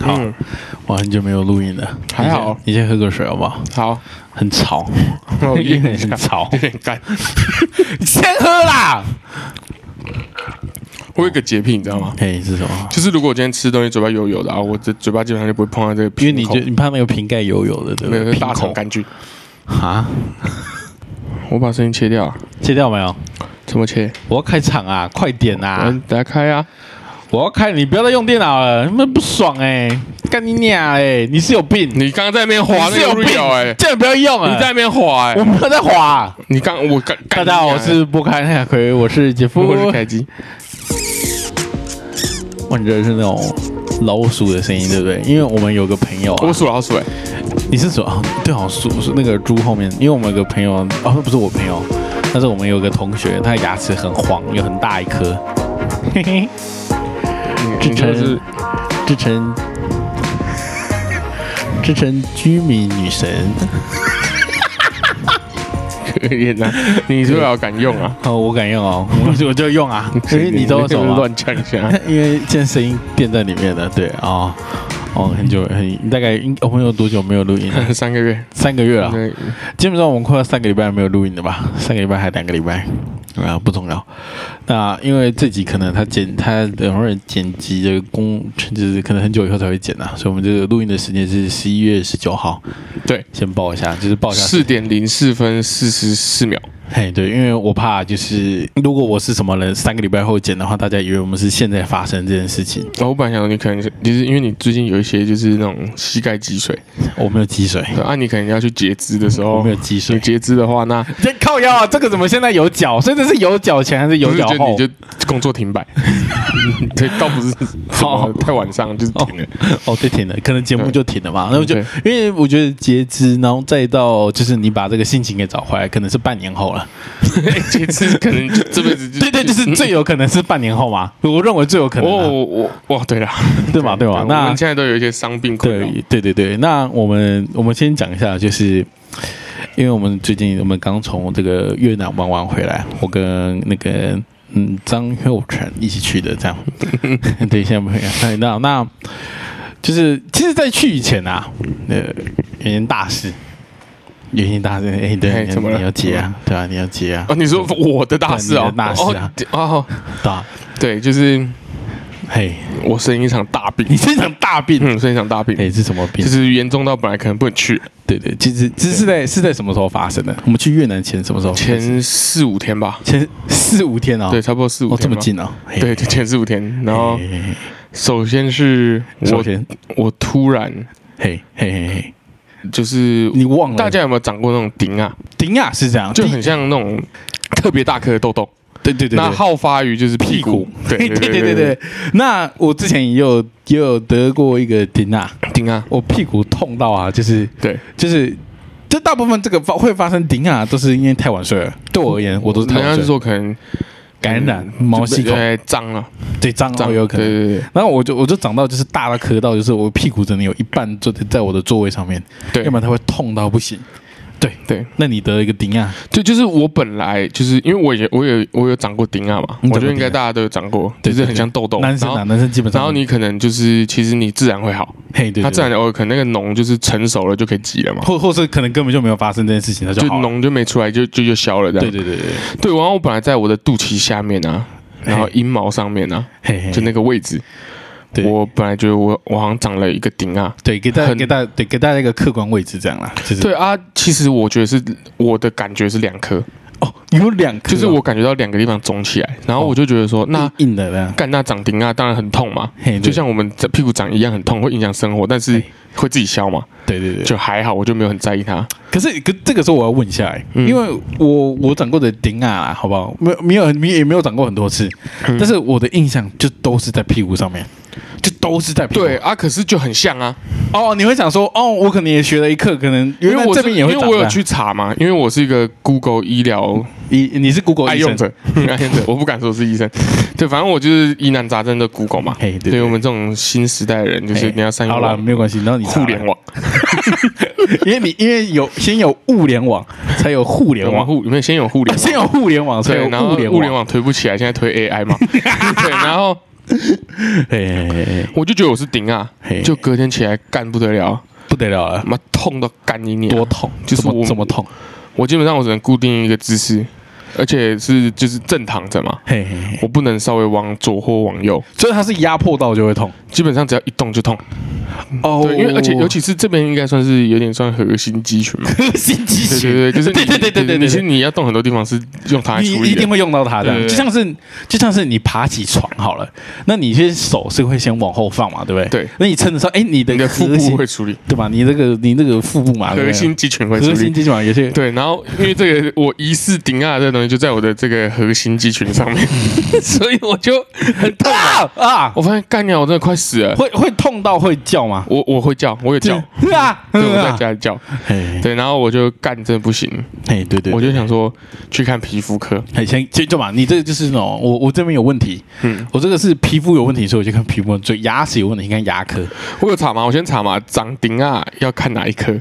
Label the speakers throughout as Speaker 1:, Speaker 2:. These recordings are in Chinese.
Speaker 1: 好，我很久没有录音了，
Speaker 2: 还好
Speaker 1: 你先你先喝个水好不好？
Speaker 2: 好，
Speaker 1: 很吵，
Speaker 2: 我
Speaker 1: 因为
Speaker 2: 一下
Speaker 1: 很吵
Speaker 2: 有。点干。你先喝啦。我有一个洁癖，你知道吗？
Speaker 1: 嘿，是什么？
Speaker 2: 就是如果我今天吃东西嘴巴油油的啊，我这嘴巴基本上就不会碰到这个
Speaker 1: 因为
Speaker 2: 瓶口，
Speaker 1: 你就你怕那个瓶盖油油的，对不
Speaker 2: 没有
Speaker 1: 对？
Speaker 2: 那是大
Speaker 1: 瓶口
Speaker 2: 肠杆菌。
Speaker 1: 啊，
Speaker 2: 我把声音切掉啊，
Speaker 1: 切掉没有？
Speaker 2: 怎么切？
Speaker 1: 我要开场啊，快点
Speaker 2: 啊
Speaker 1: 啊！，
Speaker 2: 打开啊！
Speaker 1: 我要开，你不要再用电脑了，你们不爽哎、干你娘哎、你是有病，
Speaker 2: 你刚刚在那边滑
Speaker 1: 你是
Speaker 2: 那
Speaker 1: 有
Speaker 2: 个
Speaker 1: 病
Speaker 2: real 哎，，
Speaker 1: 叫你不要用啊！
Speaker 2: 你在那边滑
Speaker 1: 我
Speaker 2: 哎，
Speaker 1: 没有在滑、
Speaker 2: 你刚我干欸
Speaker 1: 大家好，我是波开夏葵，我是姐夫，
Speaker 2: 我是凯基，
Speaker 1: 我觉得是那种老鼠的声音，对不对？因为我们有个朋友、啊，
Speaker 2: 我属老鼠哎，
Speaker 1: 你是说啊？对好鼠是那个猪后面，因为我们有个朋友，哦，不是我朋友，但是我们有个同学，他牙齿很黄，有很大一颗，嘿嘿，
Speaker 2: 你你就是
Speaker 1: 自称自称居民女神。
Speaker 2: 可怜啊， 你最好敢用 啊，
Speaker 1: 哦，我敢用哦， 我我就用 啊，因为你知道为什么吗？
Speaker 2: 乱讲一下。
Speaker 1: 因为现在声音垫在里面的，对啊、哦，哦，很久很大概应我们有多久没有录音了？
Speaker 2: 三个 月，
Speaker 1: 三个月了。
Speaker 2: 对
Speaker 1: 基本上我们快要三个礼拜没有录音了吧？三个礼拜还两个礼拜，啊，不重要。那因为这集可能他剪他有人剪辑的工，就是可能很久以后才会剪啊，所以我们这个录音的时间是十一月十九号，
Speaker 2: 对，
Speaker 1: 先报一下，就是报一下。
Speaker 2: 四点零四分四十四秒，
Speaker 1: 嘿，对，因为我怕就是如果我是什么人，三个礼拜后剪的话，大家以为我们是现在发生这件事情，
Speaker 2: 哦然后我本来想说你可能是，就是因为你最近有一些就是那种膝盖积水，
Speaker 1: 我没有积水，
Speaker 2: 对啊，你可能要去截肢的时
Speaker 1: 我
Speaker 2: 候
Speaker 1: 没，有积
Speaker 2: 你
Speaker 1: 水。
Speaker 2: 截肢的话，那
Speaker 1: 这靠腰啊，这个怎么现在有脚？所以这是有脚前还是 有
Speaker 2: 不是
Speaker 1: 脚
Speaker 2: 就
Speaker 1: 后
Speaker 2: 你？就工 作停摆， 对，倒不是什么
Speaker 1: 好
Speaker 2: 太晚上就是停了，
Speaker 1: 哦，对，停了，可能节目
Speaker 2: 对
Speaker 1: 就停了嘛。那我就
Speaker 2: 对
Speaker 1: 因为我觉得截肢，然后再到就是你把这个心情给找回来，可能是半年后了。
Speaker 2: 截肢可能就这辈子 就
Speaker 1: 对对，就是最有可能是半年后嘛。我认为最有可能啊、
Speaker 2: 哦我我哇，对啦，
Speaker 1: 对嘛对嘛。
Speaker 2: 我
Speaker 1: 那
Speaker 2: 们现在都有一些伤病困扰，
Speaker 1: 对对对对，那我们我们先讲一下，就是因为我们最近我们刚从这个越南玩完回来，我跟那个嗯张佑成一起去的， 这样。对，现在不会。那那就是其实，在去以前啊，呃，原因大事，原因大事，哎、对，
Speaker 2: 哎
Speaker 1: 你
Speaker 2: 怎么了
Speaker 1: 你要接啊，对啊，你要接啊
Speaker 2: 啊，，你说我的大事哦，
Speaker 1: 对你的大事啊
Speaker 2: 哦哦，
Speaker 1: 大、啊，
Speaker 2: 对，就是
Speaker 1: 嘿，
Speaker 2: 我生一场大病
Speaker 1: 你，是一场大病，
Speaker 2: 嗯，生一场大病
Speaker 1: 哎、，是什么病？
Speaker 2: 就是严重到本来可能不能去，
Speaker 1: 对对，其实这是在是在什么时候发生的？我们去越南前什么时候？
Speaker 2: 前四五天吧，
Speaker 1: 前四五天哦，
Speaker 2: 对，差不多四五
Speaker 1: 哦，这
Speaker 2: 天、
Speaker 1: 么，近哦，嘿
Speaker 2: 对，，就前四五天。然后
Speaker 1: 嘿嘿嘿
Speaker 2: 首先是
Speaker 1: 首
Speaker 2: 我
Speaker 1: 先，
Speaker 2: 我突然
Speaker 1: 嘿嘿嘿嘿，
Speaker 2: 就是，
Speaker 1: 你忘了
Speaker 2: 大家有没有长过那种顶啊？
Speaker 1: 顶啊是这样，
Speaker 2: 就
Speaker 1: 第
Speaker 2: 很像那种特别大颗的痘痘，
Speaker 1: 对对对，
Speaker 2: 那
Speaker 1: 对
Speaker 2: 好发于就是屁
Speaker 1: 屁
Speaker 2: 股
Speaker 1: 股，，
Speaker 2: 对
Speaker 1: 对
Speaker 2: 对
Speaker 1: 对
Speaker 2: 对
Speaker 1: 对
Speaker 2: 对对，
Speaker 1: 对。那我之前也有也有得过一个顶啊，
Speaker 2: 顶啊，
Speaker 1: 我屁股痛到啊，就是
Speaker 2: 对，
Speaker 1: 就是。就大部分这个发会发生顶啊，都是因为太晚睡了。对我而言，我都是太
Speaker 2: 人家
Speaker 1: 晚
Speaker 2: 嗯
Speaker 1: 睡了，
Speaker 2: 是说可能
Speaker 1: 感染毛细孔
Speaker 2: 对脏了，
Speaker 1: 对脏
Speaker 2: 脏
Speaker 1: 都有可能。
Speaker 2: 对对
Speaker 1: 然后我就我就长到就是大到咳到，就是我屁股真的有一半坐在在我的座位上面，
Speaker 2: 对
Speaker 1: 要不然
Speaker 2: 对
Speaker 1: 它会痛到不行。
Speaker 2: 对，
Speaker 1: 那你得了一个顶啊，
Speaker 2: 就就是我本来就是因为我也我有我有长过顶啊嘛
Speaker 1: 你，长过
Speaker 2: 我觉得应该
Speaker 1: 顶啊
Speaker 2: 大家都有长过，
Speaker 1: 对
Speaker 2: 就是
Speaker 1: 对
Speaker 2: 很
Speaker 1: 对
Speaker 2: 像痘痘，
Speaker 1: 男
Speaker 2: 然
Speaker 1: 生
Speaker 2: 后
Speaker 1: 啊，男生基本上，
Speaker 2: 然后你可能就是其实你自然会好。
Speaker 1: 嘿，对，
Speaker 2: 它
Speaker 1: 他
Speaker 2: 自然而然可能那个脓就是成熟了就可以挤了嘛，
Speaker 1: 或或是可能根本就没有发生这件事情，他
Speaker 2: 就
Speaker 1: 好了。
Speaker 2: 脓就没出来就就就消了这
Speaker 1: 对
Speaker 2: 样。
Speaker 1: 对对对，
Speaker 2: 对，然后我本来在我的肚脐下面啊，然后阴毛上面啊，
Speaker 1: 嘿嘿，
Speaker 2: 就那个位置，
Speaker 1: 哎对
Speaker 2: 我本来觉得我我好像长了一个顶啊。
Speaker 1: 对，给大家
Speaker 2: 很
Speaker 1: 给大家对给大家一个客观位置这样啦，就是
Speaker 2: 对啊，其实我觉得是我的感觉是两颗，
Speaker 1: 哦，有两颗哦，
Speaker 2: 就是我感觉到两个地方肿起来，然后我就觉得说，那
Speaker 1: 硬硬的那样，
Speaker 2: 干那长顶啊，当然很痛嘛，
Speaker 1: 嘿，对
Speaker 2: 就像我们这屁股长一样很痛，会影响生活，但是会自己消嘛，
Speaker 1: 对对对，哎
Speaker 2: 就还好，我就没有很在意它。
Speaker 1: 可是，可这个时候我要问一下、欸，
Speaker 2: 嗯
Speaker 1: 因为我我长过的顶啊，好不好？没有没有没也没有长过很多次，
Speaker 2: 嗯
Speaker 1: 但是我的印象就都是在屁股上面，就都是在屁股。
Speaker 2: 对啊，可是就很像啊，
Speaker 1: 哦，你会想说，哦，我可能也学了一课，可能
Speaker 2: 因为
Speaker 1: 原来
Speaker 2: 我
Speaker 1: 这
Speaker 2: 是
Speaker 1: 边也会
Speaker 2: 因
Speaker 1: 长
Speaker 2: 为
Speaker 1: 的啊。
Speaker 2: 我有去查嘛，因为我是一个 Google 医疗
Speaker 1: 你你是 Google
Speaker 2: 爱
Speaker 1: 医
Speaker 2: 哎用
Speaker 1: 生，
Speaker 2: 者，爱用 者，我不敢说是医生，对，反正我就是疑难杂症的 Google 嘛。
Speaker 1: 嘿，对
Speaker 2: 对于
Speaker 1: 对
Speaker 2: 我们这种新时代的人，就是
Speaker 1: 嘿
Speaker 2: 你要善
Speaker 1: 哎好
Speaker 2: 用
Speaker 1: 啦，
Speaker 2: 网
Speaker 1: 没有关系。然后你查
Speaker 2: 互
Speaker 1: 了
Speaker 2: 联，网，
Speaker 1: 因为你因为有先有物联网，才有互联
Speaker 2: 我们
Speaker 1: 网，
Speaker 2: 互，我们先有互 联
Speaker 1: 先
Speaker 2: 网，
Speaker 1: 有互联网，才有
Speaker 2: 对，然后
Speaker 1: 物联
Speaker 2: 物联
Speaker 1: 网。
Speaker 2: 网推不起来，现在推 AI 嘛，对，然后
Speaker 1: 嘿嘿嘿嘿，
Speaker 2: 我就觉得我是顶啊
Speaker 1: 嘿，
Speaker 2: 就隔天起来干不得了，
Speaker 1: 不得了了，
Speaker 2: 妈痛到干你娘！
Speaker 1: 多痛，
Speaker 2: 就是
Speaker 1: 怎么
Speaker 2: 我
Speaker 1: 怎么痛，
Speaker 2: 我基本上我只能固定一个姿势，而且是就是正躺着嘛，
Speaker 1: 嘿嘿嘿，
Speaker 2: 我不能稍微往左或往右，
Speaker 1: 就是它是压迫到就会痛
Speaker 2: 基本上只要一动就痛。
Speaker 1: 哦
Speaker 2: 嗯对，因为而且尤其是这边应该算是有点算核心肌群 嘛。
Speaker 1: 心肌
Speaker 2: 对
Speaker 1: 群，
Speaker 2: 对对，就是你
Speaker 1: 对 对对对对对
Speaker 2: 你是你要动很多地方是用它来处
Speaker 1: 你一
Speaker 2: 理
Speaker 1: 定
Speaker 2: 的。
Speaker 1: 会用到它的，
Speaker 2: 对对对
Speaker 1: 就像是就像是你爬起床好了，那你先手是会先往后放嘛，对不对？
Speaker 2: 对
Speaker 1: 那你撑的时候，哎，你的
Speaker 2: 你的腹
Speaker 1: 核心
Speaker 2: 部会处理，
Speaker 1: 对吧？你这个你那个腹部嘛，对不对
Speaker 2: 核心肌群会处
Speaker 1: 核心
Speaker 2: 理。
Speaker 1: 肌群嘛有些
Speaker 2: 对，然后因为这个我疑似顶啊这个东西就在我的这个核心肌群上 面，所以我就很痛啊。
Speaker 1: 啊啊
Speaker 2: 我发现干鸟我真的快死了，
Speaker 1: 会会痛到会叫吗？
Speaker 2: 我我会叫，我有叫，
Speaker 1: 对啊，
Speaker 2: 对，我在
Speaker 1: 啊
Speaker 2: 家里叫，
Speaker 1: 嘿，
Speaker 2: 对，然后我就干真的不行，
Speaker 1: 嘿，对对，
Speaker 2: 我就想说去看皮肤科，
Speaker 1: 很先就就嘛，你这个就是那种我我这边有问题，
Speaker 2: 嗯，
Speaker 1: 我这个是皮肤有问题，所以我就看皮肤，所以牙齿有问题，你看牙科，
Speaker 2: 我有查嘛，我先查嘛，长顶啊要看哪 一科，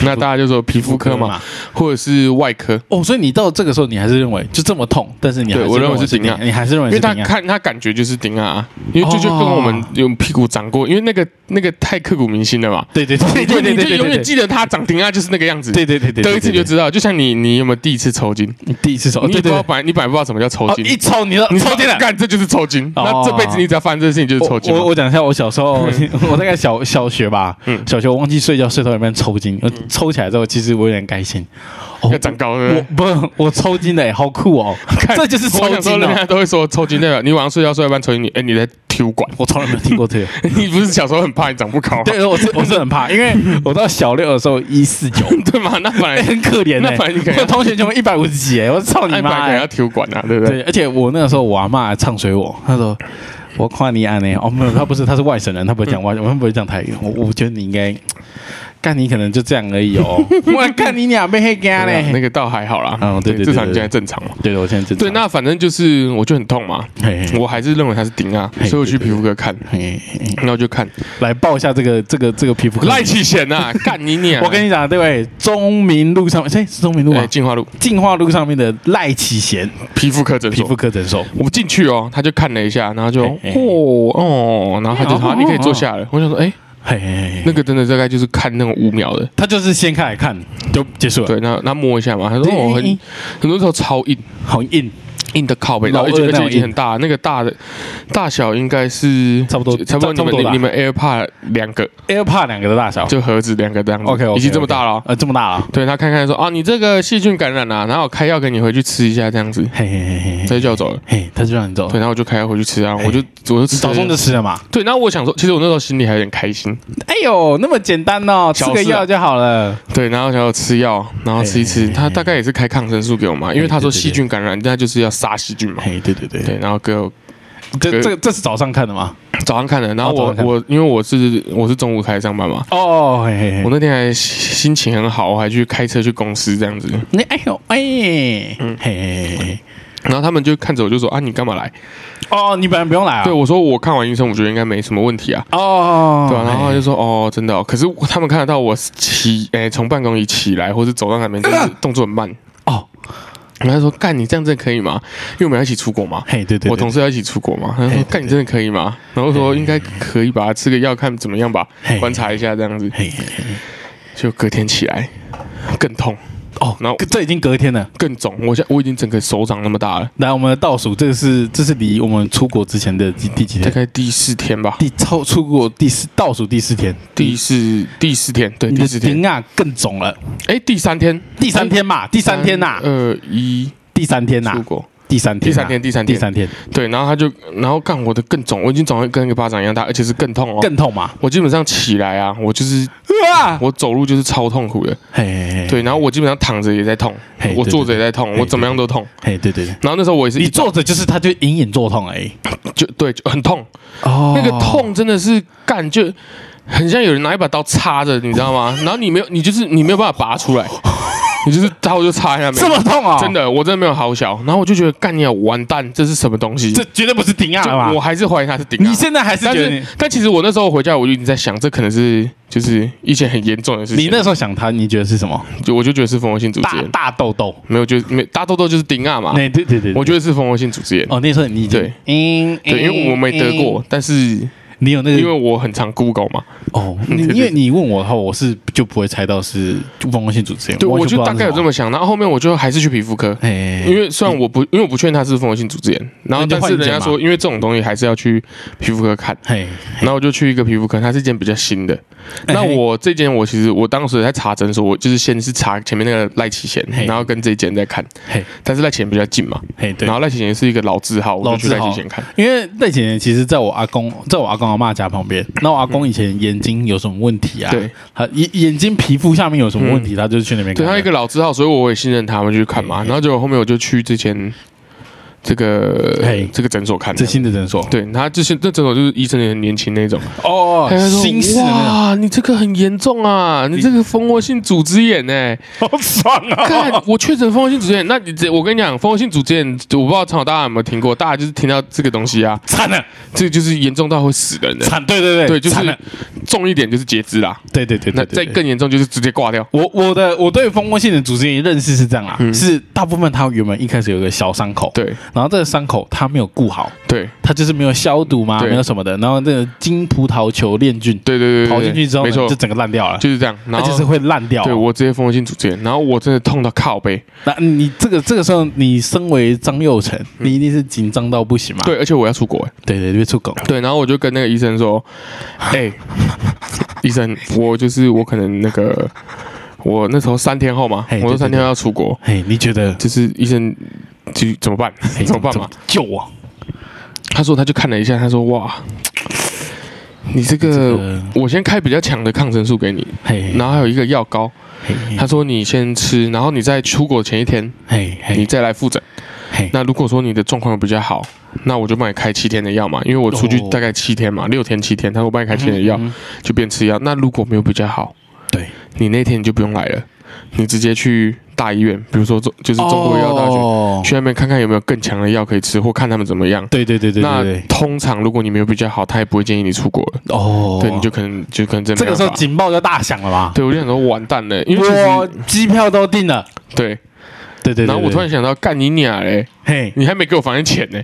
Speaker 2: 那大家就说皮肤科嘛，，或者是外科，
Speaker 1: 哦，所以你到这个时候你还是认为就这么痛，但是你还是
Speaker 2: 对我认为是
Speaker 1: 是
Speaker 2: 顶啊
Speaker 1: 你还是认为
Speaker 2: 因
Speaker 1: 是
Speaker 2: 为他
Speaker 1: 顶啊，
Speaker 2: 看他感觉就是顶啊，因为就就跟
Speaker 1: 哦
Speaker 2: 我们有屁股长过，因为那个那个太刻骨铭心了嘛，
Speaker 1: 对对对对对对
Speaker 2: 你就
Speaker 1: 对
Speaker 2: 你就
Speaker 1: 对，
Speaker 2: 永远
Speaker 1: 对
Speaker 2: 记得他长顶啊就是那个样子，
Speaker 1: 对对对对，
Speaker 2: 得一次你就
Speaker 1: 对
Speaker 2: 知道，就像你你有没有第一次抽筋，
Speaker 1: 对对第一次抽，
Speaker 2: 你也
Speaker 1: 对
Speaker 2: 不知
Speaker 1: 对
Speaker 2: 道
Speaker 1: 对，
Speaker 2: 本来你本来不知道什么叫抽
Speaker 1: 哦，
Speaker 2: 筋，
Speaker 1: 一抽你就
Speaker 2: 你
Speaker 1: 抽筋了。
Speaker 2: 干这就是抽筋。
Speaker 1: 哦
Speaker 2: 那这辈子你只要发生这件事情就是抽筋嘛。
Speaker 1: 我我我讲一下，我小时候， 我大概小小学吧，
Speaker 2: 嗯
Speaker 1: 小学我忘记睡觉，睡到一半抽筋，我抽起来之后，其实我有点开心。哦
Speaker 2: 要长高
Speaker 1: 我
Speaker 2: 了。
Speaker 1: 不，我抽筋的，好酷 哦，这就是
Speaker 2: 我
Speaker 1: 抽
Speaker 2: 想说，
Speaker 1: 筋
Speaker 2: 人
Speaker 1: 哦。
Speaker 2: 家都会说抽筋代表你晚上睡觉睡到一半抽筋，你哎你在踢管，
Speaker 1: 我从来没有听过 这个，
Speaker 2: 你不是小时候很怕你长不高吗？
Speaker 1: 对，我是 我是很怕，因为我到小六的时候一四九，
Speaker 2: 对嘛？那本
Speaker 1: 哎
Speaker 2: 来
Speaker 1: 很可怜
Speaker 2: 那
Speaker 1: 欸
Speaker 2: 反正你可 能
Speaker 1: 我同学就一百五十几哎，我操你
Speaker 2: 那本来
Speaker 1: 妈
Speaker 2: 可能
Speaker 1: 欸！
Speaker 2: 要踢管啊，对不对？
Speaker 1: 对，而且我那个时候我阿妈唱随我，她说我夸你安呢，哦没有，她不是，她是外省人，她不会
Speaker 2: 嗯
Speaker 1: 讲外，我们不会讲台语，我我觉得你应该。干你可能就这样而已 哦，我干你俩被黑干
Speaker 2: 对啊
Speaker 1: 嘞
Speaker 2: 那。个倒还好啦，
Speaker 1: 哦对对对
Speaker 2: 至少
Speaker 1: 对
Speaker 2: 你
Speaker 1: 对
Speaker 2: 现在正常嘛。
Speaker 1: 对的，我现在正
Speaker 2: 对，
Speaker 1: 常
Speaker 2: 那反正就是我就很痛嘛，
Speaker 1: 嘿嘿
Speaker 2: 我还是认为它是顶啊，
Speaker 1: 嘿
Speaker 2: 所以我去
Speaker 1: 对对
Speaker 2: 皮肤科看，
Speaker 1: 嘿嘿嘿
Speaker 2: 然后就看
Speaker 1: 来报一下这个这个这个皮肤科。
Speaker 2: 赖启贤呐， 干你娘！
Speaker 1: 我跟你讲，对不对？中民路上，哎，是中民路
Speaker 2: 哎
Speaker 1: 吗？
Speaker 2: 进化路
Speaker 1: 进化路上面的赖启贤
Speaker 2: 皮肤科诊
Speaker 1: 皮
Speaker 2: 所
Speaker 1: 肤，科诊所，
Speaker 2: 我进去哦，他就看了一下，然后就
Speaker 1: 嘿嘿嘿
Speaker 2: 哦哦，然后他就
Speaker 1: 哦
Speaker 2: 说啊你可以坐下了。我想说，哎，
Speaker 1: 嘿嘿
Speaker 2: 那
Speaker 1: 嘿，
Speaker 2: 个真的大概就是看那种五秒的，
Speaker 1: 他就是先看来看就结束了，
Speaker 2: 对，然后他摸一下嘛，他说
Speaker 1: 对
Speaker 2: 哦很
Speaker 1: 硬
Speaker 2: 很多时候超硬，
Speaker 1: 好硬，
Speaker 2: 硬的靠背，然
Speaker 1: 老
Speaker 2: 后
Speaker 1: 二
Speaker 2: 而且而
Speaker 1: 那
Speaker 2: 且
Speaker 1: 种
Speaker 2: 已经
Speaker 1: 硬
Speaker 2: 很大，那个大的大小应该是
Speaker 1: 差不多
Speaker 2: 差不多
Speaker 1: 差
Speaker 2: 你
Speaker 1: 不多
Speaker 2: 们
Speaker 1: 啦
Speaker 2: 你们 AirPod 两个
Speaker 1: AirPod 两个的大小
Speaker 2: 就盒子两个这样子
Speaker 1: ，OK，
Speaker 2: 已经这么大了哦。
Speaker 1: 呃，这么大了，
Speaker 2: 对他看看说啊，你这个细菌感染啊，然后我开药给你回去吃一下这样子，
Speaker 1: 嘿嘿嘿嘿
Speaker 2: 他
Speaker 1: 嘿，
Speaker 2: 就叫我走了。
Speaker 1: 嘿，他就让你走，
Speaker 2: 对，然后我就开药回去吃啊，我就我就吃
Speaker 1: 哦哎早上就吃了嘛，
Speaker 2: 对，然后我想说，其实我那时候心里还有点开心，
Speaker 1: 哎呦，那么简单哦，吃
Speaker 2: 小事啊
Speaker 1: 个药就好了，
Speaker 2: 对，然后想要吃药，然后吃一吃，
Speaker 1: 嘿
Speaker 2: 他大概也是开抗生素给我
Speaker 1: 哎
Speaker 2: 嘛，因为他说细菌感染，那就是要杀细菌嘛。
Speaker 1: 嘿，对对对，
Speaker 2: 对，然后给我
Speaker 1: 这这这是早上看的吗？
Speaker 2: 早上看的，然后
Speaker 1: 哦早
Speaker 2: 我
Speaker 1: 上看
Speaker 2: 我因为我是我是中午开始上班嘛，
Speaker 1: 哦，嘿嘿
Speaker 2: 我
Speaker 1: 嘿，
Speaker 2: 那天还心情很好，我还去开车去公司这样子，
Speaker 1: 那哎呦，哎，嘿
Speaker 2: 嗯
Speaker 1: 嘿嘿嘿，
Speaker 2: 然后他们就看着我就说啊，你干嘛来？
Speaker 1: 哦，你本来不用来啊，
Speaker 2: 对我说我看完医生，我觉得应该没什么问题啊。
Speaker 1: 哦，
Speaker 2: 对啊，然后他
Speaker 1: 嘿
Speaker 2: 就说哦，真的、哦，可是他们看得到我起，诶、从办公椅起来，或是走到那 边，就是动作很慢。
Speaker 1: 哦，
Speaker 2: 然后他说干，你这样真的可以吗？因为我们要一起出国嘛。
Speaker 1: 嘿，对对，对
Speaker 2: 我同事要一起出国嘛，他
Speaker 1: 嘿
Speaker 2: 说
Speaker 1: 对：“
Speaker 2: 干，你真的可以吗？”然后说：“应该可以吧，吃个药看怎么样吧
Speaker 1: 嘿，
Speaker 2: 观察一下这样子。
Speaker 1: 嘿嘿嘿”
Speaker 2: 就隔天起来更痛，
Speaker 1: 哦，
Speaker 2: 然后
Speaker 1: 这已经隔天了。
Speaker 2: 更肿，我现我已经整个手掌那么大了，
Speaker 1: 来，我们的倒数，这个是这是离我们出国之前的第第几
Speaker 2: 大
Speaker 1: 天？
Speaker 2: 概第四天吧，
Speaker 1: 第超出国第四倒数第四天，
Speaker 2: 第四第四天，对，
Speaker 1: 你
Speaker 2: 第
Speaker 1: 的
Speaker 2: 四天，
Speaker 1: 顶啊更肿了。
Speaker 2: 哎，第三天，
Speaker 1: 第三天嘛，第三天呐，
Speaker 2: 二一
Speaker 1: 第三天
Speaker 2: 呃出
Speaker 1: 呐，
Speaker 2: 国，
Speaker 1: 第三天，啊
Speaker 2: 第三天，，第三
Speaker 1: 第
Speaker 2: 天，哦
Speaker 1: 三天
Speaker 2: 对，然后他就，然后干我的更肿，我已经肿得跟一个巴掌一样大，而且是更痛哦。
Speaker 1: 更痛嘛。
Speaker 2: 我基本上起来啊，我就是
Speaker 1: 啊，
Speaker 2: 我走路就是超痛苦的，
Speaker 1: 嘿嘿，
Speaker 2: 对，然后我基本上躺着也在痛
Speaker 1: 嘿，
Speaker 2: 我
Speaker 1: 对
Speaker 2: 坐着
Speaker 1: 对
Speaker 2: 也在痛，
Speaker 1: 嘿
Speaker 2: 我怎么样都痛。
Speaker 1: 嘿，对对对，
Speaker 2: 然后那时候我也是
Speaker 1: 你
Speaker 2: 一
Speaker 1: 坐着就是他就隐隐作痛而已。
Speaker 2: 就对，就很痛，
Speaker 1: 哦
Speaker 2: 那个痛真的是干就。很像有人拿一把刀插着，你知道吗？然后你没有，你就是你没有办法拔出来，你就是刀就插 在那边，
Speaker 1: 这么痛啊、
Speaker 2: 真的，我真的没有好小。然后我就觉得干你啊，完蛋，这是什么东西？
Speaker 1: 这绝对不是顶亚
Speaker 2: 就
Speaker 1: 了吧
Speaker 2: 我？还是怀疑它是顶啊。
Speaker 1: 你现在还是
Speaker 2: 但
Speaker 1: 觉得
Speaker 2: 是
Speaker 1: 你，
Speaker 2: 但其实我那时候回家，我就已经在想，这可能是就是一件很严重的事情。
Speaker 1: 你那时候想他，你觉得是什么？
Speaker 2: 就我就觉得是蜂窝性组织
Speaker 1: 大
Speaker 2: 炎，
Speaker 1: 大痘痘？
Speaker 2: 没有，就是没大痘痘就是顶啊嘛。
Speaker 1: 那对对对，
Speaker 2: 我
Speaker 1: 对
Speaker 2: 觉得是蜂窝性组织炎，
Speaker 1: 哦，那时候你已经
Speaker 2: 对，
Speaker 1: 嗯，
Speaker 2: 对，因为我没得过，但是
Speaker 1: 嗯，你有那
Speaker 2: 因为
Speaker 1: 个
Speaker 2: 我很常 Google 嘛，
Speaker 1: 哦，你
Speaker 2: 对对
Speaker 1: 因为你问我的话，我是就不会猜到是蜂窝性组织炎，
Speaker 2: 对，我
Speaker 1: 完全
Speaker 2: 就
Speaker 1: 不知道
Speaker 2: 大概有
Speaker 1: 是什
Speaker 2: 这
Speaker 1: 么，
Speaker 2: 么想。然后后面我就还是去皮肤科，
Speaker 1: 哎，
Speaker 2: 因为虽然我不，因为我不确定它是蜂窝性组织炎，然后
Speaker 1: 那就
Speaker 2: 但
Speaker 1: 换
Speaker 2: 是
Speaker 1: 一间
Speaker 2: 人家
Speaker 1: 嘛
Speaker 2: 说，因为这种东西还是要去皮肤科看。
Speaker 1: 嘿，
Speaker 2: 然后我就去一个皮肤科，它是一间比较新的。那
Speaker 1: 嘿
Speaker 2: 我这间我其实我当时在查诊所，我就是先是查前面那个赖启贤
Speaker 1: 嘿，
Speaker 2: 然后跟这一间在看，
Speaker 1: 嘿
Speaker 2: 但是赖启贤比较近嘛，
Speaker 1: 嘿，对
Speaker 2: 然。后赖启贤是一个老字号，我
Speaker 1: 老
Speaker 2: 就去
Speaker 1: 字
Speaker 2: 赖
Speaker 1: 号啊
Speaker 2: 启贤看。
Speaker 1: 因为那几年其实在我阿公，在我阿公阿妈家旁边，那我阿公以前眼睛有什么问题啊？
Speaker 2: 嗯对，嗯
Speaker 1: 他眼眼睛皮肤下面有什么问题，他就是去那边看
Speaker 2: 对
Speaker 1: 的。
Speaker 2: 他一个老字号，所以我也信任他们就去看嘛。
Speaker 1: 嘿
Speaker 2: 然后结果后面我就去之前这
Speaker 1: 嘿
Speaker 2: 个这个诊所看，
Speaker 1: 这新的诊所，
Speaker 2: 对他就是那诊所就是医生也很年轻那种，
Speaker 1: 哦
Speaker 2: 他就说
Speaker 1: 新式的那嗯
Speaker 2: 哇，你这个很严重啊，你这个蜂窝性组织炎哎、
Speaker 1: 种，好爽
Speaker 2: 看
Speaker 1: 啊！
Speaker 2: 我确诊蜂窝性组织炎，那你这我跟你讲，蜂窝性组织炎，我不知道从小大家有没有听过，大家就是听到这个东西啊，
Speaker 1: 惨了，
Speaker 2: 这个就是严重到会死人的。
Speaker 1: 惨，对对对，
Speaker 2: 对，就
Speaker 1: 惨了
Speaker 2: 是重一点就是截肢啦，
Speaker 1: 对对对
Speaker 2: 那
Speaker 1: 对。
Speaker 2: 再
Speaker 1: 对
Speaker 2: 更严重就是直接挂掉。
Speaker 1: 我我的我对蜂窝性的组织炎认识是这样啦，啊是大部分他原本一开始有一个小伤口，，
Speaker 2: 嗯对
Speaker 1: 然后这个伤口他没有顾好，
Speaker 2: 对
Speaker 1: 他就是没有消毒嘛，
Speaker 2: 对
Speaker 1: 没有什么的，然后那个金葡萄球链菌
Speaker 2: 对对对对，
Speaker 1: 跑进去之后
Speaker 2: 没
Speaker 1: 呢，
Speaker 2: 错，
Speaker 1: 就整个烂掉了，
Speaker 2: 就是这样。
Speaker 1: 它
Speaker 2: 然
Speaker 1: 就是
Speaker 2: 后
Speaker 1: 会哦烂掉。
Speaker 2: 对我直接蜂窝性组织炎，然后我真的痛到靠背。
Speaker 1: 那你这个这个时候，你身为张佑成，你一定是紧张到不行嘛？
Speaker 2: 嗯对，而且我要出国欸。
Speaker 1: 对对，对，出狗。
Speaker 2: 对，然后我就跟那个医生说：“ 哎、医生，我就是我可能那个，我那时候三天后嘛，
Speaker 1: 嘿
Speaker 2: 我
Speaker 1: 对
Speaker 2: 说三
Speaker 1: 对
Speaker 2: 天
Speaker 1: 对
Speaker 2: 后要出国，
Speaker 1: 嘿，你觉得
Speaker 2: 就是医生就怎么办？
Speaker 1: 嘿
Speaker 2: 怎么办嘛？
Speaker 1: 救啊我？
Speaker 2: 他说他就看了一下，他说哇，你这个、
Speaker 1: 个嗯
Speaker 2: 我先开比较强的抗生素给你，
Speaker 1: 嘿，
Speaker 2: 然后还有一个药膏，
Speaker 1: 嘿
Speaker 2: 他说你先吃，然后你在出国前一天
Speaker 1: 嘿
Speaker 2: 你
Speaker 1: 嘿
Speaker 2: 再来复诊。
Speaker 1: 嘿，
Speaker 2: 那如果说你的状况比较好，那我就帮你开七天的药嘛，因为我出去
Speaker 1: 哦
Speaker 2: 大概七天嘛，六天七天，他说我帮你开七天的药，
Speaker 1: 嗯
Speaker 2: 就边吃药。那如果没有比较好，
Speaker 1: 对，
Speaker 2: 你那天你就不用来了，你直接去大医院，比如说中就是中国医药大学，
Speaker 1: 学。
Speaker 2: 去那边看看有没有更强的药可以吃，或看他们怎么样。
Speaker 1: 哦对对对对对
Speaker 2: 那
Speaker 1: 对，
Speaker 2: 通常如果你没有比较好，他也不会建议你出国了。
Speaker 1: 哦，
Speaker 2: 对，你就可能就可能真的
Speaker 1: 这个
Speaker 2: 没办
Speaker 1: 时
Speaker 2: 法
Speaker 1: 候警报就大响了吧？
Speaker 2: 对我就想说完蛋了，因为其
Speaker 1: 我
Speaker 2: 实
Speaker 1: 机票都订了，
Speaker 2: 对，
Speaker 1: 对对对。
Speaker 2: 然后我
Speaker 1: 对
Speaker 2: 突然，想到，干你娘嘞，
Speaker 1: 嘿，
Speaker 2: 你还没给我房间钱呢，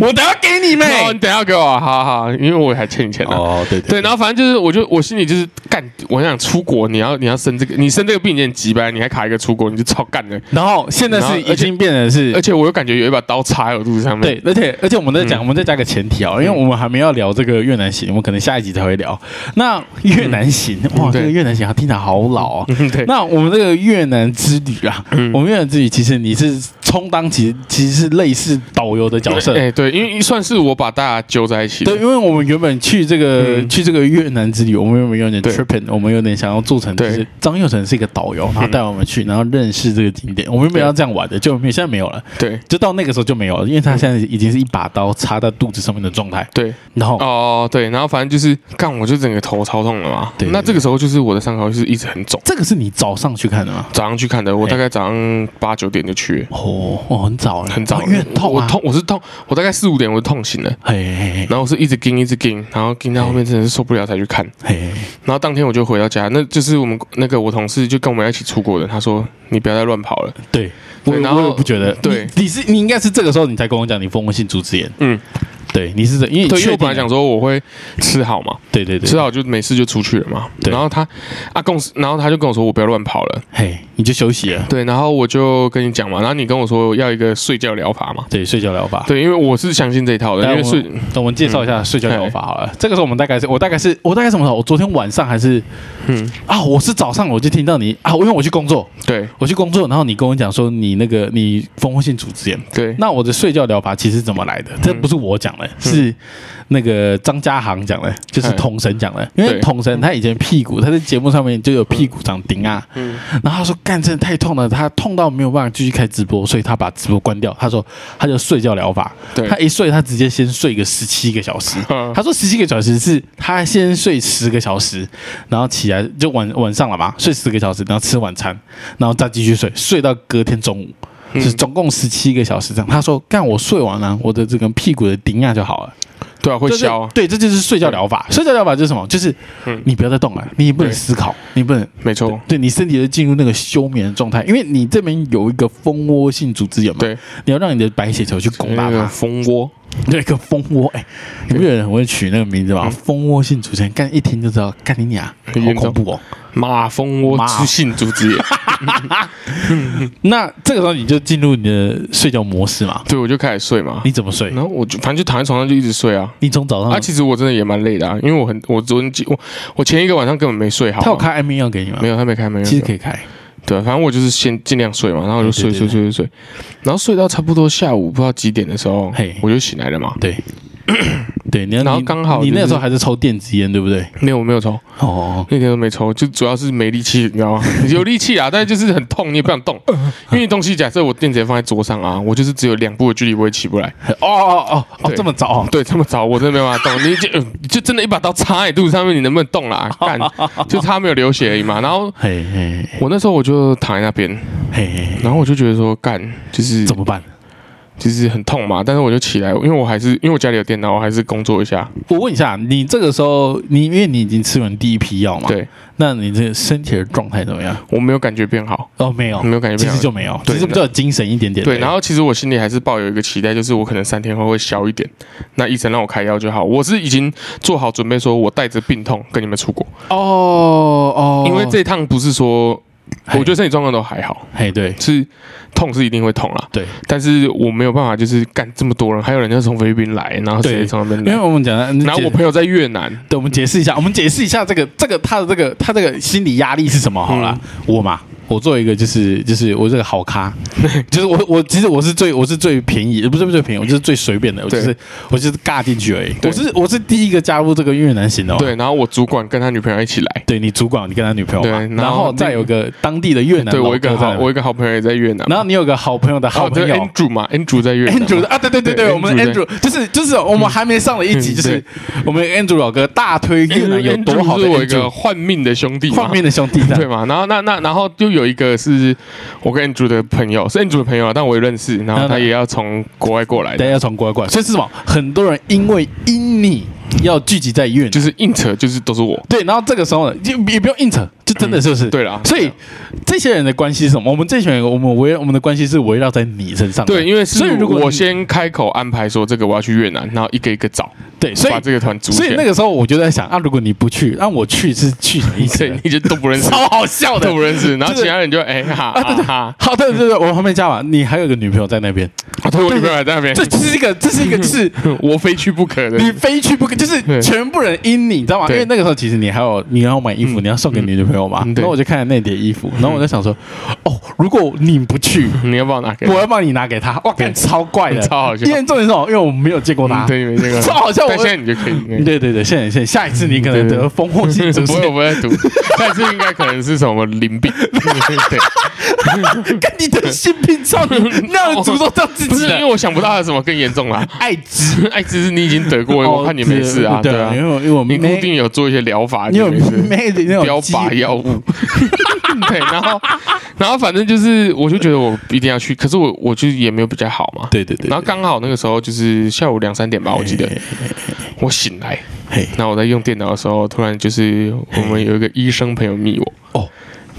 Speaker 1: 我等下给你
Speaker 2: 哦，
Speaker 1: 妹
Speaker 2: 你。等一下给我啊，好好，好因为我还欠你钱呢。
Speaker 1: 哦，对
Speaker 2: 对，然后反正就是，我就我心里就是干，我想出国，你要你要生这个，你生这个病已经很急掰，你还卡一个出国，你就超干的。
Speaker 1: 然后现在
Speaker 2: 然后
Speaker 1: 是
Speaker 2: 而且
Speaker 1: 已经变成是
Speaker 2: 而且我又感觉有一把刀插在我肚子上面。
Speaker 1: 对，而且而且我们在讲，
Speaker 2: 嗯
Speaker 1: 我们再加个前提啊、因为我们还没有聊这个越南行，我们可能下一集才会聊。那越南行，哇，
Speaker 2: 嗯
Speaker 1: 这
Speaker 2: 对
Speaker 1: 个越南行它听起来好老啊、
Speaker 2: 嗯， 对，
Speaker 1: 那我们这个越南之旅啊，
Speaker 2: 嗯
Speaker 1: 我们越南之旅其实你是充当其其实是类似导游的 角色，
Speaker 2: 哎， 对，因为算是我把大家揪在一起。
Speaker 1: 对，因为我们原本去这个、
Speaker 2: 嗯
Speaker 1: 去这个越南之旅，我们原本有点
Speaker 2: 对
Speaker 1: tripping，我们有点想要做成，就是
Speaker 2: 对嗯
Speaker 1: 张佑成是一个导游，然后带我们去，然后认识这个景点。我们原本要这样玩的，就没有现在没有了，
Speaker 2: 对
Speaker 1: 就到那个时候就没有了，因为他现在已经是一把刀插在肚子上面的状态。
Speaker 2: 对，
Speaker 1: 然后
Speaker 2: 哦对，然后反正就是干，我就整个头超痛了嘛
Speaker 1: 对。
Speaker 2: 那
Speaker 1: 对
Speaker 2: 这个时候就是我的伤口就是一直很肿，
Speaker 1: 这个是你早上去看的吗？
Speaker 2: 早上去看的，我大概早上八九点就去了，
Speaker 1: 哦，哦，很早了，
Speaker 2: 很早
Speaker 1: 哦
Speaker 2: 了。
Speaker 1: 因为很痛
Speaker 2: 我
Speaker 1: 啊，
Speaker 2: 我痛，我是痛，我大概四五点我就痛醒了。
Speaker 1: 嘿，嘿嘿
Speaker 2: 然后我是一直盯，一直盯，然后盯到后面真的是受不了才去看。
Speaker 1: 嘿，嘿
Speaker 2: 然后当天我就回到家，那就是我们那个我同事就跟我们一起出国的，他说你不要再乱跑了。
Speaker 1: 对，我
Speaker 2: 对然后
Speaker 1: 我也不觉得，
Speaker 2: 对
Speaker 1: 你，你是你应该是这个时候你才跟我讲你蜂窝性组织炎，
Speaker 2: 嗯，
Speaker 1: 对，你是这，因为你
Speaker 2: 对，因
Speaker 1: 确
Speaker 2: 为我
Speaker 1: 定
Speaker 2: 本来想说我会吃好嘛，
Speaker 1: 对对对，
Speaker 2: 吃好就没事就出去了嘛。
Speaker 1: 对
Speaker 2: 然后他啊公司，然后他就跟我说我不要乱跑了。
Speaker 1: 嘿，你就休息了，
Speaker 2: 对，然后我就跟你讲嘛，然后你跟我说要一个睡觉疗法嘛。
Speaker 1: 对，睡觉疗法。
Speaker 2: 对，因为我是相信这一套的，因
Speaker 1: 来
Speaker 2: 为
Speaker 1: 我
Speaker 2: 睡嗯
Speaker 1: 们那我们介绍一下睡觉疗法好了。这个时候我们大概是我大概是我大概什么时候？我昨天晚上还是
Speaker 2: 嗯
Speaker 1: 啊，我是早上我就听到你啊，因为我去工作，
Speaker 2: 对
Speaker 1: 我去工作，然后你跟我讲说你那个你蜂窝性组织炎，
Speaker 2: 对嗯
Speaker 1: 那我的睡觉疗法其实怎么来的？这不是我讲的，的，是那个张家航讲的，就是
Speaker 2: 嗯
Speaker 1: 统神讲的，因为
Speaker 2: 对
Speaker 1: 统神他以前屁股，他在节目上面就有屁股长钉啊，
Speaker 2: 嗯
Speaker 1: 然后他说干真的太痛了，他痛到没有办法继续开直播，所以他把直播关掉，他说他就睡觉疗法，
Speaker 2: 对
Speaker 1: 他一睡他直接先睡个十七个小时，
Speaker 2: 嗯
Speaker 1: 他说十七个小时是他先睡十个小时，然后起来就晚晚上了嘛，睡十个小时，然后吃晚餐，然后再继续睡，睡到隔天中午，
Speaker 2: 嗯
Speaker 1: 就是总共十七个小时这样。他说干我睡完了、我的这个屁股的顶啊就好了，
Speaker 2: 对啊，会
Speaker 1: 就是
Speaker 2: 消啊，
Speaker 1: 对，这就是睡觉疗法。睡觉疗法就是什么？就是
Speaker 2: 嗯
Speaker 1: 你不要再动了，你也不能
Speaker 2: 对
Speaker 1: 思考，你不能。
Speaker 2: 没错，
Speaker 1: 对你身体就进入那个休眠的状态，因为你这边有一个蜂窝性组织炎嘛，
Speaker 2: 对，
Speaker 1: 你要让你的白血球去攻
Speaker 2: 那
Speaker 1: 打
Speaker 2: 个
Speaker 1: 它，
Speaker 2: 蜂窝，
Speaker 1: 那个蜂窝，哎、你不觉得很会取那个名字吗？蜂窝性组织炎，干一听就知道，干你娘，
Speaker 2: 嗯很
Speaker 1: 好
Speaker 2: 严重
Speaker 1: 恐怖哦！
Speaker 2: 马蜂窝
Speaker 1: 马
Speaker 2: 之性组 织炎，
Speaker 1: 那这个时候你就进入你的睡觉模式嘛？
Speaker 2: 对，我就开始睡嘛，
Speaker 1: 你嗯怎么睡？
Speaker 2: 然后我就反正就躺在床上就一直睡啊，
Speaker 1: 你从早上，
Speaker 2: 嗯啊，其实我真的也蛮累的啊，因为我很我昨天我我前一个晚上根本没睡好啊，
Speaker 1: 他有开安眠药给你吗？
Speaker 2: 没有他没开没有，
Speaker 1: 其实可以开。
Speaker 2: 对，反正我就是先尽量睡嘛，然后我就睡
Speaker 1: 对对
Speaker 2: 睡
Speaker 1: 对
Speaker 2: 睡睡睡，然后睡到差不多下午不知道几点的时候
Speaker 1: 嘿，
Speaker 2: 我就醒来了嘛。
Speaker 1: 对， 对，你要
Speaker 2: 然后
Speaker 1: 你
Speaker 2: 刚好
Speaker 1: 你
Speaker 2: 就是
Speaker 1: 那时候还是抽电子烟，对不对？
Speaker 2: 没有，我没有抽，
Speaker 1: 哦，
Speaker 2: 那天都没抽，就主要是没力气，你 知道吗？有力气啊，但是就是很痛，你也不想动，因为东西假设我电子烟放在桌上啊，我就是只有两步的距离，我也起不来。
Speaker 1: 哦哦哦哦，
Speaker 2: 对
Speaker 1: 这么早哦，
Speaker 2: 对，这么早我真的没 办法动，你就、呃就真的一把刀插你肚子上面，你能不能动啦？干，就差没有流血而已嘛。然后
Speaker 1: 嘿嘿
Speaker 2: 我那时候我就躺在那边，
Speaker 1: 嘿嘿，
Speaker 2: 然后我就觉得说干，就是
Speaker 1: 怎么办？
Speaker 2: 就是很痛嘛，但是我就起来，因为我还是因为我家里有电脑，我还是工作一下。
Speaker 1: 我问一下，你这个时候，你因为你已经吃完第一批药嘛，，
Speaker 2: 对，
Speaker 1: 那你这身体的状态怎么样？
Speaker 2: 我没有感觉变好，
Speaker 1: 哦，没有，
Speaker 2: 没有感觉
Speaker 1: 其
Speaker 2: 变
Speaker 1: 实
Speaker 2: 好。
Speaker 1: 就没有，
Speaker 2: 对
Speaker 1: 只是比较有精神一点点。
Speaker 2: 对，然后其实我心里还是抱有一个期待，就是我可能三天后会消一点，那医生让我开药就好。我是已经做好准备，说我带着病痛跟你们出国，
Speaker 1: 哦哦，
Speaker 2: 因为这趟不是说，我
Speaker 1: 嘿
Speaker 2: 觉得身体状况都还好，
Speaker 1: 嘿对
Speaker 2: 是痛是一定会痛啦，
Speaker 1: 对，
Speaker 2: 但是我没有办法，就是干这么多人，还有人家从菲律宾来，然后谁
Speaker 1: 对
Speaker 2: 从那
Speaker 1: 因为
Speaker 2: 边来，
Speaker 1: 我们讲的，
Speaker 2: 然后我
Speaker 1: 解
Speaker 2: 朋友在越南，
Speaker 1: 对，我们解释一下，我们解释一下这个这个他的这个他这个心理压力是什么好了。
Speaker 2: 嗯
Speaker 1: 我嘛，我作为一个就是就是我这个好 咖，就是我我其实我是最我是最便宜，不是不是最便宜，我就是最随便的，我就
Speaker 2: 对
Speaker 1: 是我就是尬进去而已。
Speaker 2: 对
Speaker 1: 我是我是第一个加入这个越南行的、哦。。
Speaker 2: 对，然后我主管跟他女朋友一起来，
Speaker 1: 对你主管，你跟他女朋友嘛，
Speaker 2: 对
Speaker 1: 然
Speaker 2: 然后
Speaker 1: 后再有个当地的越南
Speaker 2: 对
Speaker 1: 老
Speaker 2: 我
Speaker 1: 哥
Speaker 2: 一个
Speaker 1: 在
Speaker 2: 好
Speaker 1: 那，
Speaker 2: 我一个好朋友也在越南，
Speaker 1: 然后你有个好朋友的好
Speaker 2: 哦，
Speaker 1: 朋
Speaker 2: 对
Speaker 1: 友
Speaker 2: Andrew 嘛，Andrew 在越南嘛
Speaker 1: Andrew 的啊，对对对
Speaker 2: 对
Speaker 1: 对，我们
Speaker 2: Andrew
Speaker 1: Andrew 就是就是我们还没上的一集，
Speaker 2: 嗯
Speaker 1: 就是我们 Andrew 老哥大推越南有多好
Speaker 2: Andrew
Speaker 1: 的
Speaker 2: 是我一个
Speaker 1: Andrew，
Speaker 2: 换命的兄弟嘛，
Speaker 1: 画面的兄弟这样
Speaker 2: 啊 对嘛？然后那那然后就有一个是我跟 Andrew 的朋友，是 Andrew 的朋友啊，但我也认识，
Speaker 1: 嗯
Speaker 2: 然后他也要从国外过来
Speaker 1: 大
Speaker 2: 的，
Speaker 1: 家要从国外过来，所以是什么？很多人因为因你要聚集在越南，
Speaker 2: 就是硬扯，就是都是我。
Speaker 1: 对，然后这个时候呢，就也不用硬扯，就真的就是、
Speaker 2: 对啦
Speaker 1: 所以这些人的关系是什么？我们这群人，我们围我们的关系是围绕在你身上的。
Speaker 2: 对，因为
Speaker 1: 啊
Speaker 2: 是
Speaker 1: 所以如果你
Speaker 2: 我先开口安排说这个我要去越南，然后一个一个找，
Speaker 1: 对，所以
Speaker 2: 把这个团组起
Speaker 1: 所
Speaker 2: 来。
Speaker 1: 以那个时候我就在想，啊，如果你不去，那、我去是去什么意思
Speaker 2: 对
Speaker 1: 呢？
Speaker 2: 你就都不认识，
Speaker 1: 超好笑的
Speaker 2: 都。不认识，然后
Speaker 1: 就是
Speaker 2: 其他人就哎哈哈哈，
Speaker 1: 好，对对对，我还没加完，你还有个女朋友在那边，
Speaker 2: 啊对我女朋友还在那边，
Speaker 1: 这这是一个，这是一个，就是
Speaker 2: 我非去不可的。
Speaker 1: 你非去不可，就是
Speaker 2: 对
Speaker 1: 全部人因你，你知道吗？因
Speaker 2: 对
Speaker 1: 为那个时候其实你还有你要买衣服，
Speaker 2: 嗯
Speaker 1: 你要送给你女朋友嘛。
Speaker 2: 嗯对
Speaker 1: 然
Speaker 2: 嗯
Speaker 1: 后我就看了那叠衣服，然后我就想说，哦，如果你不去，
Speaker 2: 你要帮我拿给
Speaker 1: 我
Speaker 2: 他？
Speaker 1: 要帮你拿给她，哇，
Speaker 2: 对
Speaker 1: 看超怪的，
Speaker 2: 超好笑
Speaker 1: 因为重点是什么？因为我没有见过她。
Speaker 2: 嗯对，你没这个，
Speaker 1: 超好笑
Speaker 2: 但
Speaker 1: 我
Speaker 2: 现在你就可以那个。
Speaker 1: 对对对，现在现在下一次你可能
Speaker 2: 对对
Speaker 1: 得蜂窝性组
Speaker 2: 不
Speaker 1: 织
Speaker 2: 会，我不会读，但是应该可能是什么淋 病。对，
Speaker 1: 炎，看你的性病少 女，那样诅咒到自
Speaker 2: 不是
Speaker 1: 己
Speaker 2: 因为
Speaker 1: 了。
Speaker 2: 我想不到还有什么更严重啦。
Speaker 1: 爱滋，
Speaker 2: 艾滋是你已经 得过，我看你没事啊，
Speaker 1: 哦对
Speaker 2: 对啊
Speaker 1: 因，为我因为我
Speaker 2: 你
Speaker 1: 没，
Speaker 2: 固定有做一些疗法，
Speaker 1: 你有
Speaker 2: 没事，
Speaker 1: 没那种
Speaker 2: 标
Speaker 1: 肌
Speaker 2: 靶药物。 对，然后，然后反正就是，我就觉得我一定要去，可是我我就也没有比较好嘛。
Speaker 1: 对对对，
Speaker 2: 然后刚好那个时候就是下午两三点吧，我记得
Speaker 1: 嘿
Speaker 2: 我醒来，
Speaker 1: 嘿，
Speaker 2: 然后我在用电脑的时候，突然就是我们有一个医生朋友密我，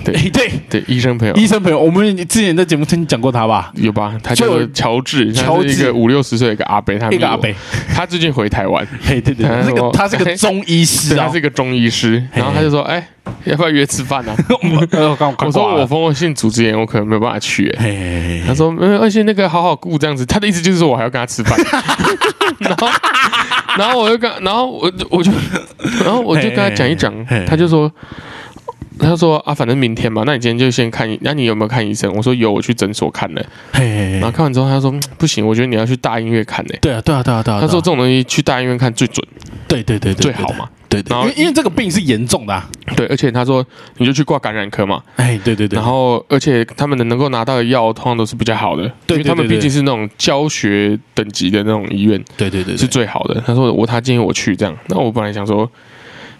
Speaker 2: 对
Speaker 1: 嘿哎对，
Speaker 2: 对，医生朋友
Speaker 1: 医生朋友，我们之前在节目曾讲过他吧？
Speaker 2: 有吧？他叫
Speaker 1: 就
Speaker 2: 做乔治，
Speaker 1: 乔
Speaker 2: 他是一
Speaker 1: 治
Speaker 2: 个五六十岁的一个阿伯，他
Speaker 1: 一
Speaker 2: 密
Speaker 1: 个
Speaker 2: 我
Speaker 1: 阿伯，，
Speaker 2: 他最近回台湾，
Speaker 1: 嘿，对对，
Speaker 2: 哎
Speaker 1: 对，这
Speaker 2: 我
Speaker 1: 个他是个中医
Speaker 2: 对，
Speaker 1: 师
Speaker 2: 他
Speaker 1: 啊
Speaker 2: 是。一个中医师，然后他就说，哎，要不要约吃饭 啊？
Speaker 1: 呃我刚我
Speaker 2: 我说我蜂窝性组织炎，我可能没有办法去。哎
Speaker 1: 嘿嘿，
Speaker 2: 他
Speaker 1: 嘿
Speaker 2: 说，嗯，而且那个好好顾这样子，他的意思就是说我还要跟他 吃饭，然后。然后我就跟，然后我就我就，然后我就跟他讲一讲
Speaker 1: 嘿嘿，
Speaker 2: 他就说，他说啊，反正明天嘛，那你今天就先看医，那你有没有看医生？我说有，我去诊所看了。
Speaker 1: 嘿
Speaker 2: 然后，看完之后，他说嗯不行，我觉得你要去大医院看呢、
Speaker 1: 对啊，对啊，对啊，对啊。
Speaker 2: 他
Speaker 1: 这
Speaker 2: 说这种东西去大医院看最准，
Speaker 1: 对对对对
Speaker 2: 最好嘛，
Speaker 1: 对对，因
Speaker 2: 然后
Speaker 1: 为因为这个病是严重的啊，
Speaker 2: 对，而且他说你就去挂感染科嘛，
Speaker 1: 哎，对对对，
Speaker 2: 然后而且他们能够拿到的药通常都是比较好的，
Speaker 1: 对对
Speaker 2: 因为他们
Speaker 1: 对对
Speaker 2: 毕竟是那种教学等级的那种医院
Speaker 1: 对对对
Speaker 2: 是
Speaker 1: 对
Speaker 2: 最好的。他说我他建议我去这样，那我本来想说，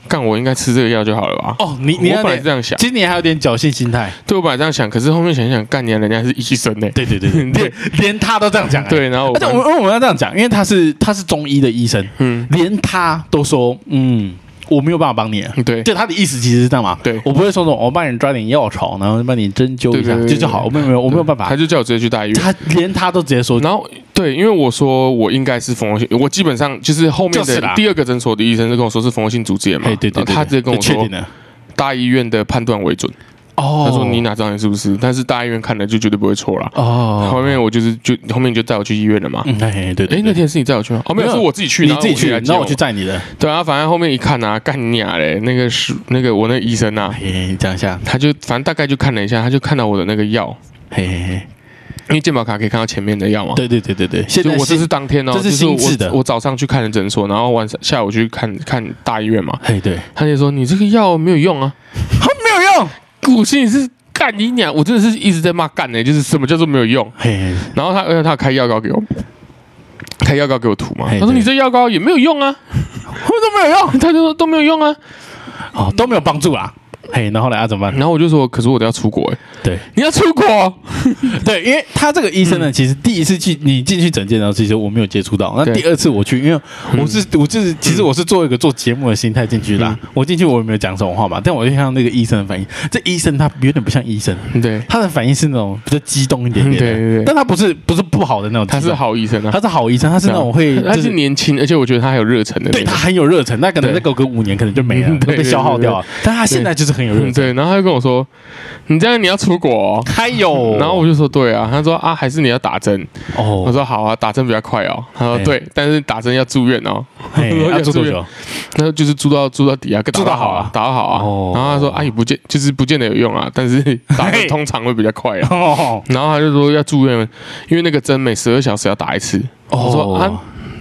Speaker 2: 干我应该吃这个药就好了吧。
Speaker 1: 哦，你你
Speaker 2: 我
Speaker 1: 要
Speaker 2: 本来是
Speaker 1: 得
Speaker 2: 这样想，
Speaker 1: 今年还有点侥幸心态，
Speaker 2: 对我本来这样想，可是后面想一想，干你啊人家是医生呢、
Speaker 1: 对对对，对
Speaker 2: 对
Speaker 1: 连连他都这样讲，哎。
Speaker 2: 对，然后我
Speaker 1: 而 且我
Speaker 2: 本
Speaker 1: 们为
Speaker 2: 来
Speaker 1: 什么要这样讲？因为他是他是中医的医生，
Speaker 2: 嗯
Speaker 1: 连他都说，嗯，我没有办法帮你了。
Speaker 2: 对
Speaker 1: 就他的意思其实是这样嘛，
Speaker 2: 对
Speaker 1: 我不会说什么，我帮你抓点药草，然后帮你针灸一下，
Speaker 2: 对对对
Speaker 1: 这就好。我没有没有，我没有办法
Speaker 2: 他。就叫我直接去大医院。
Speaker 1: 他连他都直接 说，
Speaker 2: 然后对，因为我说我应该是蜂窝性，我基本上就是后面
Speaker 1: 就是
Speaker 2: 的
Speaker 1: 啦
Speaker 2: 第二个诊所的医生就跟我说是蜂窝性组织炎嘛，
Speaker 1: 哎，对对
Speaker 2: 然后
Speaker 1: 对，
Speaker 2: 他直接跟我
Speaker 1: 就确
Speaker 2: 说
Speaker 1: 定了。
Speaker 2: 大医院的判断为准，
Speaker 1: 哦，
Speaker 2: 他说你哪知道你是不是？但是大医院看了就绝对不会错啦。后
Speaker 1: 哦，
Speaker 2: 面我就是就后面你就带我去医院了嘛。
Speaker 1: 嗯，哎，对
Speaker 2: 哎
Speaker 1: 对，，
Speaker 2: 那
Speaker 1: 对
Speaker 2: 天是你载我去吗？哦，没有，
Speaker 1: 没有
Speaker 2: 是我自己去，
Speaker 1: 你
Speaker 2: 然后
Speaker 1: 自己去，
Speaker 2: 来
Speaker 1: 然
Speaker 2: 接
Speaker 1: 后我去载你的。
Speaker 2: 对啊，反正后面一看啊，干你啊嘞，那个是那个我那医生啊，
Speaker 1: 嘿，你讲一下，
Speaker 2: 他就反正大概就看了一下，他就看到我的那个药，
Speaker 1: 嘿嘿嘿，
Speaker 2: 因为健保卡可以看到前面的药嘛。
Speaker 1: 对对对对对，现
Speaker 2: 就
Speaker 1: 在
Speaker 2: 我这
Speaker 1: 是
Speaker 2: 是当天哦，
Speaker 1: 这是
Speaker 2: 就
Speaker 1: 新制的
Speaker 2: 我我早上去看了诊所，然后晚上下午去看看大医院嘛，
Speaker 1: 嘿对，
Speaker 2: 他就说你这个药没有用啊，
Speaker 1: 没有用，
Speaker 2: 我心里是干你娘，我真的是一直在骂干呢、欸就是什么叫做没有用。
Speaker 1: 嘿，嘿
Speaker 2: 然后他而且他有开药膏给我，开药膏给我涂嘛，
Speaker 1: 嘿
Speaker 2: 他说
Speaker 1: 对
Speaker 2: 你这药膏也没有用啊，
Speaker 1: 我都没有用，
Speaker 2: 他就说都没有用啊，
Speaker 1: 哦，都没有帮助啦。嘿，然后后来啊怎么办？
Speaker 2: 然后我就说可是我都要出国哎、
Speaker 1: 对
Speaker 2: 你要出国，
Speaker 1: 对，因为他这个医
Speaker 2: 嗯
Speaker 1: 生呢，其实第一次去你进去诊间的时候，其实我没有接触到。那
Speaker 2: 对嗯
Speaker 1: 第二次我去，因为我是我就是其实我是做一个做节目的心态进去的啊。我进去我也没有讲什么话嘛，但我就看到那个医生的反应，这医生他有点不像医生，
Speaker 2: 对，
Speaker 1: 他的反应是那种比较激动一点点的，
Speaker 2: 嗯对对对
Speaker 1: 但他不是不是不好的那种激
Speaker 2: 他
Speaker 1: 动，
Speaker 2: 是好医生啊
Speaker 1: 他，是好医生，他是那种会
Speaker 2: 他
Speaker 1: 就是是。
Speaker 2: 年轻，而且我觉得他还有热忱的那
Speaker 1: 对
Speaker 2: 种，
Speaker 1: 他很有热忱，那可能
Speaker 2: 对
Speaker 1: 再搞个五年，可能就没了
Speaker 2: 嗯，对
Speaker 1: 被消耗掉了。但他
Speaker 2: 对
Speaker 1: 现在就是很有热
Speaker 2: 嗯
Speaker 1: 忱。
Speaker 2: 对，然后他就跟我说你这样你要出国、哦。
Speaker 1: 还有，
Speaker 2: 然后我就说对啊，他说啊，还是你要打针。我
Speaker 1: 哦，
Speaker 2: 说好啊，打针比较快哦。他说
Speaker 1: 哎
Speaker 2: 对，但是打针要住院哦。
Speaker 1: 哎，
Speaker 2: 我
Speaker 1: 要
Speaker 2: 有
Speaker 1: 住多
Speaker 2: 住院
Speaker 1: 久？
Speaker 2: 他说就是住到住到底啊，打
Speaker 1: 住到
Speaker 2: 到
Speaker 1: 好啊
Speaker 2: 打到好啊。
Speaker 1: 哦
Speaker 2: 然后他说啊，也不见就是不见得有用啊，但是打针通常会比较快啊。
Speaker 1: 哦，
Speaker 2: 然后他就说要住院，因为那个针每十二小时要打一次。我说啊，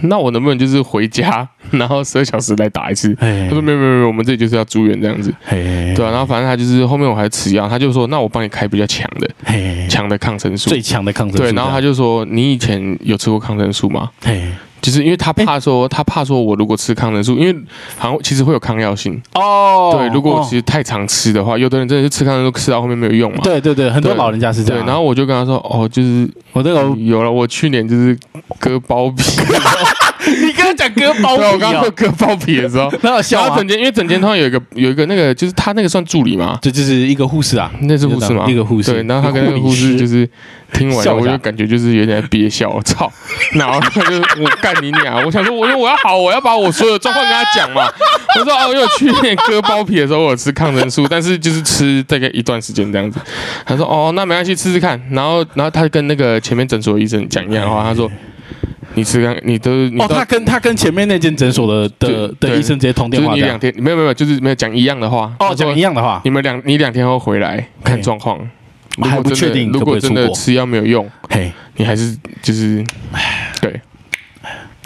Speaker 2: 那我能不能就是回家，然后十二小时来打一次？
Speaker 1: 哎
Speaker 2: 他说没有没有没有，我们这里就是要住院这样子。
Speaker 1: 嘿，
Speaker 2: 对啊，然后反正他就是后面我还吃药，他就说那我帮你开比较强的
Speaker 1: 嘿，
Speaker 2: 强的抗生素。
Speaker 1: 最强的抗生素。
Speaker 2: 对，然后他
Speaker 1: 就
Speaker 2: 就说：“你以前有吃过抗生素吗
Speaker 1: 嘿，？”
Speaker 2: 就是因为他怕说，他怕说我如果吃抗生素，因为好像其实会有抗药性。
Speaker 1: 哦
Speaker 2: 对，如果我其
Speaker 1: 实
Speaker 2: 实太常吃的话，有的人真的是吃抗生素吃到后面没有用嘛。
Speaker 1: 哦对对对，很多
Speaker 2: 对
Speaker 1: 老人家是这
Speaker 2: 对，
Speaker 1: 样啊。哦
Speaker 2: 然后我就跟他说：“哦，就是
Speaker 1: 我那个，
Speaker 2: 有了，我去年就是割包皮，
Speaker 1: 你刚啊刚讲割 包
Speaker 2: 对，我刚刚说割包皮的时候，
Speaker 1: 那有
Speaker 2: 啊 然
Speaker 1: 笑啊
Speaker 2: 后
Speaker 1: 吗
Speaker 2: 整？间因为整间通常有一个有一个那个就是他那个算助理嘛，
Speaker 1: 这就是一个护士啊，
Speaker 2: 那是护士吗？
Speaker 1: 一个护士
Speaker 2: 对，然后他跟那个
Speaker 1: 一个护
Speaker 2: 护
Speaker 1: 理师
Speaker 2: 士就是听完了，
Speaker 1: 笑一
Speaker 2: 我
Speaker 1: 下
Speaker 2: 就感觉就是有点在憋笑，我 操！然后他就我干你娘！我想说，我说我要好，我要把我所有的状况跟他讲嘛。 我说哦，因为我去年割包皮的时候，我有吃抗生素，但是就是吃大概一段时间这样子。他说哦，那没关系，试试看。然后，然后他跟那个前面诊所的医生讲一样的话，他说你吃看，你都你
Speaker 1: 哦，
Speaker 2: 都
Speaker 1: 他跟他跟前面那间诊所的的
Speaker 2: 对
Speaker 1: 的医生直接通
Speaker 2: 就
Speaker 1: 电
Speaker 2: 是
Speaker 1: 话
Speaker 2: 你
Speaker 1: 这
Speaker 2: 两
Speaker 1: 样。
Speaker 2: 天没有没有没有，就是没有讲一样的话。
Speaker 1: 哦，
Speaker 2: 他说
Speaker 1: 讲一样的话，
Speaker 2: 你们两你两天后回来看状况，如果
Speaker 1: 还不
Speaker 2: 真的
Speaker 1: 确定
Speaker 2: 如
Speaker 1: 可不可
Speaker 2: 果
Speaker 1: 以出
Speaker 2: 真的
Speaker 1: 国
Speaker 2: 吃药没有用，
Speaker 1: 嘿，
Speaker 2: 你还是就是，对，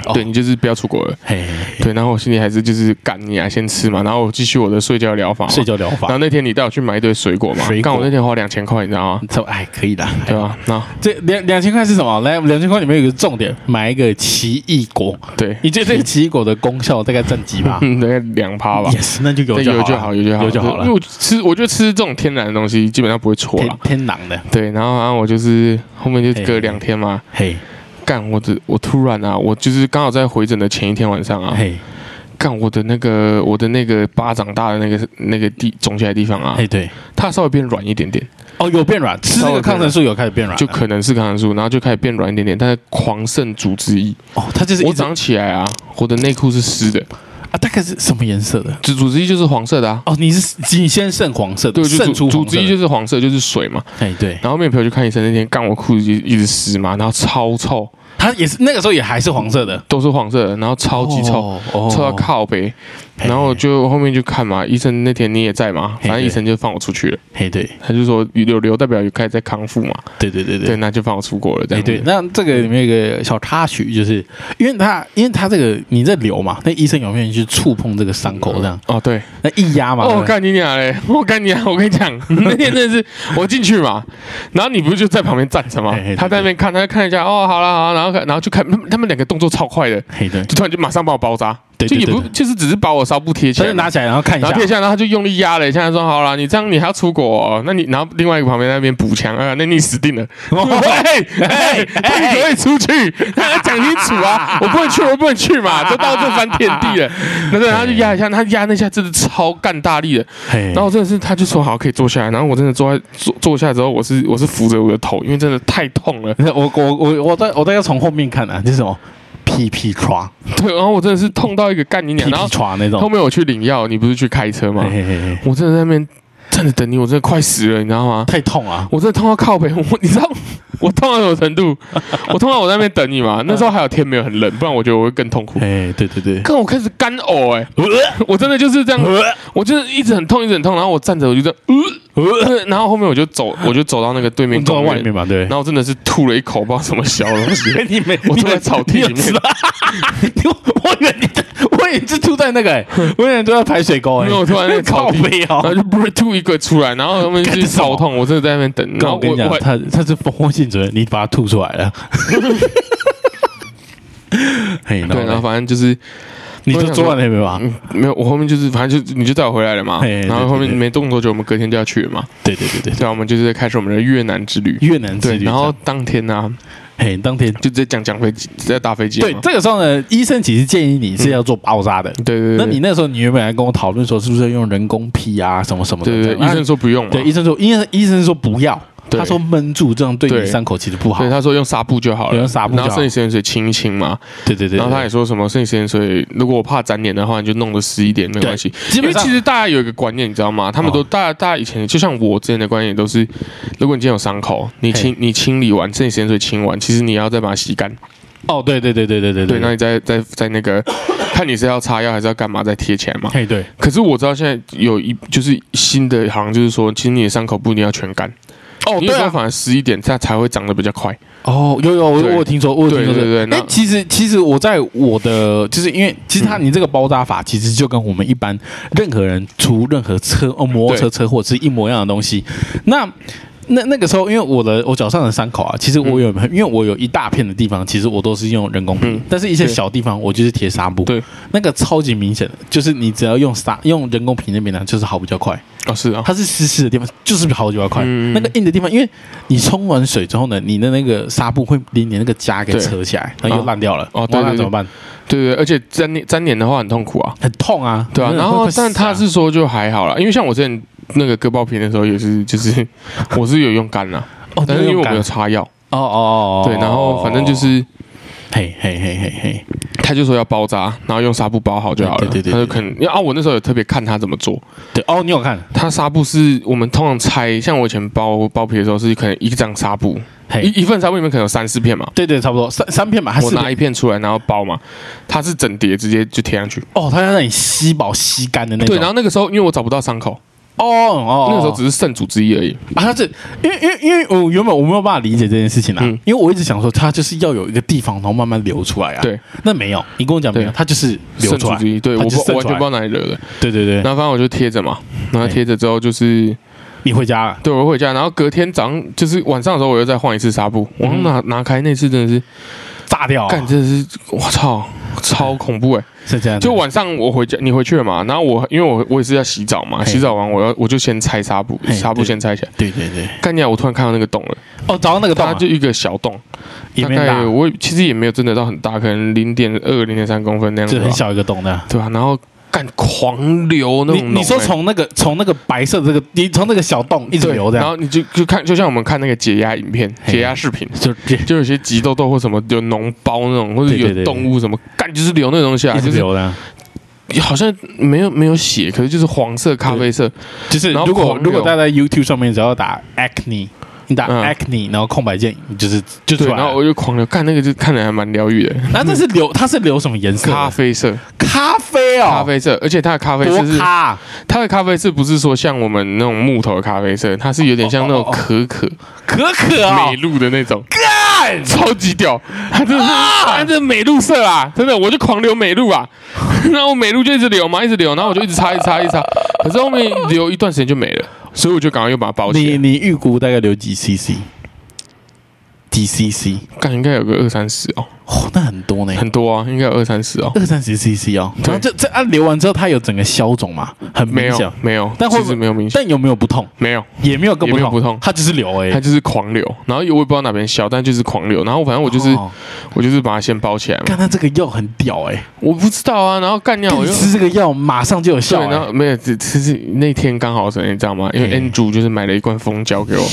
Speaker 1: 哦
Speaker 2: 对你就是不要出国了。
Speaker 1: 嘿，嘿
Speaker 2: 对，然后我心里还是就是干你啊，先吃嘛，然后我继续我的睡觉疗法嘛。
Speaker 1: 睡觉疗
Speaker 2: 然后
Speaker 1: 法，
Speaker 2: 那天你带我去买一堆水果嘛
Speaker 1: 水，果
Speaker 2: 干我那天花两千块，你知道吗？
Speaker 1: 这哎可以的。
Speaker 2: 对啊吧？那
Speaker 1: 这两两千块是什么？来，两千块里面有一个重点，买一个奇异果。
Speaker 2: 对，
Speaker 1: 你觉得这个奇异果的功效大概占几吧？
Speaker 2: 嗯，大概两趴吧。
Speaker 1: yes，那就有
Speaker 2: 对
Speaker 1: 就
Speaker 2: 有就
Speaker 1: 好
Speaker 2: 好，
Speaker 1: 了，
Speaker 2: 有就好，
Speaker 1: 有就好了
Speaker 2: 因为我吃，我觉得吃这种天然的东西基本上不会错
Speaker 1: 天
Speaker 2: 啦。
Speaker 1: 天狼的，
Speaker 2: 对，然后然后我就是后面就
Speaker 1: 嘿
Speaker 2: 隔两天嘛，
Speaker 1: 嘿，
Speaker 2: 干我的，我突然啊，我就是刚好在回诊的前一天晚上啊，
Speaker 1: 嘿，
Speaker 2: 干我的那个我的那个巴掌大的那个那个地肿起来的地方啊，
Speaker 1: 嘿，对，
Speaker 2: 它稍微变软一点点，
Speaker 1: 哦，有变软，吃这个抗生素有开始变软了，
Speaker 2: 就可能是抗生素，然后就开始变软一点点，但是狂渗组织液。
Speaker 1: 哦，它就是一
Speaker 2: 我
Speaker 1: 直
Speaker 2: 早
Speaker 1: 啊，
Speaker 2: 上起来啊，我的内裤是湿的，
Speaker 1: 大概是什么颜色的？
Speaker 2: 组组织液就是黄色的啊。
Speaker 1: 哦，你是你先渗黄色的，
Speaker 2: 对，就
Speaker 1: 渗出黄
Speaker 2: 组组
Speaker 1: 色
Speaker 2: 织
Speaker 1: 的
Speaker 2: 液，就是黄色，就是水嘛。
Speaker 1: 哎，对，
Speaker 2: 然后面陪我去看医生那天，干我裤子一直湿嘛，然后超臭，
Speaker 1: 它也是那个时候也还是黄色的，
Speaker 2: 都是黄色的，然后超级臭，
Speaker 1: 哦，哦
Speaker 2: 臭到靠北。然后就后面就看嘛，医生那天你也在嘛，
Speaker 1: 嘿
Speaker 2: 反正
Speaker 1: 对
Speaker 2: 医生就放我出去了，
Speaker 1: 嘿，对
Speaker 2: 他就说有瘤代表有开始在康复嘛，
Speaker 1: 对对对对
Speaker 2: 对，那就放我出国了，这
Speaker 1: 哎，
Speaker 2: 样子
Speaker 1: 对，那这个里面有一个小插曲，就是因为他，因为他这个你这流嘛，那医生有没有去触碰这个伤口这样？
Speaker 2: 哦，对，
Speaker 1: 那一压嘛，
Speaker 2: 哦，
Speaker 1: 对
Speaker 2: 我
Speaker 1: 不对
Speaker 2: 干你俩嘞！ 我干你俩！我跟你 讲，那天真的是我进去嘛，然后你不是就在旁边站着吗
Speaker 1: 嘿嘿对？
Speaker 2: 他在那边看，他就看一下，哦，好了好了，然后看然后就看他们他们两个动作超快的，
Speaker 1: 嘿对，
Speaker 2: 就突然就马上把我包扎，
Speaker 1: 对
Speaker 2: 就
Speaker 1: 对
Speaker 2: 也
Speaker 1: 对
Speaker 2: 不
Speaker 1: 对
Speaker 2: 就是只是把我纱布贴起
Speaker 1: 所
Speaker 2: 来
Speaker 1: 以
Speaker 2: 嘛，
Speaker 1: 拿起来然后看一
Speaker 2: 然
Speaker 1: 下
Speaker 2: 后贴，下来，然后他就用力压了一下，说好了，你这样你还要出国哦、那你然后另外一个旁边那边补枪，啊，那你死定了。 哎哎，他可以出去，他讲清楚啊，我不能去，我不能去嘛， 都到这番田地了。 那对，他就压一下，他压那下真的超干大力的，
Speaker 1: 嘿
Speaker 2: 然后真的是他就说好可以坐下来，然后我真的坐在坐坐下之后，我是我是扶着我的头，因为真的太痛了，
Speaker 1: 那我我我我大我大概从后面看啊，这是什么屁屁抓
Speaker 2: 对，然后我真的是痛到一个干你
Speaker 1: 屁
Speaker 2: 娘，然
Speaker 1: 屁
Speaker 2: 后
Speaker 1: 抓那
Speaker 2: 后
Speaker 1: 种，
Speaker 2: 面我去领药，你不是去开车吗
Speaker 1: 嘿？嘿嘿嘿
Speaker 2: 我真的在那边站着等你，我真的快死了，你知道吗？
Speaker 1: 太痛了，
Speaker 2: 我真的痛到靠北，我你知道 我痛到什么 程度？我痛到我在那边等你
Speaker 1: 嗯
Speaker 2: 嘛。那时候还有天没有很冷，不然我觉得我会更痛苦。
Speaker 1: 哎，对对对，
Speaker 2: 看我开始干呕哎、
Speaker 1: 呃
Speaker 2: 我真的就是这样，
Speaker 1: 呃
Speaker 2: 我就是一直很痛，一直很痛，然后我站着我就这样，
Speaker 1: 呃，
Speaker 2: 呃然后后面我就走，我就走到那个对面
Speaker 1: 你坐
Speaker 2: 公
Speaker 1: 在外
Speaker 2: 园
Speaker 1: 面，嘛，对
Speaker 2: 然。后我真的是吐了一口不知道什么小 东西，
Speaker 1: 你没，
Speaker 2: 我
Speaker 1: 你
Speaker 2: 坐在
Speaker 1: 没
Speaker 2: 草地
Speaker 1: 你有
Speaker 2: 里面
Speaker 1: 吃啊 你我我以为你，我以为你是吐在那 个，哎我以为你吐在排水沟，哎
Speaker 2: 没有吐在那个草地
Speaker 1: 靠背哦
Speaker 2: 然后就不是吐一个出来，然后他们就
Speaker 1: 干这什么
Speaker 2: 烧痛，我真的在那边等，然
Speaker 1: 那
Speaker 2: 后
Speaker 1: 我跟
Speaker 2: 我
Speaker 1: 你讲
Speaker 2: 我，
Speaker 1: 他他是蜂窝性组织，你把它吐出来 了。嘿，
Speaker 2: 对，
Speaker 1: 然
Speaker 2: 然后
Speaker 1: 后呢
Speaker 2: 反正就是
Speaker 1: 你就坐在那边吧。
Speaker 2: 嗯，没有，我后面就是反正就你就带我回来了嘛，
Speaker 1: 嘿
Speaker 2: 然后后
Speaker 1: 对对
Speaker 2: 面
Speaker 1: 对
Speaker 2: 没动多久，我们隔天就要去了嘛，
Speaker 1: 对对对对，
Speaker 2: 对啊，我们就是开始我们的越南之旅。
Speaker 1: 越南之
Speaker 2: 对，
Speaker 1: 旅。
Speaker 2: 然后当天呢、
Speaker 1: 嘿，当天
Speaker 2: 就直接讲讲飞机，直接搭飞机嘛。啊
Speaker 1: 对这个时候呢，医生其实建议你是要做包扎的。
Speaker 2: 对嗯对对，
Speaker 1: 那你那时候你原本还跟我讨论说是不是要用人工皮啊什么什么的
Speaker 2: 对
Speaker 1: 这
Speaker 2: 对
Speaker 1: 样，
Speaker 2: 对，医生说不用嘛，
Speaker 1: 对医生说，医生医生说不要，
Speaker 2: 对
Speaker 1: 他说闷住这样对
Speaker 2: 对
Speaker 1: 你伤口其实不好
Speaker 2: 对。他说用纱布就好了，
Speaker 1: 用纱布就
Speaker 2: 然
Speaker 1: 好
Speaker 2: 后生理食盐水清一清嘛。
Speaker 1: 对对对，
Speaker 2: 然后他也
Speaker 1: 也
Speaker 2: 说什么生理食盐水，如果我怕沾黏的话，你就弄得湿一点没关系。
Speaker 1: 基
Speaker 2: 因为
Speaker 1: 本上
Speaker 2: 其实大家有一个观念，你知道吗？他们都、
Speaker 1: 哦
Speaker 2: 大家大家以前就像我之前的观念都是，如果你今天有伤口，你
Speaker 1: 嘿
Speaker 2: 清你清理完生理食盐水清完，其实你要再把它洗干。
Speaker 1: 哦，对对对对对对
Speaker 2: 对，那你再再再那个，看你是要擦药还是要干嘛，再贴起来嘛。
Speaker 1: 嘿对，
Speaker 2: 可是我知道现在有一就是新的，好像就是说，其实你的伤口不一定要全干，
Speaker 1: 哦
Speaker 2: 你有时候，反而湿一点，它才会长得比较快。
Speaker 1: 哦，有有，我我
Speaker 2: 对
Speaker 1: 有听说，我有听说
Speaker 2: 对
Speaker 1: 这
Speaker 2: 对
Speaker 1: 个。
Speaker 2: 对
Speaker 1: 哎
Speaker 2: 那，
Speaker 1: 其实其实我在我的，就是因为其实他你这个包扎法，其实就跟我们一般任何人出任何车哦摩托车
Speaker 2: 对
Speaker 1: 车祸是一模一样的东西。那那那个时候，因为我的我脚上的伤口啊，其实我有、因为我有一大片的地方，其实我都是用人工皮，
Speaker 2: 嗯
Speaker 1: 但是一些
Speaker 2: 对
Speaker 1: 小地方我就是贴纱布。
Speaker 2: 对，
Speaker 1: 那个超级明显的，就是你只要用纱用人工皮那边呢，就是好比较快。
Speaker 2: 哦，是啊，
Speaker 1: 它是湿湿的地方，就是比好几万块。
Speaker 2: 嗯
Speaker 1: 那个硬的地方，因为你冲完水之后呢，你的那个纱布会连你那个痂给
Speaker 2: 对
Speaker 1: 扯起来，然后又烂掉了。
Speaker 2: 哦对
Speaker 1: 哇那
Speaker 2: 对对
Speaker 1: 怎么办？
Speaker 2: 对对，而且粘黏粘黏的话很痛苦啊。
Speaker 1: 很痛啊。
Speaker 2: 对啊，
Speaker 1: 真的
Speaker 2: 然
Speaker 1: 会
Speaker 2: 后
Speaker 1: 会死啊
Speaker 2: 但他是说就还好啦，因为像我之前那个割包皮的时候也是，就是 我是有用干啦，
Speaker 1: 哦，
Speaker 2: 但是因为我没
Speaker 1: 感
Speaker 2: 有擦药，
Speaker 1: 哦哦哦，哦
Speaker 2: 对，然后反正就是
Speaker 1: 嘿嘿嘿嘿嘿，
Speaker 2: 他就说要包扎，然后用纱布包好就好了，
Speaker 1: 对对对对
Speaker 2: 他就可能因为啊，我那时候有特别看他怎么做，
Speaker 1: 对哦，你有看？
Speaker 2: 它纱布是我们通常拆，像我以前包包皮的时候是可能一张纱布，
Speaker 1: 嘿，
Speaker 2: 一一份纱布里面可能有三四片嘛，
Speaker 1: 对对，差不多三三片吧，还
Speaker 2: 我
Speaker 1: 是
Speaker 2: 拿一片出来然后包嘛，它是整叠直接就贴上去。
Speaker 1: 哦，它要让你吸饱吸干的那种。
Speaker 2: 对，然后那个时候因为我找不到伤口，
Speaker 1: 哦哦，
Speaker 2: 那个时候
Speaker 1: 哦
Speaker 2: 只是圣主之一而已。
Speaker 1: 啊，他是因为因为因为我原本我没有办法理解这件事情啊，
Speaker 2: 嗯
Speaker 1: 因为我一直想说它就是要有一个地方，然后慢慢流出来啊。
Speaker 2: 对，
Speaker 1: 那没有，你跟我讲没有，
Speaker 2: 对
Speaker 1: 它就是流
Speaker 2: 圣
Speaker 1: 出
Speaker 2: 主
Speaker 1: 来。
Speaker 2: 之一，对
Speaker 1: 它
Speaker 2: 我不
Speaker 1: 就
Speaker 2: 我
Speaker 1: 渗
Speaker 2: 完
Speaker 1: 出
Speaker 2: 全不
Speaker 1: 来
Speaker 2: 知道哪里惹的。
Speaker 1: 对对对
Speaker 2: 然，后反正我就贴着嘛，然后贴着之后就是
Speaker 1: 你回家了。
Speaker 2: 对我回家，然后隔天早上就是晚上的时候我又再换一次纱布，我
Speaker 1: 嗯
Speaker 2: 拿拿开那次真的是，
Speaker 1: 炸掉、啊，
Speaker 2: 干真的是我操，超恐怖哎、
Speaker 1: 是这样的，
Speaker 2: 就晚上我回家，你回去了嘛？然后我因为我我也是要洗澡嘛，
Speaker 1: 嘿
Speaker 2: 洗澡完我要我就先拆纱布，
Speaker 1: 嘿
Speaker 2: 纱布
Speaker 1: 对
Speaker 2: 先拆起来。
Speaker 1: 对对对，
Speaker 2: 干你啊！我突然看到那个洞了，
Speaker 1: 哦，找到那个洞、
Speaker 2: 它
Speaker 1: 啊，
Speaker 2: 就一个小洞，
Speaker 1: 一
Speaker 2: 大
Speaker 1: 面
Speaker 2: 概
Speaker 1: 大，
Speaker 2: 我也其实也没有真的到很大，可能零点二、零点三公分那样子
Speaker 1: 就
Speaker 2: 吧
Speaker 1: 很，小一个洞的。
Speaker 2: 对吧、啊然后干狂流那
Speaker 1: 你
Speaker 2: 种脓欸，
Speaker 1: 你说从那个从那个白色的这个，你从那个小洞一直
Speaker 2: 对
Speaker 1: 流这
Speaker 2: 然
Speaker 1: 样，
Speaker 2: 后你就就看，就像我们看那个解压影片、
Speaker 1: 嘿
Speaker 2: 解压视频。
Speaker 1: 就这
Speaker 2: 就有些挤痘痘或什么有脓包那种，或者
Speaker 1: 对对对
Speaker 2: 有
Speaker 1: 对
Speaker 2: 动物什么，干就是流那种东西啊，
Speaker 1: 一直
Speaker 2: 就是
Speaker 1: 流的啊，
Speaker 2: 好像没有没有血，可是就是黄色、咖啡色，
Speaker 1: 就是
Speaker 2: 然后
Speaker 1: 如果
Speaker 2: 狂流
Speaker 1: 如果大家在 YouTube 上面只要打 acne 你打
Speaker 2: 嗯
Speaker 1: acne，然后空白键，你就是就出
Speaker 2: 对，
Speaker 1: 来
Speaker 2: 然后
Speaker 1: 了。
Speaker 2: 我就狂流，干那个就看起来还蛮疗愈的，
Speaker 1: 然后这是流，它是流什么颜色的？
Speaker 2: 咖啡色，
Speaker 1: 咖啡哦，
Speaker 2: 咖啡色，而且它的咖啡色
Speaker 1: 多
Speaker 2: 是
Speaker 1: 咖啊
Speaker 2: 它的咖啡色不是说像我们那种木头的咖啡色，它是有点像那
Speaker 1: 哦
Speaker 2: 种可可
Speaker 1: 可可哦
Speaker 2: 美，露的那种，
Speaker 1: 干
Speaker 2: 超级屌， 它真的是
Speaker 1: 啊
Speaker 2: 它真的美露色啊，真的我就狂流美露啊， 然后美露就一直流嘛，一直流，然后我就一直擦一直擦一直擦，可是后面流一段时间就没了，所以我就赶快又把它包起
Speaker 1: 你
Speaker 2: 来，
Speaker 1: 你预估大概流几 cc？几 cc？
Speaker 2: 干应该有个二三十哦，
Speaker 1: 哦，那很多呢，
Speaker 2: 很多啊，应该有二三十哦，
Speaker 1: 二三十 cc 哦。然后这这按流完之后，它有整个消肿嘛？很
Speaker 2: 没
Speaker 1: 明显
Speaker 2: 有。没有，
Speaker 1: 但会不
Speaker 2: 其
Speaker 1: 会
Speaker 2: 实没有明显，
Speaker 1: 但有没有不痛？
Speaker 2: 没有。
Speaker 1: 也没有更不
Speaker 2: 也没
Speaker 1: 痛，
Speaker 2: 有不痛
Speaker 1: 它就是流而已。
Speaker 2: 它就是狂流，然后我也不知道哪边消，但就是狂流。然后反正我就是、
Speaker 1: 哦
Speaker 2: 我就是把它先包起来嘛
Speaker 1: 看，它这个药很屌哎、
Speaker 2: 我不知道啊。然后干掉
Speaker 1: 欸，
Speaker 2: 我
Speaker 1: 你
Speaker 2: 就
Speaker 1: 吃这个药马上就有效、
Speaker 2: 对，然
Speaker 1: 欸。
Speaker 2: 后没有，只只是那天刚好是你知道吗？因为
Speaker 1: 嗯
Speaker 2: Andrew 就是买了一罐蜂胶给我，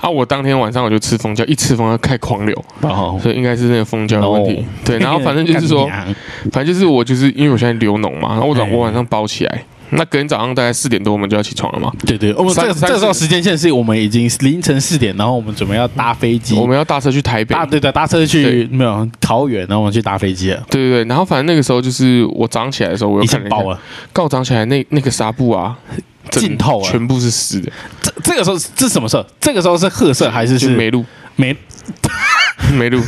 Speaker 2: 啊，我当天晚上我就吃蜂胶，一吃蜂胶开狂流，
Speaker 1: 然后
Speaker 2: 所以应该是那个蜂胶的问题
Speaker 1: No。
Speaker 2: 对，然后反正就是说，
Speaker 1: 哦 干你娘啊
Speaker 2: 反正就是我就是因为我现在流脓嘛，然后我早
Speaker 1: 嗯
Speaker 2: 我晚上包起来，那隔天早上大概四点多我们就要起床了嘛，
Speaker 1: 对对，我们这
Speaker 2: 三
Speaker 1: 个
Speaker 2: 三
Speaker 1: 这个时候时间线是我们已经凌晨四点，然后我们准备要搭飞机，
Speaker 2: 我们要搭车去台北。
Speaker 1: 搭对对搭车去没有桃园，然后我们去搭飞机了，
Speaker 2: 对对对，然后反正那个时候就是我早上起来的时候，
Speaker 1: 已
Speaker 2: 我又看了
Speaker 1: 经
Speaker 2: 一下
Speaker 1: 爆了。
Speaker 2: 告长起来那那个纱布啊，整
Speaker 1: 浸透了
Speaker 2: 全部是湿的，
Speaker 1: 这这个时候是这是什么色？这个时候是褐色还是
Speaker 2: 就是梅露，
Speaker 1: 没
Speaker 2: 梅露，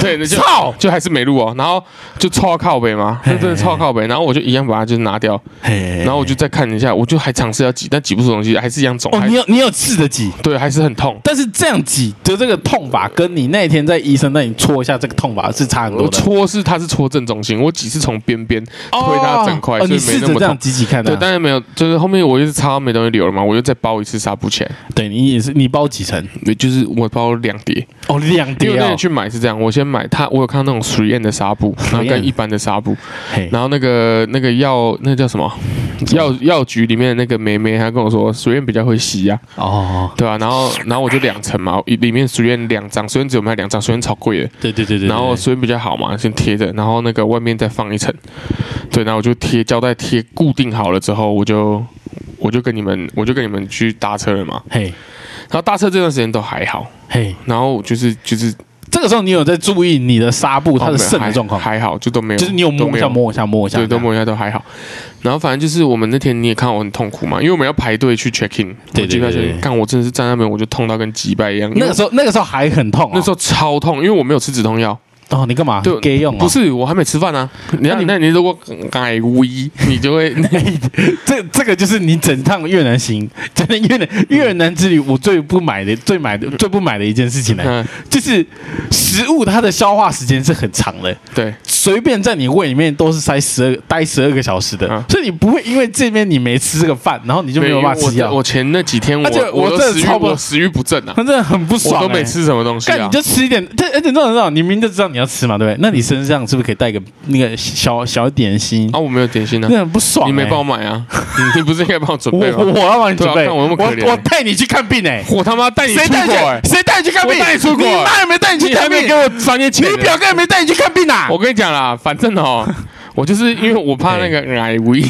Speaker 2: 对，那就
Speaker 1: 操？
Speaker 2: 就还是梅露哦。然后就凑到靠北嘛，就真的凑到靠北，然后我就一样把它就是拿掉，
Speaker 1: 嘿
Speaker 2: 然后我就再看一下，我就还尝试要挤，但挤不出东西，还是一样肿，
Speaker 1: 哦，
Speaker 2: 还
Speaker 1: 你有你有试着挤，
Speaker 2: 对，还是很痛。
Speaker 1: 但是这样挤的这个痛法，跟你那天在医生那里戳一下这个痛法是差很多
Speaker 2: 我
Speaker 1: 的。
Speaker 2: 戳是它是戳正中心，我挤是从边边推
Speaker 1: 哦
Speaker 2: 它整块，
Speaker 1: 哦
Speaker 2: 所
Speaker 1: 你
Speaker 2: 以没
Speaker 1: 试
Speaker 2: 那
Speaker 1: 着
Speaker 2: 么
Speaker 1: 这样
Speaker 2: 痛。
Speaker 1: 挤挤看啊
Speaker 2: 对，当然没有，就是后面我就是擦到没东西流了嘛，我就再包一次纱布起来，
Speaker 1: 对你也是，你包几层？
Speaker 2: 就是我包两叠，
Speaker 1: 哦， 两
Speaker 2: 因为
Speaker 1: 叠
Speaker 2: 我那
Speaker 1: 哦
Speaker 2: 天。去买是这样，我先买它，我有看到那种 three n 的纱布，然后
Speaker 1: 3N
Speaker 2: 跟一般的纱布，
Speaker 1: 嘿
Speaker 2: 然后那个那个药那叫什么药药局里面的那个妹妹，她跟我说 three n 比较会吸啊，
Speaker 1: 哦，
Speaker 2: 对啊，然后然后我就两层嘛，一里面 three n 两张，虽然只有卖两张，虽然超贵的，
Speaker 1: 对对对对。
Speaker 2: 然后
Speaker 1: 对
Speaker 2: three n 比较好嘛，先贴着，然后那个外面再放一层，对，然后我就贴胶带贴固定好了之后，我就我就跟你们我就跟你们去搭车了嘛，
Speaker 1: 嘿
Speaker 2: 然后搭车这段时间都还好，
Speaker 1: 嘿，
Speaker 2: 然后就是就是
Speaker 1: 这个时候你有在注意你的纱布它的
Speaker 2: 哦
Speaker 1: 渗
Speaker 2: 没有
Speaker 1: 的状况，
Speaker 2: 还还好，就都没有，
Speaker 1: 就是你有
Speaker 2: 都
Speaker 1: 摸
Speaker 2: 没
Speaker 1: 一下摸一下摸一下，
Speaker 2: 对，都摸一下都还好。然后反正就是我们那天你也看我很痛苦嘛，因为我们要排队去 check in，
Speaker 1: 对对对
Speaker 2: 我机票
Speaker 1: 对
Speaker 2: check in，看我真的是站那边我就痛到跟鸡掰一样。
Speaker 1: 那个时候那个时候还很痛啊。
Speaker 2: 那时候超痛，因为我没有吃止痛药，
Speaker 1: 候哦，你干嘛？
Speaker 2: 对
Speaker 1: 给用啊
Speaker 2: 不？是我还没吃饭啊。你看，那你如果改微，你就 会
Speaker 1: 这这个就是你整趟越南行， 整趟越南越南之旅，我最不买的、最买的、最不买的一件事情呢，
Speaker 2: 嗯，
Speaker 1: 就是食物它的消化时间是很长的，
Speaker 2: 对
Speaker 1: 随便在你胃里面都是塞十二待十二个小时的
Speaker 2: 嗯，
Speaker 1: 所以你不会因为这边你没吃这个饭，然后你就没有办法吃
Speaker 2: 因为我
Speaker 1: 药
Speaker 2: 我，前那几天我
Speaker 1: 而且我
Speaker 2: 都
Speaker 1: 真的
Speaker 2: 食欲
Speaker 1: 超不
Speaker 2: 我食欲不振啊，
Speaker 1: 那真的很不
Speaker 2: 我
Speaker 1: 爽。
Speaker 2: 都没
Speaker 1: 欸
Speaker 2: 吃什么东西
Speaker 1: 干
Speaker 2: 啊
Speaker 1: 你。就吃一点，这哎而且这种这种，你明明就知道你要吃嘛，对不对？那你身上是不是可以带个那个小小点心
Speaker 2: 啊，？我没有点心啊，
Speaker 1: 那很不爽欸。
Speaker 2: 你没帮我买啊， 你你不是应该帮我准
Speaker 1: 我
Speaker 2: 备
Speaker 1: 我
Speaker 2: 吗？
Speaker 1: 我要帮你
Speaker 2: 对啊
Speaker 1: 准备，
Speaker 2: 看我那么可怜
Speaker 1: 我我带你去看病哎。
Speaker 2: 我他妈带你出
Speaker 1: 谁带
Speaker 2: 国
Speaker 1: 你
Speaker 2: 欸！
Speaker 1: 去？谁带你去看病？
Speaker 2: 我带你出国
Speaker 1: 你妈也没带你去
Speaker 2: 你还
Speaker 1: 看
Speaker 2: 没
Speaker 1: 病
Speaker 2: 给，我三年钱
Speaker 1: 你
Speaker 2: 呢。
Speaker 1: 表哥也没带你去看病啊！
Speaker 2: 我跟你讲啦，反正 哦，我就是因为我怕那个癌危，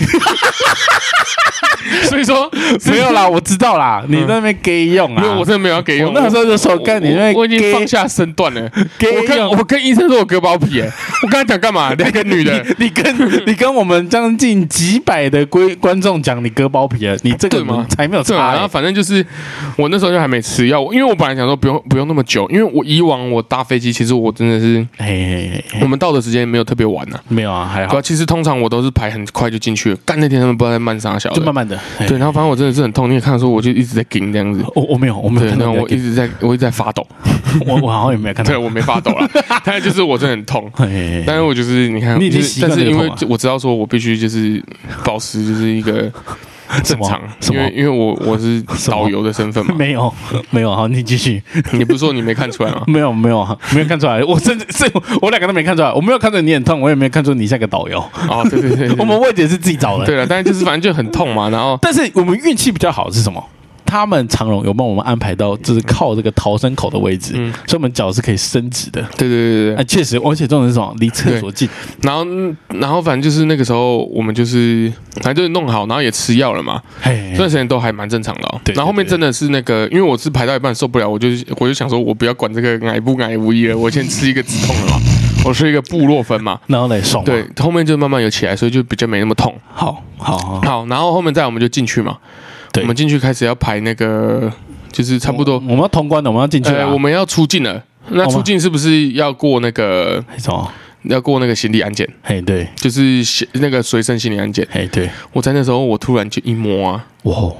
Speaker 2: 所以说
Speaker 1: 没有啦，我知道啦，你在那边给用啊。
Speaker 2: 嗯没有，我真的没有要给用。
Speaker 1: 我那时候就说，干你那边
Speaker 2: 我我已经
Speaker 1: 给
Speaker 2: 放下身段了。
Speaker 1: 给
Speaker 2: 我跟
Speaker 1: 用
Speaker 2: 我跟医生说我割包皮，哎，我跟他讲干 嘛？两个女的，
Speaker 1: 你 跟你跟我们将近几百的观观众讲你割包皮了，你这个
Speaker 2: 对吗
Speaker 1: 才没有
Speaker 2: 对
Speaker 1: 差
Speaker 2: 啊，然后
Speaker 1: 欸。
Speaker 2: 反正就是我那时候就还没吃药，因为我本来想说不用不用那么久，因为我以往我搭飞机，其实我真的是
Speaker 1: 嘿嘿嘿
Speaker 2: 我们到的时间没有特别晚呐、啊。
Speaker 1: 没有啊，还
Speaker 2: 对
Speaker 1: 好
Speaker 2: 啊，，其实通常我都是排很快就进去了，干那天他们不知道在慢啥小
Speaker 1: 就
Speaker 2: 的
Speaker 1: 慢，慢的。嘿
Speaker 2: 啊对，，然后反正我真的是很痛，你也看得出我就一直在顶这样子，
Speaker 1: 我我没有，我没
Speaker 2: 对
Speaker 1: 有，看
Speaker 2: 然
Speaker 1: 到
Speaker 2: 后
Speaker 1: 你
Speaker 2: 我
Speaker 1: 在
Speaker 2: 一
Speaker 1: 给，
Speaker 2: 直在我一直在 发抖，
Speaker 1: 我我好像也没有看到
Speaker 2: 对。我没发抖了，但就是我真的很痛。
Speaker 1: 嘿嘿
Speaker 2: 但
Speaker 1: 嘿
Speaker 2: 是我就是你看，
Speaker 1: 你已经
Speaker 2: 就是
Speaker 1: 习惯
Speaker 2: 但是
Speaker 1: 这个
Speaker 2: 因
Speaker 1: 痛啊
Speaker 2: 为
Speaker 1: 了
Speaker 2: 我知道说我必须就是保持就是一个正常，
Speaker 1: 什
Speaker 2: 因
Speaker 1: 么
Speaker 2: 为因为我我是
Speaker 1: 什么
Speaker 2: 导游的身份嘛，
Speaker 1: 没有，没有，好，你继续。
Speaker 2: 你不是说你没看出来吗？
Speaker 1: 没有没有啊，没有看出来，我甚至是我两个都没看出来，我没有看出你很痛，我也没有看出你像个导游。
Speaker 2: 哦，对对对，对
Speaker 1: 我们魏姐是自己找的，
Speaker 2: 对了，但是就是反正就很痛嘛，然后
Speaker 1: 但是我们运气比较好是什么？他他们长荣有帮我们安排到，就是靠这个逃生口的位置，
Speaker 2: 嗯
Speaker 1: 所以我们脚是可以伸直的。
Speaker 2: 对对对对
Speaker 1: 啊，
Speaker 2: 对，
Speaker 1: 确实，而且重点是什么？离厕所近。
Speaker 2: 然后嗯然后反正就是那个时候我们就是反正就是弄好，然后也吃药了嘛，
Speaker 1: 嘿
Speaker 2: 这，段时间都还蛮正常的、哦。
Speaker 1: 嗯对
Speaker 2: 然后后面真的是那个，因为我是排到一半受不了，我就我就想说，我不要管这个矮不矮无疑了，我先吃一个止痛的 嘛，我吃一个布洛芬嘛。
Speaker 1: 然后来爽。
Speaker 2: 对，，后面就慢慢有起来，所以就比较没那么痛。
Speaker 1: 好，好，好，
Speaker 2: 好，然后后面再我们就进去嘛，
Speaker 1: 对
Speaker 2: 我们进去开始要排那个，就是差不
Speaker 1: 我
Speaker 2: 多，
Speaker 1: 们要通关的，我们要进去啊
Speaker 2: 呃，
Speaker 1: 了。哦
Speaker 2: 我们要出境了。那
Speaker 1: 好吧
Speaker 2: 出境是不是要过那个
Speaker 1: 什么？
Speaker 2: 要过那个行李安检，
Speaker 1: 嘿，对，
Speaker 2: 就是行那个随身行李安检？
Speaker 1: 嘿，对，
Speaker 2: 我在那时候我突然就一摸啊，
Speaker 1: 哇哦，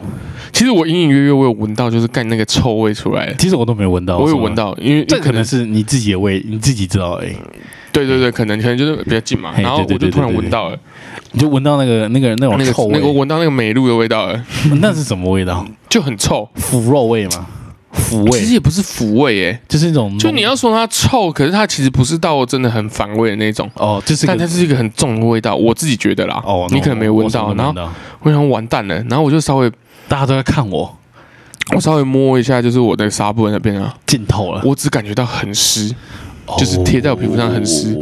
Speaker 2: 其实我隐隐约约我有闻到就是干那个臭味出来了。
Speaker 1: 其实我都没闻到，
Speaker 2: 我有
Speaker 1: 说
Speaker 2: 闻。到，因为
Speaker 1: 这可能是你自己的味，你自己知道而已。
Speaker 2: 对对对，可能可能就是比较近嘛，
Speaker 1: 嘿
Speaker 2: 然后
Speaker 1: 对
Speaker 2: 我
Speaker 1: 对
Speaker 2: 就突然
Speaker 1: 对对
Speaker 2: 闻到了
Speaker 1: 你就闻到那个那个那种
Speaker 2: 那
Speaker 1: 臭
Speaker 2: 个
Speaker 1: 味
Speaker 2: 那，个闻到那个美露的味道了，
Speaker 1: 那是什么味道？
Speaker 2: 就很臭。
Speaker 1: 腐肉味吗？腐
Speaker 2: 其实
Speaker 1: 味，嗯
Speaker 2: 也不是腐味诶，
Speaker 1: 就是那种
Speaker 2: 就
Speaker 1: 浓
Speaker 2: 你要说它臭，可是它其实不是到真的很反胃的那种，
Speaker 1: 哦，就是
Speaker 2: 但它
Speaker 1: 个
Speaker 2: 是一个很重的味道，我自己觉得啦。
Speaker 1: 哦，
Speaker 2: 你可能没闻到，然
Speaker 1: 然
Speaker 2: 后
Speaker 1: 后
Speaker 2: 我想完蛋了，然后我就稍微
Speaker 1: 大家都在看我，
Speaker 2: 我稍微摸一下，就是我的纱布那边啊，
Speaker 1: 浸透了，
Speaker 2: 我只感觉到很湿，
Speaker 1: 呃哦
Speaker 2: 就是贴在我皮肤上很湿，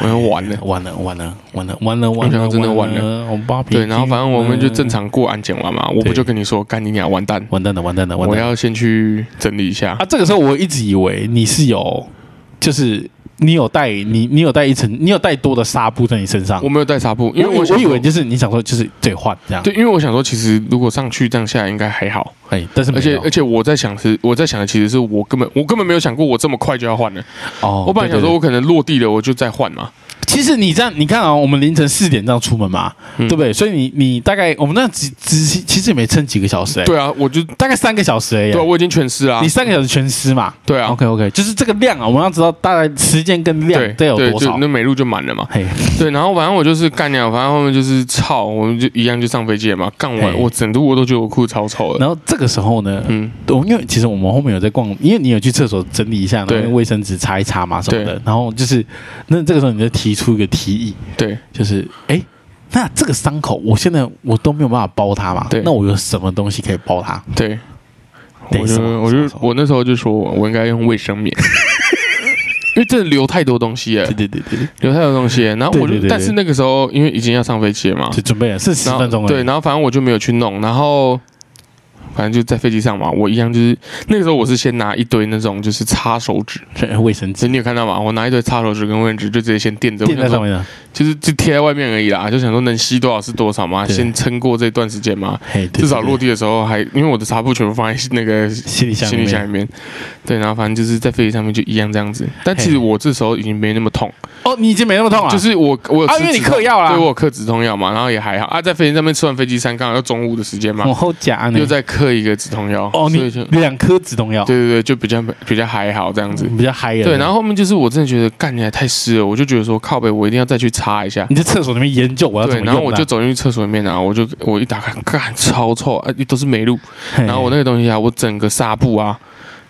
Speaker 2: 我想完了。
Speaker 1: 完了完了完了完了完
Speaker 2: 我想
Speaker 1: 了，
Speaker 2: 到真的
Speaker 1: 完
Speaker 2: 完
Speaker 1: 了，我扒皮筋
Speaker 2: 对，然后反正我们就
Speaker 1: 了
Speaker 2: 正常过安检完嘛，我不
Speaker 1: 对
Speaker 2: 就跟你说，干你娘，完蛋，
Speaker 1: 完蛋了完蛋了完
Speaker 2: 我
Speaker 1: 蛋了
Speaker 2: 要先去整理一下。
Speaker 1: 啊！这个时候我一直以为你是有，就是你有带你你有带一层，你有带多的纱布在你身上
Speaker 2: 我，没有带纱布，因
Speaker 1: 因
Speaker 2: 为
Speaker 1: 为
Speaker 2: 我
Speaker 1: 我
Speaker 2: 想
Speaker 1: 以
Speaker 2: 说
Speaker 1: 为就是你想说就是兑换这样，
Speaker 2: 对，因为我想说，其实如果上去这样下来应该还好，
Speaker 1: 哎，但是没
Speaker 2: 而且
Speaker 1: 有
Speaker 2: 而且我在想是，我在想的其实是我根本我根本没有想过我这么快就要换了。
Speaker 1: 哦，
Speaker 2: 我本来
Speaker 1: 对
Speaker 2: 想
Speaker 1: 对
Speaker 2: 说我可能落地了我就再换嘛，
Speaker 1: 其实你这样，你看啊，我们凌晨四点这样出门嘛，
Speaker 2: 嗯
Speaker 1: 对不对？所以你你大概我们那只只其实也没撑几个小时、欸，，
Speaker 2: 对啊，我就
Speaker 1: 大概三个小时而已、欸
Speaker 2: 对啊，我已经全湿啦
Speaker 1: 你，三个小时全湿嘛、
Speaker 2: 对啊
Speaker 1: o，k OK，就是这个量啊，我们要知道大概时间跟量
Speaker 2: 对
Speaker 1: 得有
Speaker 2: 对，
Speaker 1: 多
Speaker 2: 就
Speaker 1: 少。
Speaker 2: 那美露就满 了嘛，
Speaker 1: 嘿，
Speaker 2: 对，然后反正我就是干掉，反正后面就是操，我们就一样就上飞机了嘛，干完
Speaker 1: 嘿
Speaker 2: 我整路我都觉得我裤子超臭的，
Speaker 1: 然后这个时候呢，
Speaker 2: 嗯，
Speaker 1: 我因为其实我们后面有在逛，因为你有去厕所整理一下，然后
Speaker 2: 对
Speaker 1: 用卫生纸擦一擦嘛什么的
Speaker 2: 对。
Speaker 1: 然后就是，那这个时候你就提出一个提议，
Speaker 2: 对
Speaker 1: 就是哎。诶那这个伤口，我现在我都没有办法包它嘛
Speaker 2: 对？
Speaker 1: 那我有什么东西可以包它？
Speaker 2: 对，
Speaker 1: 对
Speaker 2: 我
Speaker 1: 什
Speaker 2: 就
Speaker 1: 么
Speaker 2: 我
Speaker 1: 什么
Speaker 2: 就
Speaker 1: 什么
Speaker 2: 我那时候就说我应该用卫生棉， 因为真的留太多东西了
Speaker 1: 对，对对对，对
Speaker 2: 留太多东西了，然后我
Speaker 1: 对对
Speaker 2: 就
Speaker 1: 对
Speaker 2: 但是那个时候因为已经要上飞机了嘛，
Speaker 1: 就准备了是十
Speaker 2: 然后
Speaker 1: 分钟而已
Speaker 2: 对，然后反正我就没有去弄，然后反正就在飞机上嘛，我一样就是那个时候我是先拿一堆那种就是擦手纸，
Speaker 1: 是卫生
Speaker 2: 所
Speaker 1: 纸
Speaker 2: 以你有看到吗？我拿一堆擦手纸跟卫生纸就直接先垫着，
Speaker 1: 垫在
Speaker 2: 我想
Speaker 1: 上
Speaker 2: 说
Speaker 1: 面啊的，
Speaker 2: 就是就贴在外面而已啦，就想说能吸多少是多少嘛，
Speaker 1: 对
Speaker 2: 先撑过这段时间嘛，
Speaker 1: 嘿，对
Speaker 2: 至少落
Speaker 1: 对
Speaker 2: 地的时候还因为我的纱布全部放在那个
Speaker 1: 对行李箱里
Speaker 2: 行李箱
Speaker 1: 面。
Speaker 2: 里面，对，然后反正就是在飞机上面就一样这样子，但其
Speaker 1: 嘿
Speaker 2: 实我这时候已经没那么痛，
Speaker 1: 哦，你已经没那么痛了，
Speaker 2: 就是我我有
Speaker 1: 啊
Speaker 2: 吃
Speaker 1: 因为你
Speaker 2: 止痛
Speaker 1: 嗑药啦
Speaker 2: 对我有嗑止痛药嘛，然后也还好啊，在飞机上面吃完飞机餐，刚好又中午的时间嘛
Speaker 1: 往，后夹呢
Speaker 2: 又。在嗑一个止痛药，
Speaker 1: 哦，
Speaker 2: 所
Speaker 1: 你
Speaker 2: 以就
Speaker 1: 两颗止痛药，
Speaker 2: 对对对，就比较比较还好这样子。
Speaker 1: 比较嗨了。
Speaker 2: 对，然后后面就是我真的觉得干起来太湿了，我就觉得说靠北，我一定要再去擦一下。
Speaker 1: 你在厕所里面研究我要怎
Speaker 2: 对，
Speaker 1: 么
Speaker 2: 然后我
Speaker 1: 用啊
Speaker 2: 就
Speaker 1: 它，
Speaker 2: 走进去厕所里面啊，我就我一打开，干超臭啊，都是梅露。
Speaker 1: 嘿
Speaker 2: 然后我那个东西啊，我整个纱布啊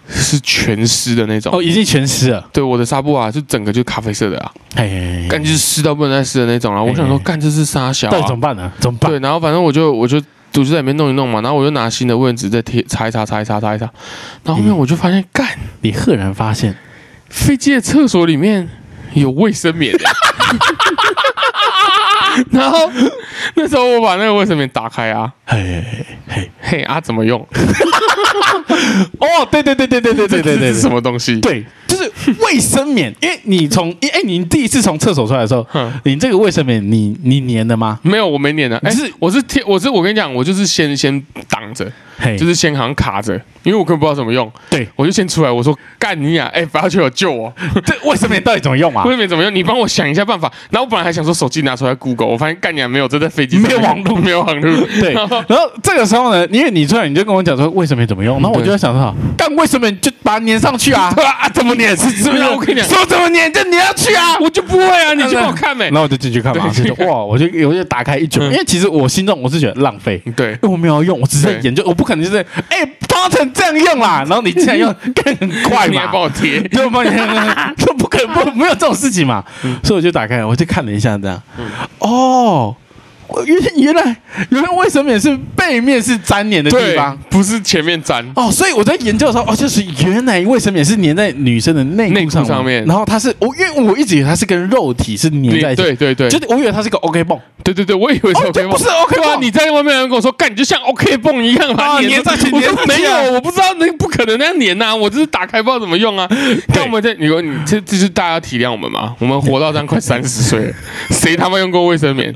Speaker 2: 是全湿的那种。
Speaker 1: 哦已经全湿了，
Speaker 2: 对，我的纱布啊就整个就咖啡色的啊，
Speaker 1: 嘿嘿，嘿
Speaker 2: 干就是湿到不能再湿的那种。然啊后我想说，
Speaker 1: 嘿
Speaker 2: 干这是沙小
Speaker 1: 嗯到底怎
Speaker 2: 啊
Speaker 1: 么。办呢？怎么办？
Speaker 2: 对，然后反正我就我就。我就在里面弄一弄嘛，然后我就拿新的卫生纸再贴擦一擦，擦一擦，擦一擦，然后后面我就发现，干
Speaker 1: 你赫然发现，
Speaker 2: 飞机的厕所里面有卫生棉。欸 然后那时候我把那个卫生棉打开啊，
Speaker 1: 嘿嘿嘿嘿，
Speaker 2: 嘿啊，怎么用？
Speaker 1: 哦，对对对对对对对对
Speaker 2: 这
Speaker 1: 对
Speaker 2: 是
Speaker 1: 对
Speaker 2: 什。么东西？
Speaker 1: 对，就是卫生棉， 因为你从，因哎，你第一次从厕所出来的时候
Speaker 2: 嗯，
Speaker 1: 你这个卫生棉，你你粘的吗？
Speaker 2: 没有，我没粘的。哎、
Speaker 1: 就是
Speaker 2: 我是贴，我是我跟你讲，我就是先先挡着，
Speaker 1: 嘿，
Speaker 2: 就是先好像卡着，因为我根本不知道怎么用。
Speaker 1: 对
Speaker 2: 我就先出来，我说干你呀、哎、不要去有救我，
Speaker 1: 这卫生棉到底怎么 用啊
Speaker 2: 卫？生棉怎么用？你帮我想一下办法。然后我本来还想说手机拿出来 Google，我发现干你啊，没有，这在飞机上
Speaker 1: 没有网
Speaker 2: 路，没有网路。
Speaker 1: 对，然后这个时候呢，因为你突然你就跟我讲说为什么怎么用，然后我就在想说，干为什么你就把它粘上去啊？
Speaker 2: 对啊啊，怎么 粘？是怎么样？我跟你讲，
Speaker 1: 说怎么粘就粘上去啊？
Speaker 2: 我就不会 啊，你去帮我看呗、
Speaker 1: 然后我就进去看嘛，
Speaker 2: 对嗯
Speaker 1: 就哇，我就我就打开一卷，因为其实我心中我是觉得浪费。
Speaker 2: 对
Speaker 1: 因为我没有要用，我只是在
Speaker 2: 嗯对
Speaker 1: 研究，我不可能就是哎，当成这样用啦。然后你竟然 用，更很快
Speaker 2: 你还帮
Speaker 1: 嘛，
Speaker 2: 我 贴。
Speaker 1: 对吗？这不
Speaker 2: 嗯
Speaker 1: 可能，不没有这种事情嘛。所以我就打开，我就看了一下，这样，哦，原原来原来卫生棉是背面是粘黏的地
Speaker 2: 对
Speaker 1: 方。，
Speaker 2: 不是前面粘，
Speaker 1: 哦，所以我在研究的时候，哦，就是原来卫生棉是粘在女生的内
Speaker 2: 内
Speaker 1: 裤
Speaker 2: 裤
Speaker 1: 上
Speaker 2: 上面
Speaker 1: 然后它是我，因为我一直以为它是跟肉体是粘在一起，
Speaker 2: 对对对
Speaker 1: 就是我以为它是个 OK 泵，
Speaker 2: 对对对，我以为是
Speaker 1: 哦就
Speaker 2: OK 泵，
Speaker 1: 不是 OK
Speaker 2: 对啊，
Speaker 1: 泵
Speaker 2: 你在外面有人跟我说，干，你就像 OK 泵一样
Speaker 1: 啊
Speaker 2: 啊，
Speaker 1: 粘在一起
Speaker 2: 我说
Speaker 1: 粘在一
Speaker 2: 没
Speaker 1: 起啊
Speaker 2: 有，我不知道，那不可能那样粘呐，我只是打开不知道怎么 用啊。但我们这，你说你这这就是大家要体谅我们嘛，我们活到这样快三十岁 了，谁他妈用过卫生棉？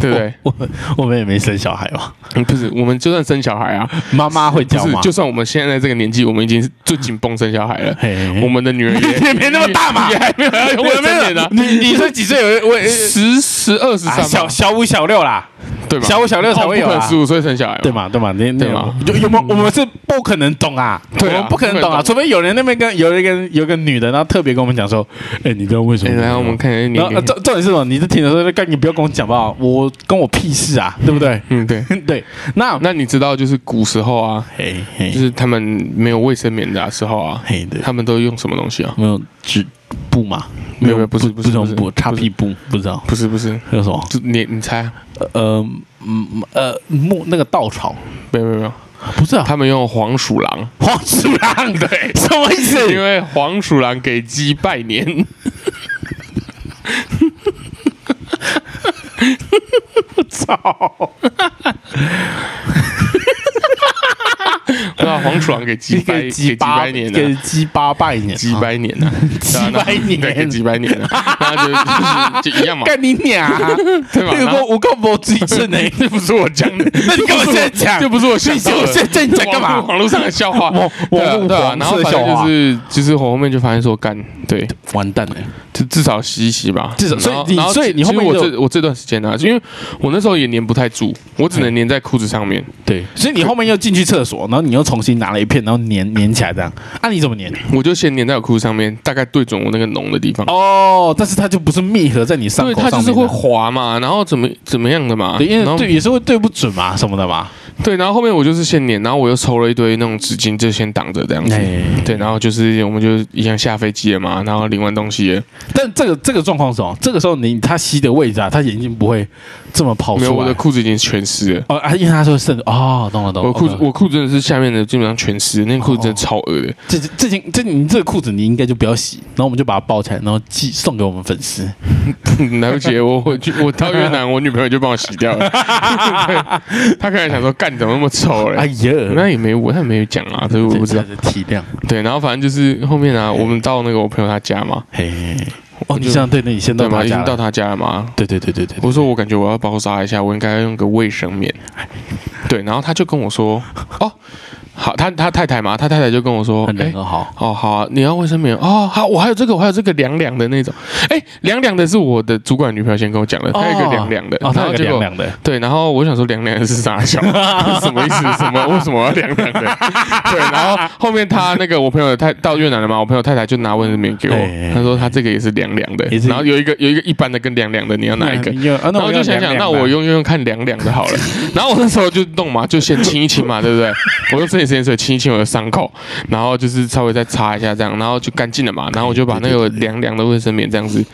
Speaker 2: 对不对？
Speaker 1: 我我们也没生小孩 嘛，
Speaker 2: 嗯不是，我们就算生小孩啊，
Speaker 1: 妈妈会
Speaker 2: 不
Speaker 1: 教
Speaker 2: 是
Speaker 1: 吗？，
Speaker 2: 就算我们现在这个年纪，我们已经是最紧绷生小孩了
Speaker 1: 嘿，
Speaker 2: 我们的女儿也
Speaker 1: 也没那么大嘛
Speaker 2: 也还 没有
Speaker 1: 哎
Speaker 2: 要用卫生 棉呢。
Speaker 1: 你你说几岁有我啊
Speaker 2: 十十二十三
Speaker 1: 小
Speaker 2: 吧，
Speaker 1: 小五小六啦，
Speaker 2: 对吧？哦
Speaker 1: 小五小六才会有啊
Speaker 2: 十五岁生小孩嘛，
Speaker 1: 对嘛对嘛，那那
Speaker 2: 对嘛
Speaker 1: 有有没有我们是不可能懂啊，
Speaker 2: 对啊
Speaker 1: 我们不可能懂啊，
Speaker 2: 不可能懂
Speaker 1: 除非有人那边跟有一个有一个女的，然后特别跟我们讲说，哎，你知道为什
Speaker 2: 哎，
Speaker 1: 么？
Speaker 2: 来我们。看一下
Speaker 1: 然后
Speaker 2: 年
Speaker 1: 呃
Speaker 2: 龄。
Speaker 1: 重重点是什么？你是听的时候就干，你不要跟我讲吧，我跟我屁事啊，对不对？
Speaker 2: 嗯，对。
Speaker 1: 对，那
Speaker 2: 那你知道，就是古时候啊，
Speaker 1: 嘿
Speaker 2: 就
Speaker 1: 嘿
Speaker 2: 是他们没有卫生棉的时候啊，
Speaker 1: 嘿的，
Speaker 2: 他们都用什么东西啊？
Speaker 1: 没有纸布嘛？
Speaker 2: 没有没有不是
Speaker 1: 不
Speaker 2: 不是
Speaker 1: 这种
Speaker 2: 不是
Speaker 1: 布，擦
Speaker 2: 不是
Speaker 1: 屁布，不知道
Speaker 2: 不是不是，
Speaker 1: 还有什么？
Speaker 2: 就你你猜啊？
Speaker 1: 呃嗯呃木那个稻草，
Speaker 2: 没有没有没有，
Speaker 1: 不是啊，
Speaker 2: 他们用黄鼠狼，
Speaker 1: 黄鼠狼，对，什么意
Speaker 2: 因
Speaker 1: 思？
Speaker 2: 为黄鼠狼给鸡拜年。
Speaker 1: 操！
Speaker 2: 那黄鼠狼给鸡 拜
Speaker 1: 给鸡
Speaker 2: 拜
Speaker 1: 巴
Speaker 2: 年
Speaker 1: 给
Speaker 2: 的。
Speaker 1: 鸡巴拜年，
Speaker 2: 几百年呢、啊，
Speaker 1: 鸡 拜年
Speaker 2: 对啊那对，几百年呢、啊，那就、就是、就一样嘛，
Speaker 1: 干你娘！
Speaker 2: 对吧？
Speaker 1: 有个
Speaker 2: 然后
Speaker 1: 我够没水 准呢，
Speaker 2: 这不是我讲的，
Speaker 1: 那你跟我现在讲
Speaker 2: 这不是我想到的，
Speaker 1: 你现在讲干嘛
Speaker 2: 网络网络上的笑话，
Speaker 1: 网
Speaker 2: 对啊
Speaker 1: 网络
Speaker 2: 对啊，
Speaker 1: 黄色
Speaker 2: 然后反
Speaker 1: 笑
Speaker 2: 正
Speaker 1: 话
Speaker 2: 就是就是我后面就发现说干，对，
Speaker 1: 完蛋了！
Speaker 2: 至至少洗一洗吧，
Speaker 1: 至少所以
Speaker 2: 然后
Speaker 1: 你
Speaker 2: 然后
Speaker 1: 所以你后
Speaker 2: 其实
Speaker 1: 面
Speaker 2: 我
Speaker 1: 就
Speaker 2: 这我这段时间呢、因为我那时候也粘不太住，我只能粘在裤子上面，
Speaker 1: 对，所以你后面又进去厕所，然后你又重新拿了一片，然后粘粘起来这样。啊，你怎么粘？
Speaker 2: 我就先粘在我裤子上面，大概对准我那个脓的地方，
Speaker 1: 哦，但是它就不是密合在你伤
Speaker 2: 对，
Speaker 1: 口
Speaker 2: 它
Speaker 1: 上面的，
Speaker 2: 就是会滑嘛，然后怎么怎么样的嘛，
Speaker 1: 对，因
Speaker 2: 然后
Speaker 1: 为对也是会对不准嘛什么的嘛。
Speaker 2: 对，然后后面我就是先粘，然后我又抽了一堆那种纸巾，就先挡着这样子。
Speaker 1: 哎
Speaker 2: 对，然后就是我们就一样下飞机了嘛，然后领完东西了
Speaker 1: 但这个这个状况是什么？这个时候你它吸的位置啊，它眼睛不会这么跑
Speaker 2: 没有
Speaker 1: 出
Speaker 2: 我的
Speaker 1: 来。
Speaker 2: 裤子已经全湿了。
Speaker 1: 哦啊，因为它是会渗哦，哦懂了懂了。
Speaker 2: 我裤子
Speaker 1: OK
Speaker 2: 我裤子真的是下面的基本上全湿，那个裤子真的超恶的。
Speaker 1: 这这件这你这个裤子你应该就不要洗，然后我们就把它包起来，然后寄送给我们粉丝。
Speaker 2: 来不及，我我去我到越 南，我女朋友就帮我洗掉了。对她可能想说，干怎么那么丑
Speaker 1: 哎嗯
Speaker 2: 嘞？
Speaker 1: 呀，
Speaker 2: 那也没我，她也没有讲啊，所以我不知道。
Speaker 1: 这这体谅。
Speaker 2: 对，然后反正就是后面啊，我们到那个我朋友他家嘛，
Speaker 1: 嘿，哦，
Speaker 2: 我
Speaker 1: 你
Speaker 2: 就
Speaker 1: 这样对，那你先
Speaker 2: 对
Speaker 1: 到
Speaker 2: 嘛，
Speaker 1: 他
Speaker 2: 已经
Speaker 1: 家
Speaker 2: 到
Speaker 1: 了。
Speaker 2: 他家了嘛，
Speaker 1: 对对对对对，
Speaker 2: 我说我感觉我要包扎一下，我应该用个卫生棉。对，然后他就跟我说，哦，好，他他太太嘛，他太太就跟我说，
Speaker 1: 很
Speaker 2: 哎、
Speaker 1: 人很好。
Speaker 2: 哦好啊、你要卫生棉哦，好，我还有这个，我还有这个凉凉的那种，哎、凉凉的是我的主管女朋友先跟我讲的，她有一个凉凉的，
Speaker 1: 哦，
Speaker 2: 然
Speaker 1: 他
Speaker 2: 后
Speaker 1: 有一
Speaker 2: 结
Speaker 1: 个
Speaker 2: 果
Speaker 1: 凉凉的，
Speaker 2: 对，然后我想说凉凉的是啥 小，什么意思？什么为什么要凉凉的？对，然后后面他那个我朋友太到越南了嘛，我朋友太太就拿卫生棉给
Speaker 1: 哎
Speaker 2: 我，她说她这个也是凉凉的
Speaker 1: 也，是
Speaker 2: 然后有一个有一个一般的跟凉凉的，你要哪一个？
Speaker 1: 你有啊，那
Speaker 2: 然
Speaker 1: 我
Speaker 2: 后我就想想，那我
Speaker 1: 用
Speaker 2: 用用用看凉凉 的好了。然后我那时候就弄嘛，就先清一清嘛，对不对？我用生理食盐水清一清我的伤口，然后就是稍微再擦一下这样，然后就干净了嘛。然后我就把那个凉凉的卫生棉这样子。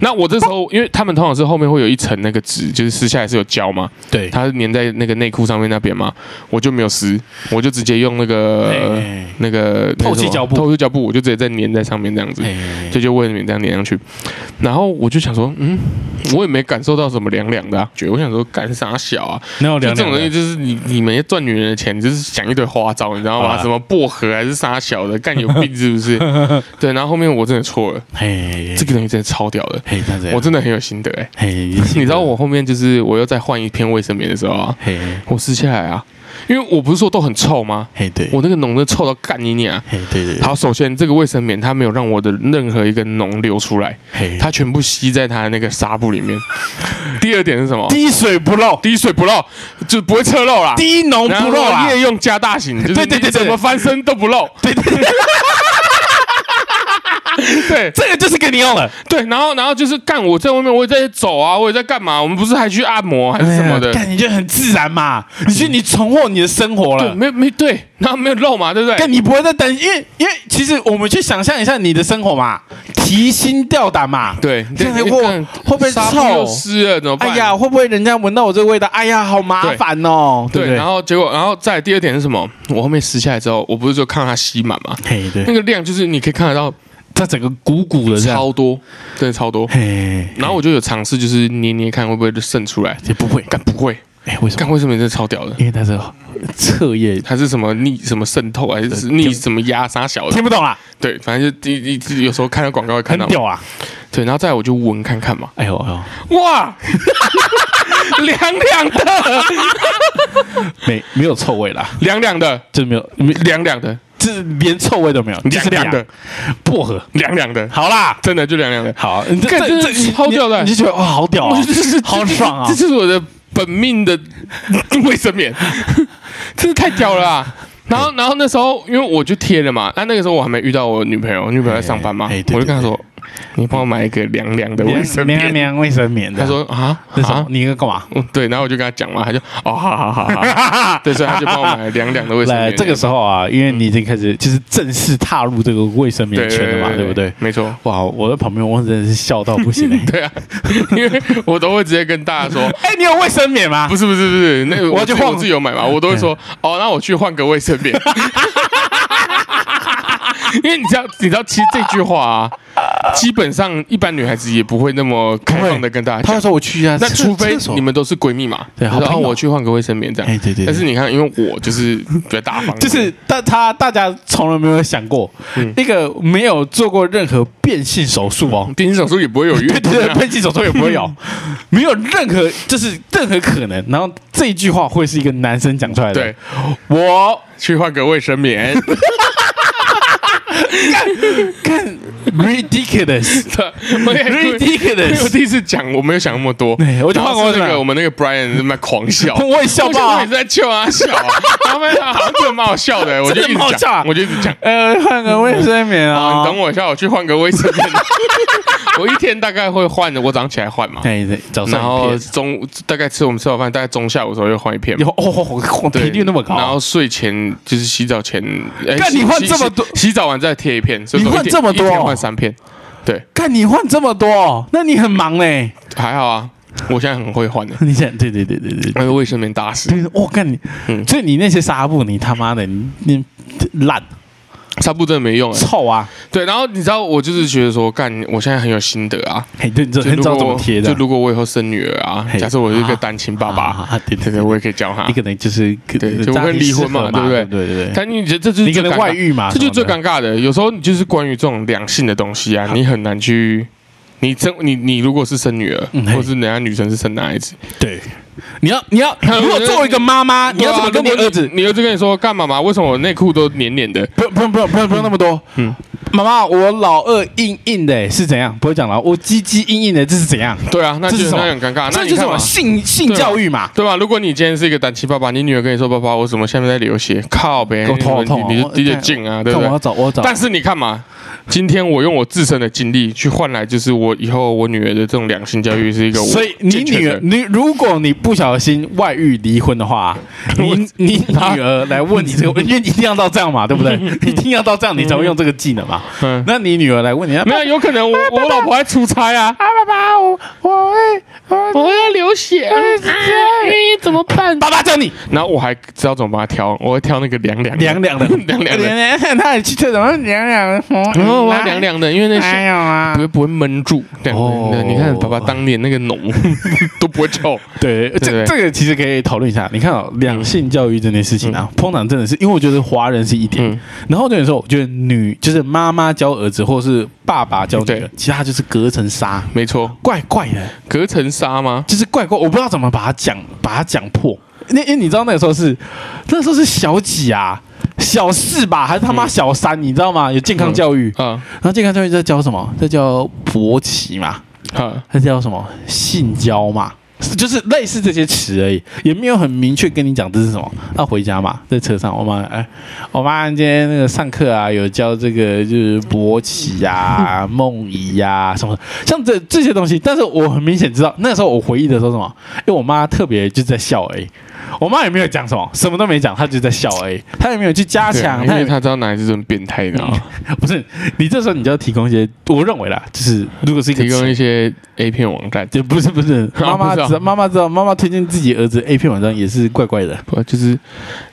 Speaker 2: 那我这时候，因为他们通常是后面会有一层那个纸，就是撕下来是有胶嘛，
Speaker 1: 对，
Speaker 2: 它是粘在那个内裤上面那边嘛，我就没有撕，我就直接用那个
Speaker 1: 哎
Speaker 2: 那个那个
Speaker 1: 透气
Speaker 2: 什么
Speaker 1: 胶布
Speaker 2: 透气胶布我就直接再粘在上面这样子。
Speaker 1: 嘿
Speaker 2: 就就卫生棉这样粘上去，然后我就想说，嗯，我也没感受到什么凉凉的、啊，觉得我想说干啥小啊，
Speaker 1: 那有
Speaker 2: 就
Speaker 1: 凉
Speaker 2: 这种
Speaker 1: 凉的，
Speaker 2: 东西就是你你们赚女人的钱，你就是想一堆花招，你知
Speaker 1: 好
Speaker 2: 道吗？
Speaker 1: 啦
Speaker 2: 什么薄荷还是啥小的，干有病是不是？ 对，然后后面我真的错了，
Speaker 1: 嘿，
Speaker 2: 这个东西真的超屌的，
Speaker 1: 嘿，那这样
Speaker 2: 我真的很有心得哎、
Speaker 1: 嘿，你
Speaker 2: 你知道我后面就是我又再换一片卫生棉的时候啊，
Speaker 1: 嘿
Speaker 2: 我撕下来啊，因为我不是说都很臭吗？
Speaker 1: 嘿对，
Speaker 2: 我那个脓的臭到干你娘！啊
Speaker 1: 嘿对对，
Speaker 2: 好，首先这个卫生棉它没有让我的任何一个脓流出来，
Speaker 1: 嘿，
Speaker 2: 它全部吸在它的那个纱布里面。第二点是什么？
Speaker 1: 滴水不漏，
Speaker 2: 滴水不漏，就不会侧漏啦。
Speaker 1: 滴脓
Speaker 2: 然
Speaker 1: 不
Speaker 2: 后
Speaker 1: 漏啊
Speaker 2: 夜，用加大型，就是
Speaker 1: 对对对
Speaker 2: 你怎
Speaker 1: 对
Speaker 2: 么翻身都不漏。对对对。 对
Speaker 1: 这个就是给你用了，
Speaker 2: 对，然后然后就是干，我在外面我也在走啊，我也在干嘛？我们不是还去按
Speaker 1: 哎
Speaker 2: 摩还是什么的？嗯
Speaker 1: 感觉很自然嘛，你去你重获你的生活
Speaker 2: 对，
Speaker 1: 了。
Speaker 2: 没没对，然后没有漏嘛，对不对？
Speaker 1: 但你不会再等，因为因为其实我们去想象一下你的生活嘛，提心吊胆嘛。
Speaker 2: 对，
Speaker 1: 这样会
Speaker 2: 看
Speaker 1: 哎会不会
Speaker 2: 纱布又
Speaker 1: 臭？
Speaker 2: 湿了怎么办？
Speaker 1: 哎呀，会不会人家闻到我这个味道？哎呀，好麻烦哦，对不对
Speaker 2: 对，然？后结果，然后再来第二点是什么？我后面撕下来之后，我不是就看到它吸满嘛，
Speaker 1: 嘿，对，
Speaker 2: 那
Speaker 1: 啊
Speaker 2: 个量就是你可以看得到
Speaker 1: 它整个鼓鼓的这样，
Speaker 2: 嗯超多，真的超多。
Speaker 1: 嘿，
Speaker 2: 然后我就有尝试，就是捏捏看会不会就渗出来，
Speaker 1: 也不会，
Speaker 2: 干不会，
Speaker 1: 哎，为什
Speaker 2: 干
Speaker 1: 么？
Speaker 2: 为什么你这超屌的？
Speaker 1: 因为它是彻夜
Speaker 2: 还是什么逆什么渗透，还是逆什么压啥小的？
Speaker 1: 听不懂啦，
Speaker 2: 对，反正就第一第一有时候看到广告会看
Speaker 1: 很
Speaker 2: 到嘛，
Speaker 1: 屌啊！
Speaker 2: 对，然后再来我就闻看看嘛，
Speaker 1: 哎呦哎呦，
Speaker 2: 哇，凉凉的，
Speaker 1: 没没有臭味啦，
Speaker 2: 凉凉的，
Speaker 1: 就没有，没
Speaker 2: 凉凉的，
Speaker 1: 这连臭味都没有，就是
Speaker 2: 凉凉的，
Speaker 1: 薄荷。
Speaker 2: 凉凉的，
Speaker 1: 好啦，
Speaker 2: 真的就凉凉的。
Speaker 1: 好，你这
Speaker 2: 干
Speaker 1: 这
Speaker 2: 真
Speaker 1: 这
Speaker 2: 的
Speaker 1: 你
Speaker 2: 超
Speaker 1: 你
Speaker 2: 屌的
Speaker 1: 你就觉得哇，好屌啊
Speaker 2: 我这是，
Speaker 1: 好爽啊
Speaker 2: 这！是我的本命的 卫生棉， 真是太屌了啊！然后，然后那时候因为我就贴了嘛，那那个时候我还没遇到我女朋友，我女朋友在上班嘛，
Speaker 1: 哎哎
Speaker 2: 我
Speaker 1: 对
Speaker 2: 就跟她说：“你帮我买一个凉凉的卫生
Speaker 1: 棉
Speaker 2: 棉。
Speaker 1: 棉卫生棉”的。
Speaker 2: 她说：“啊
Speaker 1: 那什么
Speaker 2: 啊，，
Speaker 1: 你要干嘛？
Speaker 2: 嗯对。”然后我就跟她讲嘛，她就：“哦，好好好 好。好”对，所以她就帮我买了凉凉的卫生
Speaker 1: 来，
Speaker 2: 棉。
Speaker 1: 这个时候啊，因为你已经开始就是正式踏入这个卫生
Speaker 2: 对
Speaker 1: 棉圈了嘛，对不对？？
Speaker 2: 没错。
Speaker 1: 哇，我在旁边我真的是笑到不 行哎、
Speaker 2: 对啊，因为我都会直接跟大家说，
Speaker 1: 哎、你有卫生棉吗
Speaker 2: 不？是不是不是，那个
Speaker 1: 我要
Speaker 2: 我
Speaker 1: 去
Speaker 2: 自己
Speaker 1: 换嗯
Speaker 2: 我自己有买嘛，我都会说哦，那我去换个卫生棉。 因为你知道，你知道，其实这句话啊，基本上一般女孩子也不会那么开放的跟大家
Speaker 1: 他
Speaker 2: 讲
Speaker 1: 会。说我去啊，
Speaker 2: 那
Speaker 1: 厕
Speaker 2: 除非
Speaker 1: 厕所
Speaker 2: 你们都是闺蜜嘛，
Speaker 1: 对
Speaker 2: 就
Speaker 1: 好
Speaker 2: 说
Speaker 1: 朋
Speaker 2: 哦，
Speaker 1: 友
Speaker 2: 我去换个卫生棉这样。
Speaker 1: 哎对对对
Speaker 2: 但是你看，因为我就是比较大方，
Speaker 1: 就是大他大家从来没有想过、
Speaker 2: 嗯
Speaker 1: 那个没有做过任何变性手术哦。
Speaker 2: 变性手术也不会有约
Speaker 1: 对
Speaker 2: 定
Speaker 1: 对对，
Speaker 2: 啊。
Speaker 1: 变性手术也不会有，没有任何就是任何可能。然后这一句话会是一个男生讲出来的，
Speaker 2: 对，我去换个卫 生棉。
Speaker 1: ，ridiculous，ridiculous。
Speaker 2: 我也因 为我第一次讲，我没有想那么多。
Speaker 1: 对我就换
Speaker 2: 然
Speaker 1: 过
Speaker 2: 后是
Speaker 1: 去
Speaker 2: 那
Speaker 1: 了
Speaker 2: 个我们那个 Brian 在那狂 笑，
Speaker 1: 我也笑爆啊
Speaker 2: 我也在笑啊 笑啊，然后发现他好像真的蛮好笑的，我就
Speaker 1: 真
Speaker 2: 一
Speaker 1: 的
Speaker 2: 直
Speaker 1: 蛮好笑啊
Speaker 2: 讲，我就一直讲。
Speaker 1: 呃，换个卫生棉
Speaker 2: 啊，
Speaker 1: 啊、
Speaker 2: 你等我一下，我去换个卫生棉。 我一天大概会换的，我早上起来换嘛，
Speaker 1: 哎，对早
Speaker 2: 然
Speaker 1: 上一
Speaker 2: 后
Speaker 1: 片
Speaker 2: 中大概吃我们吃完饭，大概中下午的时候又换一片嘛。
Speaker 1: 有哦，
Speaker 2: 对
Speaker 1: 频率那么高，
Speaker 2: 然后睡前就是洗澡前，哎
Speaker 1: 干
Speaker 2: 洗
Speaker 1: 你换
Speaker 2: 洗
Speaker 1: 这么多
Speaker 2: 洗洗澡完再贴一片，所以
Speaker 1: 你
Speaker 2: 说
Speaker 1: 换
Speaker 2: 一天
Speaker 1: 这么多哦
Speaker 2: 一天换三片，对，
Speaker 1: 看你换这么多，那你很忙嘞。
Speaker 2: 还好啊，我现在很会换的。
Speaker 1: 你想，对对对对对
Speaker 2: 那个卫生棉大师，
Speaker 1: 对，我看你，
Speaker 2: 嗯
Speaker 1: 所以你那些纱布，你他妈的，你你烂
Speaker 2: 纱布真的没用哎、
Speaker 1: 臭啊！
Speaker 2: 对，然后你知道我就是觉得说，干，我现在很有心得啊，
Speaker 1: 嘿，对，你这
Speaker 2: 就
Speaker 1: 很
Speaker 2: 如
Speaker 1: 知道
Speaker 2: 果
Speaker 1: 怎么贴的
Speaker 2: 就。如果我以后生女儿啊
Speaker 1: 嘿，
Speaker 2: 假设我是一个单亲爸爸，
Speaker 1: 啊啊啊对对
Speaker 2: 对对，我也可以教他
Speaker 1: 你。可能就是
Speaker 2: 对就会离婚
Speaker 1: 家
Speaker 2: 嘛
Speaker 1: 庭适合
Speaker 2: 对不
Speaker 1: 对对对，
Speaker 2: 但你觉得这就
Speaker 1: 你
Speaker 2: 是
Speaker 1: 可
Speaker 2: 最
Speaker 1: 能
Speaker 2: 尴尬
Speaker 1: 外，遇嘛，
Speaker 2: 这就是
Speaker 1: 什
Speaker 2: 最
Speaker 1: 么的
Speaker 2: 尴尬的。有时候你就是关于这种两性的东西啊，你很难去。你真你你如果是生女儿，
Speaker 1: 嗯嘿
Speaker 2: 或是人家女生是生男孩子，
Speaker 1: 对。你要你要，
Speaker 2: 我
Speaker 1: 如果作为一个妈妈，你要怎么跟你
Speaker 2: 对啊如果
Speaker 1: 儿子？
Speaker 2: 你儿子跟你说干嘛嘛？为什么我内裤都黏黏的？
Speaker 1: 不用不用不用不用不用那么多。嗯
Speaker 2: 嗯，
Speaker 1: 妈妈，我老二硬硬的欸是怎样？不会讲了，我鸡鸡硬硬的，这是怎样？
Speaker 2: 对啊，那
Speaker 1: 这
Speaker 2: 就是
Speaker 1: 什么
Speaker 2: 那很尴尬。那
Speaker 1: 这
Speaker 2: 你
Speaker 1: 就是
Speaker 2: 看嘛
Speaker 1: 我性性
Speaker 2: 对啊
Speaker 1: 教育嘛。
Speaker 2: 对吧？如果你今天是一个单亲爸爸，你女儿跟你说：“爸爸，我怎么下面在流血？”靠呗，
Speaker 1: 我头好痛哦
Speaker 2: 你你就
Speaker 1: 我
Speaker 2: 滴点劲啊，对
Speaker 1: 看
Speaker 2: 不
Speaker 1: 我
Speaker 2: 对
Speaker 1: 要？找我要找，
Speaker 2: 但是你看嘛，今天我用我自身的经历去换来，就是我以后我女儿的这种两性教育是一个我
Speaker 1: 所以你
Speaker 2: 健全
Speaker 1: 女
Speaker 2: 的
Speaker 1: 儿，你如果你不小心外遇离婚的话，
Speaker 2: 我
Speaker 1: 你你女儿来问你这个问题，因为你一定要到这样嘛，对不 对？一定要到这样，你才会用这个技能嘛。
Speaker 2: 嗯，
Speaker 1: 那你女儿来问你，
Speaker 2: 没有，有可能我我老婆在出差啊，
Speaker 3: 啊，爸爸，我我
Speaker 1: 哎
Speaker 3: 会我
Speaker 2: 我要流血，
Speaker 3: 愿意怎么办？
Speaker 1: 爸爸教你
Speaker 2: 然哎后我还知道怎么把它挑，我会挑那个凉凉 的
Speaker 1: 凉凉的，
Speaker 2: 凉凉的，
Speaker 3: 娘，他也去厕所，娘娘，
Speaker 2: 然后哦我要凉凉的，因为那
Speaker 3: 哎
Speaker 2: 些
Speaker 3: 呦啊
Speaker 2: 不，会不会闷住，对
Speaker 1: 哦
Speaker 2: 你看爸爸当年那个脓 都不会臭，
Speaker 1: 对，这
Speaker 2: 对
Speaker 1: 这个其实可以讨论一下。你看哦，两性教育这件事情啊，通常真的是因为我觉得华人是一点，
Speaker 2: 嗯
Speaker 1: 然后有时候我觉得女就是妈妈教儿子，或是爸爸教女儿
Speaker 2: 对，
Speaker 1: 其他就是隔层纱，
Speaker 2: 没错，
Speaker 1: 怪怪的。
Speaker 2: 隔层纱吗？
Speaker 1: 就是怪怪，我不知道怎么把它讲，把它讲破。那因为你知道那个时候是，那时候是小几啊，小四吧，还是他妈
Speaker 2: 嗯
Speaker 1: 小三？你知道吗？有健康教育，
Speaker 2: 啊
Speaker 1: 然后健康教育在教什么？在教勃起嘛，
Speaker 2: 啊，
Speaker 1: 在教什么性交嘛，是就是类似这些词而已，也没有很明确跟你讲这是什么。那回家嘛，在车上，我妈哎，我妈今天那个上课啊，有教这个就是勃起呀、啊、梦遗呀、什么的像这这些东西。但是我很明显知道，那时候我回忆的时候什么，因为我妈特别就在笑哎、我妈也没有讲什么，什么都没讲，她就在笑而已，她也没有去加
Speaker 2: 对啊
Speaker 1: 强，
Speaker 2: 因
Speaker 1: 她
Speaker 2: 为
Speaker 1: 也
Speaker 2: 他知道哪一是这种变态的啊，
Speaker 1: 不是你这时候你就要提供一些，我认为啦，就是如果是一个
Speaker 2: 提供一些 A 片网站，
Speaker 1: 也不是不是，妈妈
Speaker 2: 啊不是啊
Speaker 1: 知道妈妈知道，妈妈推荐自己儿子 A 片文章也是怪怪的，
Speaker 2: 不就是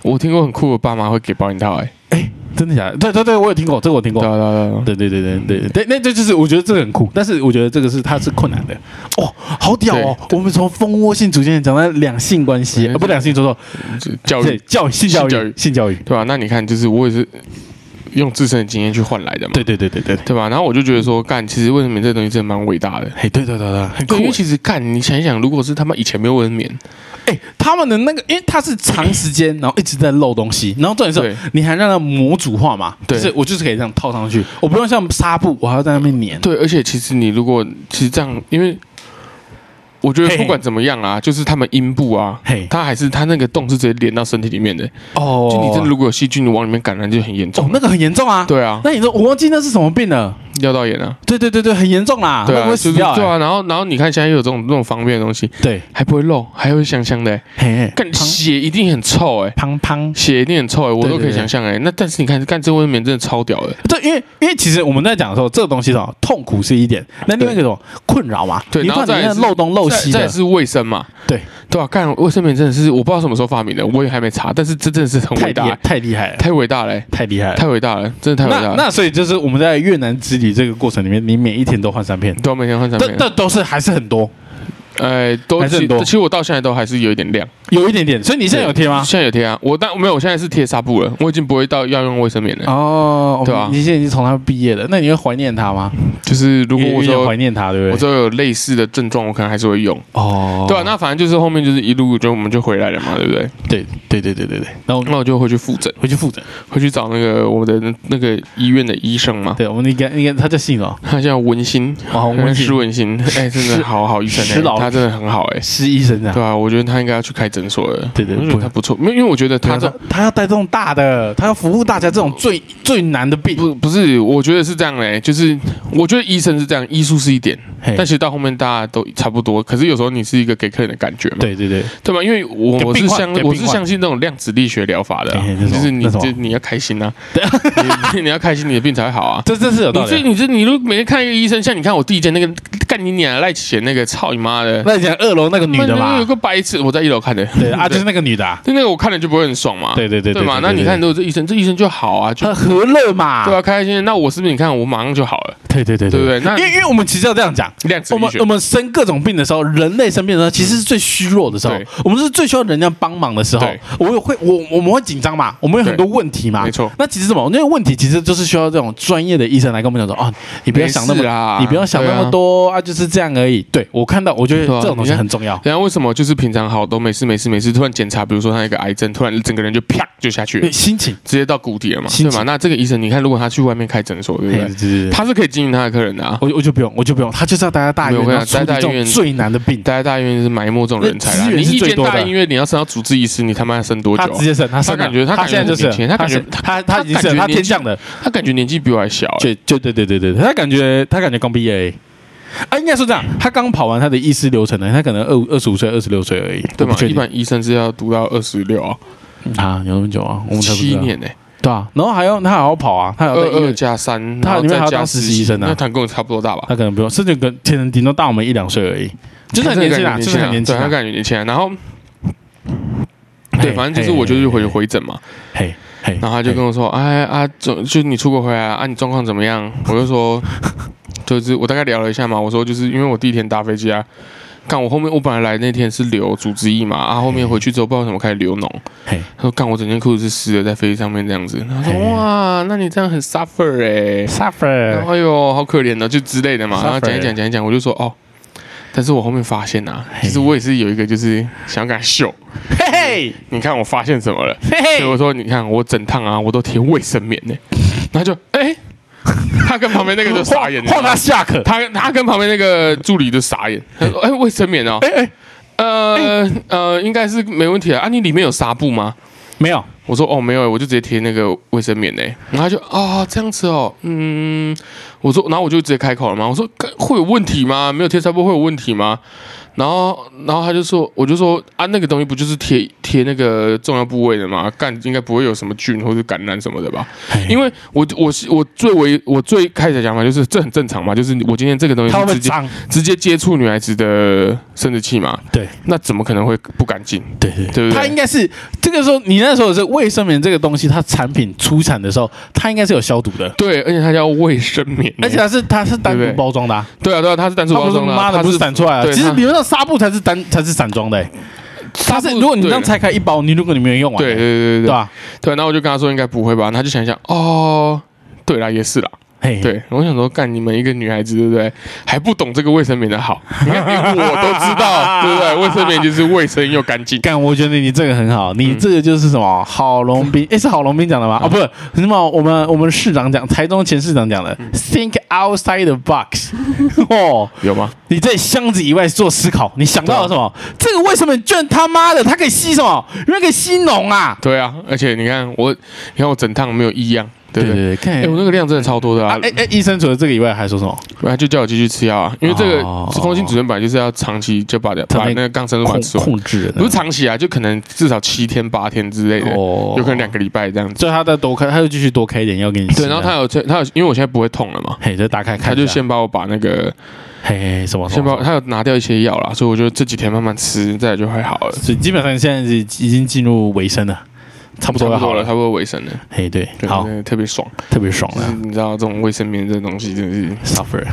Speaker 2: 我听过很酷的爸妈会给保险套，哎，
Speaker 1: 真的假的？对对对，我有听过，这个我听
Speaker 2: 对
Speaker 1: 过。
Speaker 2: 啊对啊对啊，
Speaker 1: 对对对对对对对，那这就是我觉得这个很酷，但是我觉得这个是它是困难的。哦，好屌哦！我们从蜂窝性逐渐讲到两性关系，
Speaker 2: 对
Speaker 1: 呃，不两性，说错，
Speaker 2: 就教
Speaker 1: 对
Speaker 2: 育
Speaker 1: 教育性教育性教育，
Speaker 2: 啊对吧？啊那你看，就是我也是用自身的经验去换来的嘛，
Speaker 1: 对对对对对，
Speaker 2: 对吧？然后我就觉得说，干，其实卫生棉这东西真的蛮伟大的。
Speaker 1: 嘿，对对对对，很酷
Speaker 2: 对，因
Speaker 1: 欸。
Speaker 2: 为其实干，你想一想，如果是他们以前没有卫生棉，
Speaker 1: 哎，他们的那个，因为它是长时间，然后一直在漏东西，然后重点
Speaker 2: 对
Speaker 1: 是你还让它模组化嘛，
Speaker 2: 对
Speaker 1: 就是我就是可以这样套上去，我不用像纱布，我还要在那边粘。
Speaker 2: 对，而且其实你如果其实这样，因为我觉得
Speaker 1: 嘿
Speaker 2: 不管怎么样啊，就是他们阴部啊，
Speaker 1: 嘿，
Speaker 2: 它还是它那个洞是直接连到身体里面的，
Speaker 1: 哦
Speaker 2: 就你真的如果有细菌往里面感染，就很严
Speaker 1: 哦
Speaker 2: 重，。
Speaker 1: 那个很严重啊。
Speaker 2: 对啊，
Speaker 1: 那你说我忘记那是什么病了？
Speaker 2: 尿道炎啊，
Speaker 1: 对对对对，很严重啦，
Speaker 2: 对
Speaker 1: 那
Speaker 2: 啊，
Speaker 1: 个会
Speaker 2: 就是
Speaker 1: 死掉欸。
Speaker 2: 对啊，然后然后你看现在又有这种这种方便的东西，
Speaker 1: 对，
Speaker 2: 还不会漏，还会香香的欸，
Speaker 1: 嘿，
Speaker 2: 干血一定很臭哎，
Speaker 1: 胖胖。
Speaker 2: 血一定很臭哎，我
Speaker 1: 对
Speaker 2: 都可
Speaker 1: 对
Speaker 2: 以
Speaker 1: 对
Speaker 2: 想象哎。那但是你看，干这卫棉真的超屌的，
Speaker 1: 对，因为因为其实我们在讲的时候，这个东西是吧，痛苦是一点，那另外一个什么困扰嘛，
Speaker 2: 对
Speaker 1: 你
Speaker 2: 然
Speaker 1: 怕
Speaker 2: 后
Speaker 1: 你
Speaker 2: 再来
Speaker 1: 那
Speaker 2: 是
Speaker 1: 漏东漏
Speaker 2: 再
Speaker 1: 西
Speaker 2: 再来
Speaker 1: 的，
Speaker 2: 是卫生嘛，
Speaker 1: 对
Speaker 2: 对啊，干卫生棉真的是我不知道什么时候发明的，我也还没查，但是这真的是很
Speaker 1: 太
Speaker 2: 伟
Speaker 1: 厉
Speaker 2: 大
Speaker 1: 害
Speaker 2: 欸，
Speaker 1: 太厉害了，
Speaker 2: 太伟大了欸，
Speaker 1: 太厉害了。
Speaker 2: 太伟大了，真的太伟
Speaker 1: 那
Speaker 2: 大了。
Speaker 1: 那所以就是我们在越南之旅这个过程里面，你每一天都换三片，
Speaker 2: 都啊每天换产
Speaker 1: 但
Speaker 2: 品，
Speaker 1: 但都是还是很多，
Speaker 2: 哎，都
Speaker 1: 还是
Speaker 2: 其
Speaker 1: 很
Speaker 2: 实
Speaker 1: 多
Speaker 2: 其实我到现在都还是有一点亮。
Speaker 1: 有一点点。所以你现在有贴吗？
Speaker 2: 现在有贴啊，我但没有，我现在是贴纱布了，我已经不会到要用卫生棉了。
Speaker 1: 哦，
Speaker 2: 对啊
Speaker 1: 你现在已经从他毕业了，那你会怀念他吗？
Speaker 2: 就是如果
Speaker 1: 有
Speaker 2: 我
Speaker 1: 有点怀
Speaker 2: 说
Speaker 1: 念他，对
Speaker 2: 我
Speaker 1: 不对？
Speaker 2: 说有类似的症状，我可能还是会用。
Speaker 1: 哦
Speaker 2: 对啊，那反正就是后面就是一路就我们就回来了嘛，对不对？
Speaker 1: 对对对对对对，然后
Speaker 2: 那我啊就回去复诊，
Speaker 1: 回去复诊。
Speaker 2: 回去找那个我们的那个医院的医生嘛，
Speaker 1: 对，我们应该应该他叫姓哦，
Speaker 2: 他叫文心，
Speaker 1: 哦，温
Speaker 2: 施
Speaker 1: 馨
Speaker 2: 文心，哎，真的好好医生
Speaker 1: 施老
Speaker 2: 哎，他真的很好哎，
Speaker 1: 施医生啊。
Speaker 2: 对啊，我觉得他应该要去开诊所了。
Speaker 1: 对对
Speaker 2: 我觉
Speaker 1: 不啊
Speaker 2: 得他不错，因为因为我觉得他
Speaker 1: 他
Speaker 2: 这
Speaker 1: 他要带这种大的，他要服务大家这种最最难的病。
Speaker 2: 不不是，我觉得是这样嘞，就是我觉得医生是这样，医术是一点，
Speaker 1: 嘿
Speaker 2: 但其实到后面大家都差不多。可是有时候你是一个给客人的感觉嘛，
Speaker 1: 对对对，
Speaker 2: 对吧？因为我
Speaker 1: 给
Speaker 2: 我是
Speaker 1: 病患
Speaker 2: 相
Speaker 1: 给病
Speaker 2: 我
Speaker 1: 患
Speaker 2: 是相信那种量子力学疗法的啊、
Speaker 1: 嘿嘿那种
Speaker 2: 就是你
Speaker 1: 那种
Speaker 2: 就你要开心啊， 你你要开心，你的病才会好啊。
Speaker 1: 这这是 有
Speaker 2: 你
Speaker 1: 道
Speaker 2: 这
Speaker 1: 理的。
Speaker 2: 你这你如果每天看一个医生，像你看我第一间那个干你娘赖启贤那个操你妈的，
Speaker 1: 那你讲二楼那个女的
Speaker 2: 妈
Speaker 1: 嘛
Speaker 2: 有，个白痴，我在一楼看的，
Speaker 1: 对啊，就是那个女的啊，
Speaker 2: 就那个我看了就不会很爽嘛，
Speaker 1: 对对对
Speaker 2: 对嘛？那你看如果这医生，这医生就好啊，就
Speaker 1: 很和乐嘛，
Speaker 2: 对啊，开心。那我是不是你看我马上就好了，
Speaker 1: 对对对
Speaker 2: 对不
Speaker 1: 对。
Speaker 2: 对？那
Speaker 1: 因为因为我们其实要这样讲，
Speaker 2: 量子
Speaker 1: 我
Speaker 2: 力
Speaker 1: 们
Speaker 2: 学
Speaker 1: 我们生各种病的时候，人类生病的时候，其实是最虚弱的时候
Speaker 2: 对，
Speaker 1: 我们是最需要人家帮忙的时候
Speaker 2: 对。
Speaker 1: 我也会我我们会紧张嘛，我们有很多问题嘛
Speaker 2: 没，错。
Speaker 1: 那其实什么？那个问题其实就是需要这种专业的医生来跟我们讲说，哦，你不要想那
Speaker 2: 没
Speaker 1: 么
Speaker 2: 事啦
Speaker 1: 你不要想那么。
Speaker 2: 对啊
Speaker 1: 多啊，就是这样而已。对我看到，我觉得
Speaker 2: 对啊
Speaker 1: 这种东西
Speaker 2: 你看
Speaker 1: 很重要。
Speaker 2: 然后为什么就是平常好都没事没事没事，突然检查，比如说他一个癌症，突然整个人就啪就下去了
Speaker 1: 对，心情，
Speaker 2: 直接到谷底了嘛，
Speaker 1: 心
Speaker 2: 对
Speaker 1: 情
Speaker 2: 嘛？那这个医生，你看如果他去外面开诊所，对不
Speaker 1: 对对？
Speaker 2: 对
Speaker 1: 对对，
Speaker 2: 他是可以经营他的客人的啊。
Speaker 1: 我就我就不用，我就不用，他就是要待在大医院，
Speaker 2: 没有
Speaker 1: 然后处
Speaker 2: 我跟
Speaker 1: 理
Speaker 2: 你讲
Speaker 1: 这种最难的病，
Speaker 2: 待在大医院是埋没这种人才
Speaker 1: 那
Speaker 2: 啦。
Speaker 1: 资
Speaker 2: 你
Speaker 1: 源是
Speaker 2: 一
Speaker 1: 最
Speaker 2: 间
Speaker 1: 多的
Speaker 2: 大医院，你要升到主治医师，你他妈要升多久
Speaker 1: 他
Speaker 2: 啊？
Speaker 1: 直接省，他省
Speaker 2: 他感觉他
Speaker 1: 他
Speaker 2: 感觉
Speaker 1: 现在就
Speaker 2: 很年
Speaker 1: 是
Speaker 2: 轻
Speaker 1: 他
Speaker 2: 他感觉
Speaker 1: 现他他
Speaker 2: 他
Speaker 1: 已经
Speaker 2: 感
Speaker 1: 省，
Speaker 2: 觉
Speaker 1: 他
Speaker 2: 年
Speaker 1: 天
Speaker 2: 纪
Speaker 1: 降的，
Speaker 2: 他感觉年纪比我还小欸，
Speaker 1: 就就对对对对对，他感觉他感觉刚毕业而已。啊，应该说这样，他刚跑完他的医师流程呢，他可能二二十五岁、二十六岁而已，
Speaker 2: 对
Speaker 1: 吗
Speaker 2: 吗？？一般医生是要读到二十六啊，
Speaker 1: 啊，有那么久啊，我们才不知
Speaker 2: 七
Speaker 1: 道
Speaker 2: 年呢，
Speaker 1: 对啊，然后还要他还要跑啊，他还
Speaker 2: 二
Speaker 1: 要在医
Speaker 2: 二
Speaker 1: 院
Speaker 2: 加三，
Speaker 1: 他
Speaker 2: 然后
Speaker 1: 里面
Speaker 2: 再
Speaker 1: 还要
Speaker 2: 加
Speaker 1: 当实习生啊
Speaker 2: 那他跟我差不多大吧？
Speaker 1: 他可能不用，甚至跟天人顶多大我们一两岁而已，就是很年轻啊，就是很年轻
Speaker 2: 对，他
Speaker 1: 啊。
Speaker 2: 感觉年轻啊。然后对，
Speaker 1: 嘿
Speaker 2: 反正就是我就是回，回诊嘛，
Speaker 1: 嘿嘿，嘿
Speaker 2: 然后他就跟我说，哎啊，就就你出国回来啊，啊你状况怎么样？我就说，就是我大概聊了一下嘛，我说就是因为我第一天搭飞机啊。干我后面，我本来来那天是流组织液嘛，啊，后面回去之后不知道为什么开始流脓，
Speaker 1: 嘿
Speaker 2: 他说干我整件裤子是湿的，在飞机上面这样子，他说
Speaker 1: 嘿
Speaker 2: 哇，那你这样很 suffer 哎、
Speaker 1: suffer，
Speaker 2: 哎呦，好可怜哦，就之类的嘛。
Speaker 1: Suffer
Speaker 2: 然后讲一讲，讲一讲，我就说哦，但是我后面发现啊，其实我也是有一个，就是想要跟他秀。
Speaker 1: 嘿嘿
Speaker 2: 你看我发现什么了？
Speaker 1: 嘿
Speaker 2: 所以我
Speaker 1: 嘿，
Speaker 2: 说，你看我整趟啊，我都贴卫生棉呢、 然后就哎、他跟旁边那个就傻眼，
Speaker 1: 晃他下课，
Speaker 2: 他他跟旁边那个助理就傻眼，他说：“哎、卫生棉哦，
Speaker 1: 哎哎，
Speaker 2: 呃呃，应该是没问题啊。啊，你里面有纱布吗？”
Speaker 1: 没有，
Speaker 2: 我说哦没有欸，我就直接贴那个卫生棉嘞。然后他就啊、这样子哦，嗯，我说，然后我就直接开口了嘛，我说干会有问题吗？没有贴纱布会有问题吗？然后然后他就说，我就说啊，那个东西不就是贴贴那个重要部位的吗？干应该不会有什么菌或者感染什么的吧？因为我我是我最为我最开始的想法就是这很正常嘛，就是我今天这个东西
Speaker 1: 它会不
Speaker 2: 是
Speaker 1: 会
Speaker 2: 直接
Speaker 1: 脏？
Speaker 2: 直接接触女孩子的生殖器嘛，
Speaker 1: 对
Speaker 2: 那怎么可能会不干净？
Speaker 1: 对对
Speaker 2: 对不
Speaker 1: 它应
Speaker 2: 对？
Speaker 1: 该是这个时候，你那时候是卫生棉这个东西，它产品出产的时候，它应该是有消毒的，
Speaker 2: 对，而且它叫卫生棉，
Speaker 1: 而且它是它是单
Speaker 2: 对
Speaker 1: 独
Speaker 2: 对
Speaker 1: 包装的、啊，
Speaker 2: 对啊对啊，它是单数
Speaker 1: 它
Speaker 2: 包
Speaker 1: 不是
Speaker 2: 装的啊，
Speaker 1: 妈的
Speaker 2: 它
Speaker 1: 不是散出来的。
Speaker 2: 对
Speaker 1: 其实
Speaker 2: 它
Speaker 1: 理论上纱布才是单才是散装的、欸，它是
Speaker 2: 布
Speaker 1: 如果你这样
Speaker 2: 对
Speaker 1: 拆开一包，你如果你没有用完，
Speaker 2: 对对对对
Speaker 1: 对
Speaker 2: 对
Speaker 1: 吧？
Speaker 2: 对，然后我就跟他说应该不会吧，然后他就想一想，哦，对啦，也是啦，
Speaker 1: 嘿，
Speaker 2: 对，我想说，干你们一个女孩子，对不对？还不懂这个卫生棉的好，你看连我都知道，对不对？卫生棉就是卫生又 干净，
Speaker 1: 干，我觉得你这个很好，你
Speaker 2: 嗯
Speaker 1: 这个就是什么郝龙 斌，诶，是郝龙斌讲的
Speaker 2: 啊
Speaker 1: 吗？哦，不是，是什么我们我们市长讲，台中前市长讲
Speaker 2: 嗯
Speaker 1: 的，think outside the box，哦，
Speaker 2: 有吗？
Speaker 1: 你在箱子以外做思考，你想到了什么？
Speaker 2: 啊
Speaker 1: 这个为什么居然他妈的它可以吸什么？因为可以吸脓啊！
Speaker 2: 对啊，而且你看我，你看我整趟没有异样，对 不对？
Speaker 1: 对，看
Speaker 2: 哎、我那个量真的超多的啊
Speaker 1: 啊！哎哎，医生除了这个以外还说什么？
Speaker 2: 他就叫我继续吃药啊，因为这个
Speaker 1: 哦
Speaker 2: 空心主任本来就是要长期就把把那个抗生素把它
Speaker 1: 控
Speaker 2: 吃完，
Speaker 1: 控制
Speaker 2: 不是
Speaker 1: 的，
Speaker 2: 长期啊，就可能至少七天八天之类的，
Speaker 1: 哦
Speaker 2: 有可能两个礼拜这样子。啊
Speaker 1: 所以他再多开，他就继续多开一点药给你吃。
Speaker 2: 对，然后他有他有，因为我现在不会痛了嘛，
Speaker 1: 嘿，再打开看
Speaker 2: 他
Speaker 1: 一下，
Speaker 2: 就先把我把那个
Speaker 1: 嘿嘿嘿什么什
Speaker 2: 先
Speaker 1: 么
Speaker 2: 把。他有拿掉一些药啦，所以我觉得这几天慢慢吃，再来就会好了，
Speaker 1: 所以基本上现在已已经进入尾声了，差不多要
Speaker 2: 差不
Speaker 1: 好
Speaker 2: 多了，
Speaker 1: 了。
Speaker 2: 差不多尾声了，
Speaker 1: 嘿，对，
Speaker 2: 对
Speaker 1: 好，，
Speaker 2: 特别爽。
Speaker 1: 特别爽
Speaker 2: 就是
Speaker 1: 了
Speaker 2: 你知道这种卫生棉这东西真的是
Speaker 1: ，suffer。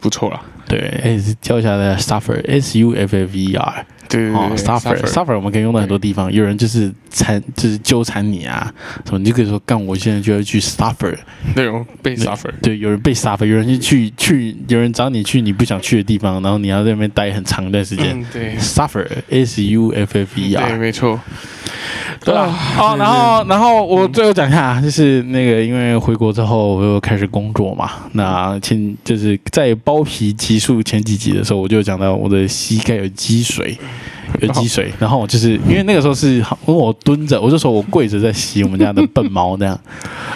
Speaker 2: 不错啦，
Speaker 1: 对，哎，教一下大家 suffer，s u f f e r，
Speaker 2: 对对
Speaker 1: 哦
Speaker 2: 对
Speaker 1: ，suffer，suffer，我们可以用到很多地方。有人就是缠，就是纠缠你啊，什么，你就可以说干，我现在就要去 suffer。
Speaker 2: 那种被 suffer，
Speaker 1: 对，有人被 suffer，有人就去去，有人找你去你不想去的地方，然后你要在那边待很长一段时间
Speaker 2: 嗯。对
Speaker 1: suffer，s u f f e
Speaker 2: 对，
Speaker 1: r。
Speaker 2: 没错，
Speaker 1: 对啊，哦，然后然后我最后讲一下，就是那个因为回国之后我又开始工作嘛，那前就是在包皮集数前几集的时候，我就讲到我的膝盖有积水。
Speaker 2: 哦
Speaker 1: 有积水，然后我就是因为那个时候是，好因为我蹲着，我就说我跪着在洗我们家的笨猫那 样，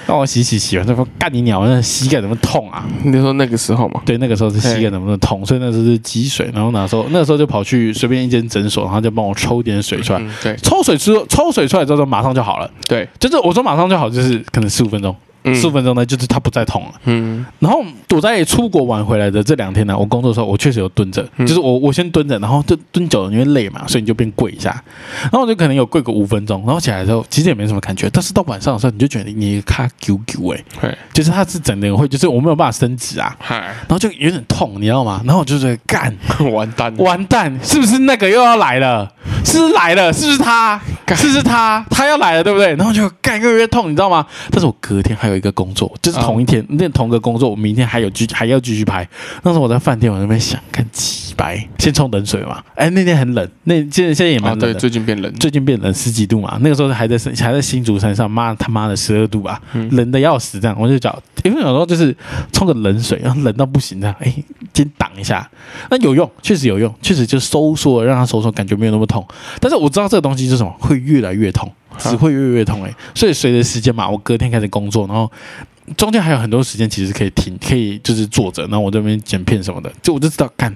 Speaker 1: 让我洗洗洗完，他说干你鸟，那膝盖怎么痛啊？
Speaker 2: 你说那个时候嘛，
Speaker 1: 对，那个时候是膝盖
Speaker 2: 嘿
Speaker 1: 能不能痛，所以那时候是积水，然后那时候那时候就跑去随便一间诊所，然后就帮我抽点水出来，
Speaker 2: 嗯，对
Speaker 1: 抽水之后抽水出来之后马上就好了，
Speaker 2: 对，
Speaker 1: 就是我说马上就好，就是可能十五分钟，
Speaker 2: 嗯
Speaker 1: 十五分钟呢，就是它不再痛了。
Speaker 2: 嗯
Speaker 1: 然后躲在出国玩回来的这两天呢，我工作的时候我确实有蹲着，
Speaker 2: 嗯
Speaker 1: 就是我我先蹲着，然后就蹲久了你会累嘛，所以你就变跪一下，然后我就可能有跪个五分钟，然后起来之后其实也没什么感觉，但是到晚上的时候你就觉得你卡揪揪哎，
Speaker 2: 对，
Speaker 1: 就是它是整个会就是我没有办法伸直啊，
Speaker 2: 嗨，
Speaker 1: 然后就有点痛，你知道吗？然后我就觉得干
Speaker 2: 完蛋，
Speaker 1: 完蛋，是不是那个又要来了？是不是来了？是不是他？是不是他？他要来了，对不对？然后就干越来越痛，你知道吗？但是我隔天还有一个工作，就是
Speaker 2: 啊
Speaker 1: 同一天，那、同个工作，我明天还有继还要继续拍。那时候我在饭店，我在那边想，看几白，先冲冷水嘛。哎，那天很冷，那现在现在也蛮
Speaker 2: 啊，
Speaker 1: 冷的。
Speaker 2: 对，最近变冷，
Speaker 1: 最近变冷十几度嘛，那个时候还在山还在新竹山上，妈他妈的十二度啊，
Speaker 2: 嗯
Speaker 1: 冷的要死这样。我就讲，因为有时候就是冲个冷水，然后冷到不行这样，哎、先挡一下，那有用，确实有用，确实就收缩，让它收缩，感觉没有那么痛。但是我知道这个东西是什么，会越来越痛，只会越来越痛哎、所以随着时间嘛，我隔天开始工作，然后。中间还有很多时间，其实可以停，可以就是坐着，然后我这边剪片什么的，就我就知道，干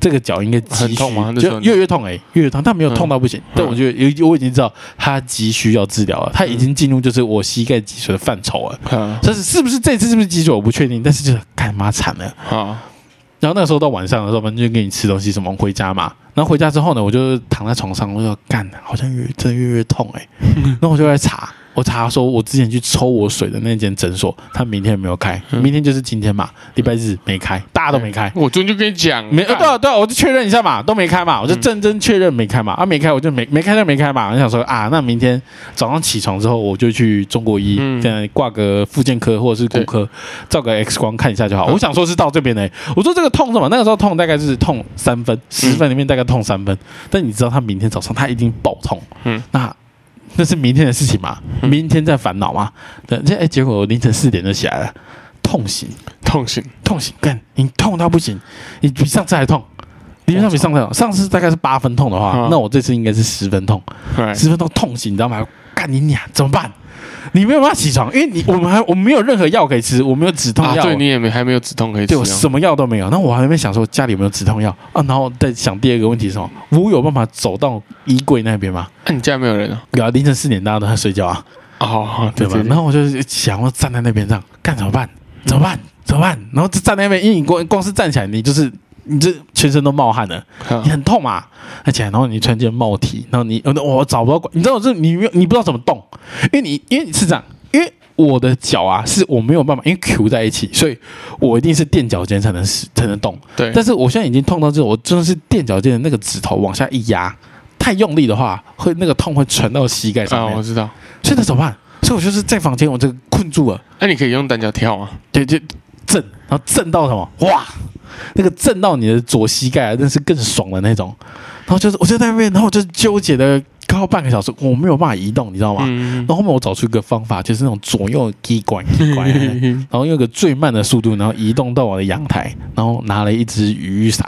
Speaker 1: 这个脚应该急需
Speaker 2: 很痛吗那时候
Speaker 1: 就
Speaker 2: 你嗯
Speaker 1: 越来越痛哎、越来越痛，但没有痛到不行，但我觉得有我已经知道他急需要治疗了，他已经进入就是我膝盖积水的范畴了。
Speaker 2: 啊
Speaker 1: 但是是不是这次是不是积水我不确定，但是就是干妈惨了。
Speaker 2: 啊，
Speaker 1: 然后那个时候到晚上的时候，反正就给你吃东西什么回家嘛。然后回家之后呢，我就躺在床上，我就干，好像越真的越来越痛哎、然后我就在查，我查说我之前去抽我水的那间诊所，他明天没有开，明天就是今天嘛，礼拜日没开，大家都没开。
Speaker 2: 我昨天就跟你嗯讲，
Speaker 1: 没呃
Speaker 2: 干
Speaker 1: 对啊对啊，我就确认一下嘛，都没开嘛，我就认真确认没开嘛，啊没开我就没没开就没开嘛，我想说啊，那明天早上起床之后我就去中国医
Speaker 2: 嗯
Speaker 1: 这样挂个复健科或者是骨科，照个 X 光看一下就好。
Speaker 2: 嗯
Speaker 1: 我想说是到这边呢，我说这个痛是吗？那个时候痛大概是痛三分，
Speaker 2: 嗯
Speaker 1: 十分里面大概痛三分，但你知道他明天早上他一定爆痛，
Speaker 2: 嗯
Speaker 1: 嗯，那。那是明天的事情嘛，明天再烦恼嘛。对，这、哎结果我凌晨四点就起来了，痛醒，
Speaker 2: 痛醒，
Speaker 1: 痛醒，干你痛到不行，你比上次还痛，理论上比上次还痛，上次大概是八分痛的话，
Speaker 2: 嗯哎
Speaker 1: 那我这次应该是十分痛，
Speaker 2: 嗨
Speaker 1: 十分痛痛醒，你知道吗？干你娘，怎么办？你没有办法起床，因为你我们还我们没有任何药可以吃，我没有止痛
Speaker 2: 啊，
Speaker 1: 药，
Speaker 2: 对你也没还没有止痛可以吃
Speaker 1: 对我
Speaker 2: 啊。
Speaker 1: 什么药都没有。那我还在那边想说家里有没有止痛药啊？然后再想第二个问题是什么？我有办法走到衣柜那边吗？
Speaker 2: 那你家没有人啊？
Speaker 1: 有啊，凌晨四点大家都在睡觉啊，
Speaker 2: 哦，
Speaker 1: 对吧？然后我就想要站在那边这样干怎么办？怎么办？怎么办？然后就站在那边，因为你光光是站起来，你就是你这全身都冒汗了。
Speaker 2: 啊
Speaker 1: 你很痛嘛，而且然后你穿件帽 T，然后你呃我找不到管，你知道是你没有你不知道怎么动，因为你因为你是这样，因为我的脚啊是我没有办法，因为 Q 在一起，所以我一定是垫脚尖才能使才能动。
Speaker 2: 对，
Speaker 1: 但是我现在已经痛到这种，我真的是垫脚尖的那个指头往下一压，太用力的话，会那个痛会传到膝盖上
Speaker 2: 啊，
Speaker 1: 面，
Speaker 2: 我知道。
Speaker 1: 所以那怎么办？所以我就是在房间我这个困住了，
Speaker 2: 那你可以用单脚跳啊，
Speaker 1: 对，就震，然后震到什么？哇，那个震到你的左膝盖啊，那是更爽的那种。然后就是我就在那边，然后我就纠结了靠半个小时，我没有办法移动，你知道吗？
Speaker 2: 嗯
Speaker 1: 然，后后面我找出一个方法，就是那种左右机 关机关，然后用一个最慢的速度，然后移动到我的阳台，然后拿了一只雨伞，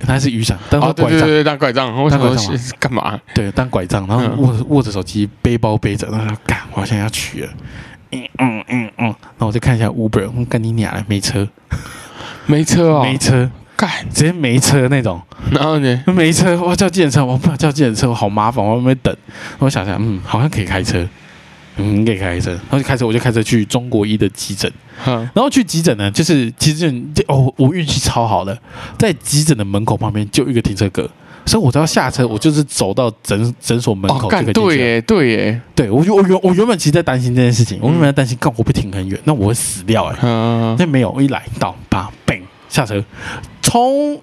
Speaker 1: 它是雨伞，但是
Speaker 2: 哦，对
Speaker 1: 拐
Speaker 2: 对
Speaker 1: 杖，
Speaker 2: 对，当拐杖，我想
Speaker 1: 当拐
Speaker 2: 说
Speaker 1: 杖啊
Speaker 2: 是干嘛？
Speaker 1: 对，当拐杖，然后
Speaker 2: 嗯
Speaker 1: 握着握着手机，背包背着，然后说干，我现在要取了，嗯嗯嗯嗯，然后我再看一下 Uber，嗯干你娘了，没车，
Speaker 2: 没车哦，
Speaker 1: 没车，
Speaker 2: 干。
Speaker 1: 直接没车那种，
Speaker 2: 然后呢？
Speaker 1: 没车，我要叫计程车，我不想叫计程车，我好麻烦，我在那边等。我想想，嗯，好像可以开车，嗯，可以开车，然后就开车，我就开车去中国医的急诊，
Speaker 2: 嗯，
Speaker 1: 然后去急诊呢，就是急诊就哦，我运气超好的，在急诊的门口旁边就有一个停车格。所以我只要下车，我就是走到诊诊所门
Speaker 2: 哦，
Speaker 1: 口就
Speaker 2: 干
Speaker 1: 可以进去了。
Speaker 2: 对耶，对耶，
Speaker 1: 对我就我原我原本其实在担心这件事情，我原本在担心，干我被停很远，那我会死掉哎、
Speaker 2: 嗯，
Speaker 1: 但没有，我一来到八 b 下车，从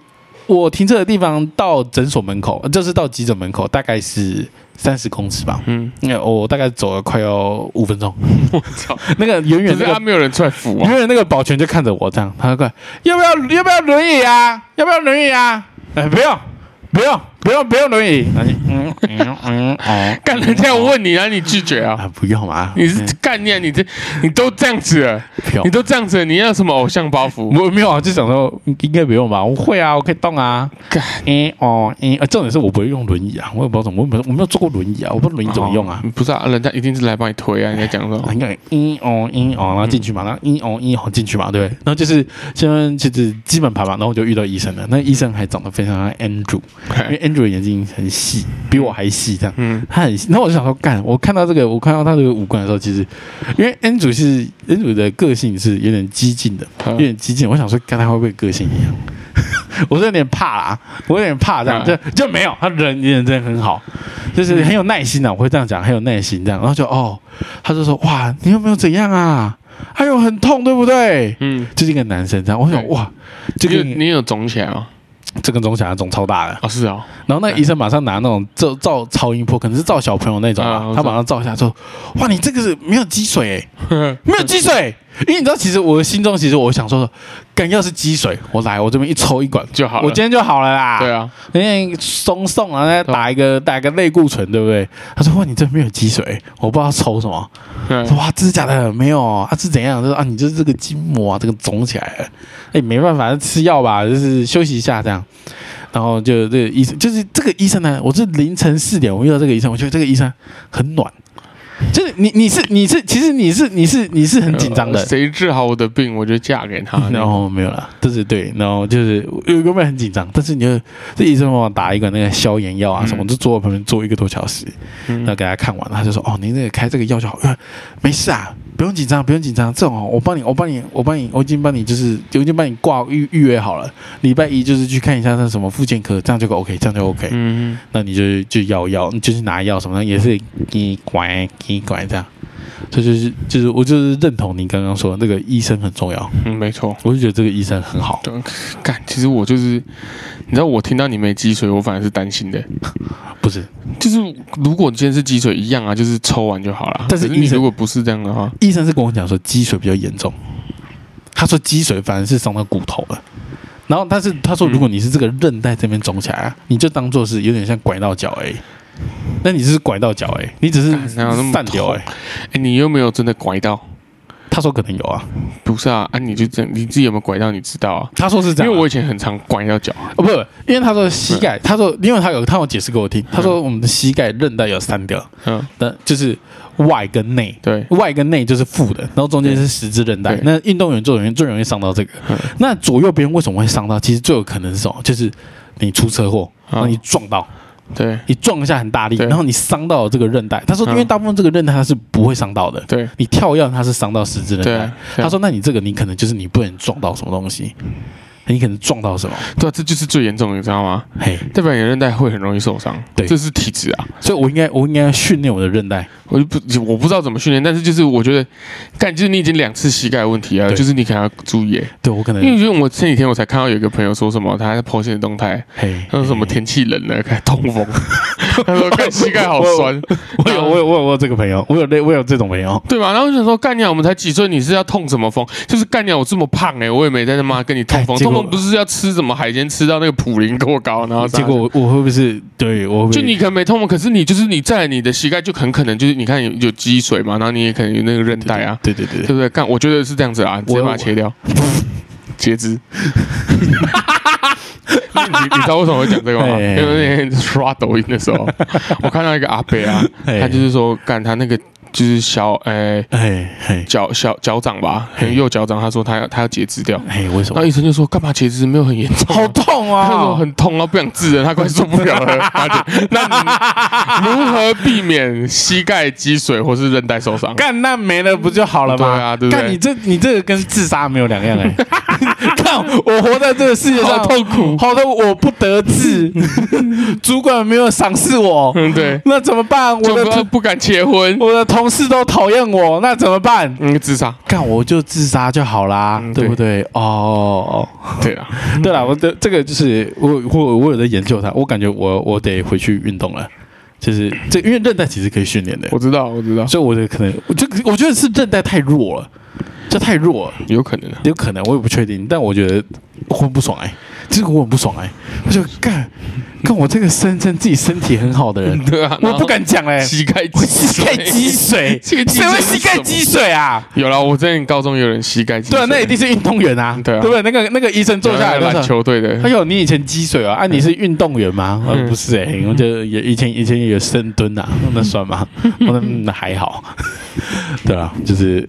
Speaker 1: 我停车的地方到诊所门口，呃就是到急诊门口，大概是三十公尺吧。
Speaker 2: 嗯，
Speaker 1: 那我大概走了快要五分钟，
Speaker 2: 我操，
Speaker 1: 那个远
Speaker 2: 可
Speaker 1: 远
Speaker 2: 是
Speaker 1: 那
Speaker 2: 他
Speaker 1: 个
Speaker 2: 没有人出来扶啊
Speaker 1: 远，远那个保全就看着我这样，他就快要不要要不要轮椅啊？要不要轮椅啊？哎，不用不用不用不用轮 椅，然后就嗯嗯嗯哦，
Speaker 2: 干人家我问你，然后你拒绝啊？
Speaker 1: 啊不用啊，
Speaker 2: 你是干你啊！你这你都这样子了，
Speaker 1: 不用
Speaker 2: 你。都这样子了，你要什么偶像包袱？
Speaker 1: 我没有啊，就想说嗯应该不用吧，我会啊，我可以动啊。
Speaker 2: 干
Speaker 1: 诶、哦，诶、呃重点是我不会用轮椅啊，我也不知道怎么，我没有我没有坐过轮椅啊，我不知道轮椅怎么用啊。
Speaker 2: 哦？不是啊，人家一定是来帮你推啊！嗯你在讲什
Speaker 1: 啊
Speaker 2: 么？
Speaker 1: 应该一哦一哦，然后进去嘛，然后一哦一哦进去嘛，对
Speaker 2: 嗯
Speaker 1: 不对。然后就是先就是基本盘嘛，然后我就遇到医生了。那医生还长得非常像 Andrew，因
Speaker 2: 哎
Speaker 1: 为 Andrew 眼睛很细，比我还细这样。
Speaker 2: 嗯，
Speaker 1: 他很细，然后我就想说，干！我看到这个，我看到他这个五官的时候，其实因为 Andrew 是 Andrew 的个性是有点激进的，
Speaker 2: 呃嗯
Speaker 1: 有点激进。我想说，看他会不会个性一样？ 我是有点怕啦，我有点怕这样，就
Speaker 2: 嗯
Speaker 1: 就没有他人人真的很好，就是很有耐心啊，我会这样讲，很有耐心这样。然后就哦，他就说哇，你有没有怎样啊？哎呦，很痛，对不对？
Speaker 2: 嗯，
Speaker 1: 就是一个男生这样，我想
Speaker 2: 对
Speaker 1: 哇，这
Speaker 2: 这个
Speaker 1: 个
Speaker 2: 你有肿起来吗？
Speaker 1: 这个肿起来肿超大的。
Speaker 2: 哦，是啊，
Speaker 1: 然后那个医生马上拿那种照照超音波，可能是照小朋友那种
Speaker 2: 啊
Speaker 1: 吧
Speaker 2: 我，知
Speaker 1: 他
Speaker 2: 道
Speaker 1: 马上照一下说：“哇，你这个是没有积水、 欸，没有积水。”因为你知道，其实我的心中其实我想说，敢要是积水，我来我这边一抽一管，
Speaker 2: 就好了
Speaker 1: 我今天就好了啦。
Speaker 2: 对，啊，
Speaker 1: 因为松送然后再打一个打一个类固醇，对不对？他说：“哇，你这没有积水，我不知道抽什么。”
Speaker 2: 嗯
Speaker 1: 说哇，这是假的，没有啊，是怎样？他说啊，你就是这个筋膜啊，这个肿起来了，哎，没办法，吃药吧，就是休息一下这样。然后就这个医生，就是这个医生呢，我是凌晨四点我遇到这个医生，我觉得这个医生很暖，就是你你是你是其实你是你是你是很紧张的哦
Speaker 2: 呃，谁治好我的病，我就嫁 给他。
Speaker 1: 然后没有了，就是对，然后就是我有原本很紧张，但是你就这医生帮我打一个那个消炎药啊什么，
Speaker 2: 嗯
Speaker 1: 就坐我旁边坐一个多小时，
Speaker 2: 嗯
Speaker 1: 然后给他看完，他就说哦，您这个开这个药就好，呃没事啊，不用紧张，不用紧张，这种哦我帮你，我帮你，我帮你，我已经帮你就是我已经帮你挂预预约好了，礼拜一就是去看一下那什么复健科，这样就 OK，这样就 OK，、
Speaker 2: 嗯，
Speaker 1: 那你就就要药，你就是拿药什么的，也是给拐给拐这样，这就是就是我就是认同你刚刚说的那个医生很重要。
Speaker 2: 嗯，没错。
Speaker 1: 我就觉得这个医生很好，
Speaker 2: 对，干，其实我就是，你知道，我听到你没积水，我反而是担心的。嗯
Speaker 1: 不是
Speaker 2: 就是如果你今天是积水一样啊，就是抽完就好了。
Speaker 1: 但是
Speaker 2: 可你
Speaker 1: 医生
Speaker 2: 如果不是这样的话，
Speaker 1: 医生是跟我讲说积水比较严重，他说积水反而是伤到骨头了。然后，但是他说，如果你是这个韧带这边肿起来啊、你就当做是有点像拐到脚哎、那你是拐到脚哎、你只是
Speaker 2: 干哪有那么
Speaker 1: 散流哎、
Speaker 2: 哎、你又没有真的拐到，
Speaker 1: 他说可能有啊，
Speaker 2: 不是啊，啊，你就这样，你自己有没有拐到？你知道啊？
Speaker 1: 他说是这
Speaker 2: 因
Speaker 1: 样啊、
Speaker 2: 为我以前很常拐到脚，
Speaker 1: 哦不，因为他说膝盖，他说因为他有他有解释给我听，他说我们的膝盖韧带有三条，
Speaker 2: 嗯，
Speaker 1: 那就是外跟内，
Speaker 2: 对，
Speaker 1: 外跟内就是负的，然后中间是十字韧带
Speaker 2: 对。
Speaker 1: 那运动员最容易最容易伤到这个
Speaker 2: 嗯。
Speaker 1: 那左右边为什么会伤到？其实最有可能是什么？就是你出车祸，
Speaker 2: 嗯
Speaker 1: 然哦后你撞到，
Speaker 2: 对，
Speaker 1: 你撞一下很大力，
Speaker 2: 对
Speaker 1: 然后你伤到了这个韧带。他说，
Speaker 2: 嗯
Speaker 1: 因为大部分这个韧带它是不会伤到的，
Speaker 2: 对，
Speaker 1: 你跳跃它是伤到十字韧
Speaker 2: 对
Speaker 1: 带
Speaker 2: 啊。，对啊
Speaker 1: 他说，那你这个你可能就是你不能撞到什么东西，你可能撞到什么？
Speaker 2: 对啊，这就是最严重的，你知道吗？
Speaker 1: 嘿，
Speaker 2: 代表你的韧带会很容易受伤，
Speaker 1: 对
Speaker 2: 这是体质啊。
Speaker 1: 所以我应该我应该训练我的韧带。
Speaker 2: 我就不我不知道怎么训练，但是就是我觉得，干就是你已经两次膝盖的问题啊，
Speaker 1: 对
Speaker 2: 就是你可能要注意欸、
Speaker 1: 对我可能
Speaker 2: 因为我前几天我才看到有一个朋友说什么，他在剖线的动态，
Speaker 1: 嘿，
Speaker 2: 他说什么天气冷了开始痛风， 他说干膝盖好酸，
Speaker 1: 我有我有我有我有这个朋友，我有类我有这种朋友。
Speaker 2: 对吧？然后我就想说干鸟，我们才几岁，你是要痛什么风？就是干鸟我这么胖哎、我也没在他妈跟你痛风，
Speaker 1: 哎结
Speaker 2: 痛
Speaker 1: 果
Speaker 2: 风不是要吃什么海鲜吃到那个普林过高，然后
Speaker 1: 结果我我会不会是对我会不会
Speaker 2: 就你可能没痛风，可是你就是你在你的膝盖就很可能就是你看有有积水嘛，然后你也可能有那个韧带啊，
Speaker 1: 对对对
Speaker 2: 对不对？干，我觉得是这样子啊，直接把它切 掉，截肢。你你知道为什么会讲这个吗？
Speaker 1: 哎
Speaker 2: 因为那天刷抖音的时候，我看到一个阿伯啊，
Speaker 1: 哎
Speaker 2: 他就是说，干他那个就是小诶
Speaker 1: 哎嘿
Speaker 2: 脚小脚掌吧，可能右脚掌，他说他要他要截肢掉，
Speaker 1: 哎，为什
Speaker 2: 然后
Speaker 1: 么？
Speaker 2: 医生就说干嘛截肢没有很严重啊，
Speaker 1: 痛哦
Speaker 2: 他说！很痛，然后不想治了，他快受不了了。他就那你如何避免膝盖积水或是韧带受伤？
Speaker 1: 干那没了不就好了吗？
Speaker 2: 对啊对不对
Speaker 1: 干你这你这个跟自杀没有两 样哎、看我活在这个世界上
Speaker 2: 好痛苦
Speaker 1: 好的我不得 志，主管没有赏识我，
Speaker 2: 嗯，对，
Speaker 1: 那怎么办？ 我
Speaker 2: 就
Speaker 1: 的
Speaker 2: 不要
Speaker 1: 同
Speaker 2: 不敢结婚，
Speaker 1: 我的同事都讨厌我，那怎么办？
Speaker 2: 嗯，自杀。
Speaker 1: 干我就自杀就好啦，
Speaker 2: 嗯
Speaker 1: 对不对？哦，
Speaker 2: 对啊，
Speaker 1: 对啦，我的这个就是我我我有在研究它，我感觉我我得回去运动了，就是这因为韧带其实可以训练的，
Speaker 2: 我知道，我 知道，
Speaker 1: 所以我的可能我这个我觉得是韧带太弱了，这太弱了，
Speaker 2: 有可能啊。
Speaker 1: 有可能我也不确定，但我觉得我很不爽哎、这个我很不爽哎、我就干干我这个声称自己身体很好的人，
Speaker 2: 对啊，然
Speaker 1: 我
Speaker 2: 后
Speaker 1: 不敢讲嘞、
Speaker 2: 膝盖
Speaker 1: 我
Speaker 2: 积
Speaker 1: 膝盖积
Speaker 2: 水。
Speaker 1: 水，
Speaker 2: 这个积
Speaker 1: 谁
Speaker 2: 水
Speaker 1: 会
Speaker 2: 是
Speaker 1: 膝盖
Speaker 2: 什么
Speaker 1: 积水啊？
Speaker 2: 有了，我之前高中有人膝盖积水，
Speaker 1: 对啊，那一定是运动员啊，
Speaker 2: 对啊
Speaker 1: 对不对？那个那个医生坐下来
Speaker 2: 有
Speaker 1: 的
Speaker 2: 那
Speaker 1: 时
Speaker 2: 个
Speaker 1: 候
Speaker 2: 篮。球队
Speaker 1: 哎
Speaker 2: 的，
Speaker 1: 呦，你以前积水啊？啊，你是运动员吗？呃、
Speaker 2: 嗯
Speaker 1: 不是哎、我就也以前以前也有深蹲 啊，那算吗？我说、嗯、那还好， 对啊，就是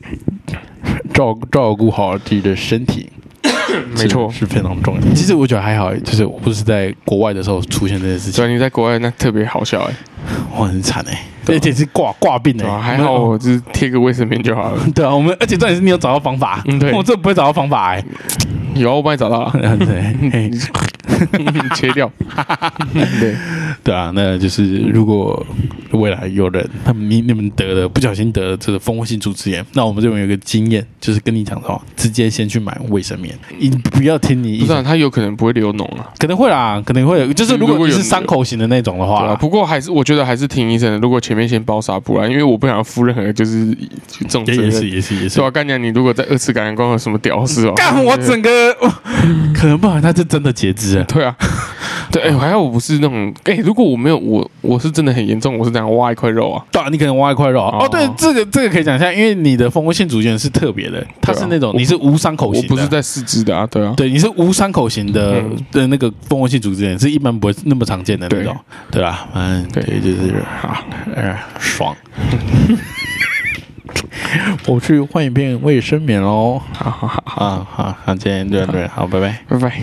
Speaker 1: 照照顾好自己的身体，
Speaker 2: 没错
Speaker 1: 是。是非常重要的。其实我觉得还好、欸，就是我不是在国外的时候出现这件事情
Speaker 2: 所，以你在国外那特别好笑哎，
Speaker 1: 我很惨哎、而且是挂挂病哎、
Speaker 2: 啊对
Speaker 1: 欸
Speaker 2: 啊，还好我就是贴个卫生棉就好了。
Speaker 1: 对啊，我们而且重点是你有找到方法，
Speaker 2: 嗯对
Speaker 1: 我这不会找到方法 哎、
Speaker 2: 有啊，我帮你找到了，
Speaker 1: 欸，对，嘿
Speaker 2: 切 掉。对，
Speaker 1: 对啊，那就是如果未来有人他们你你们得了不小心得了这个蜂窝性组织炎，那我们这边有一个经验，就是跟你讲什么，直接先去买卫生棉，你不要听你
Speaker 2: 不
Speaker 1: 医
Speaker 2: 是啊，
Speaker 1: 生，
Speaker 2: 他有可能不会流脓啊。
Speaker 1: 可能会啦，可能会，就是如
Speaker 2: 如
Speaker 1: 果
Speaker 2: 果
Speaker 1: 你
Speaker 2: 有
Speaker 1: 是伤口型的那种的
Speaker 2: 对啊，
Speaker 1: 话，
Speaker 2: 不过还是我觉得还是听医生的。如果前面先包纱布啊，因为我不想要负任何就是就这种责
Speaker 1: 也也
Speaker 2: 任。
Speaker 1: 是也是也是
Speaker 2: 对啊，。干娘，你如果在二次感染光有什么屌事哦？
Speaker 1: 干我整个，我可能不然他是真的截肢了，
Speaker 2: 对啊， 对，哎、还好我不是那种，哎、如果我没有我我是真的很严重，我是这样挖一块肉啊，
Speaker 1: 对啊，你可能挖一块肉哦
Speaker 2: 哦。
Speaker 1: 对，这个这个可以讲一下，因为你的蜂窝性组织炎是特别的，它是那种
Speaker 2: 我
Speaker 1: 你是无伤口
Speaker 2: 啊我
Speaker 1: 型的，
Speaker 2: 不是在四肢的啊，对啊，
Speaker 1: 对，你是无伤口型的、
Speaker 2: 嗯
Speaker 1: 的那个蜂窝性组织炎，是一般不会那么常见的那种，对啦，嗯，对
Speaker 2: 对，
Speaker 1: 就是
Speaker 2: 啊，
Speaker 1: 呃，爽。 我去换一片卫生棉喽！
Speaker 2: 好好好，
Speaker 1: 啊，好，好，今天就到这样对，好，拜拜。
Speaker 2: 拜拜。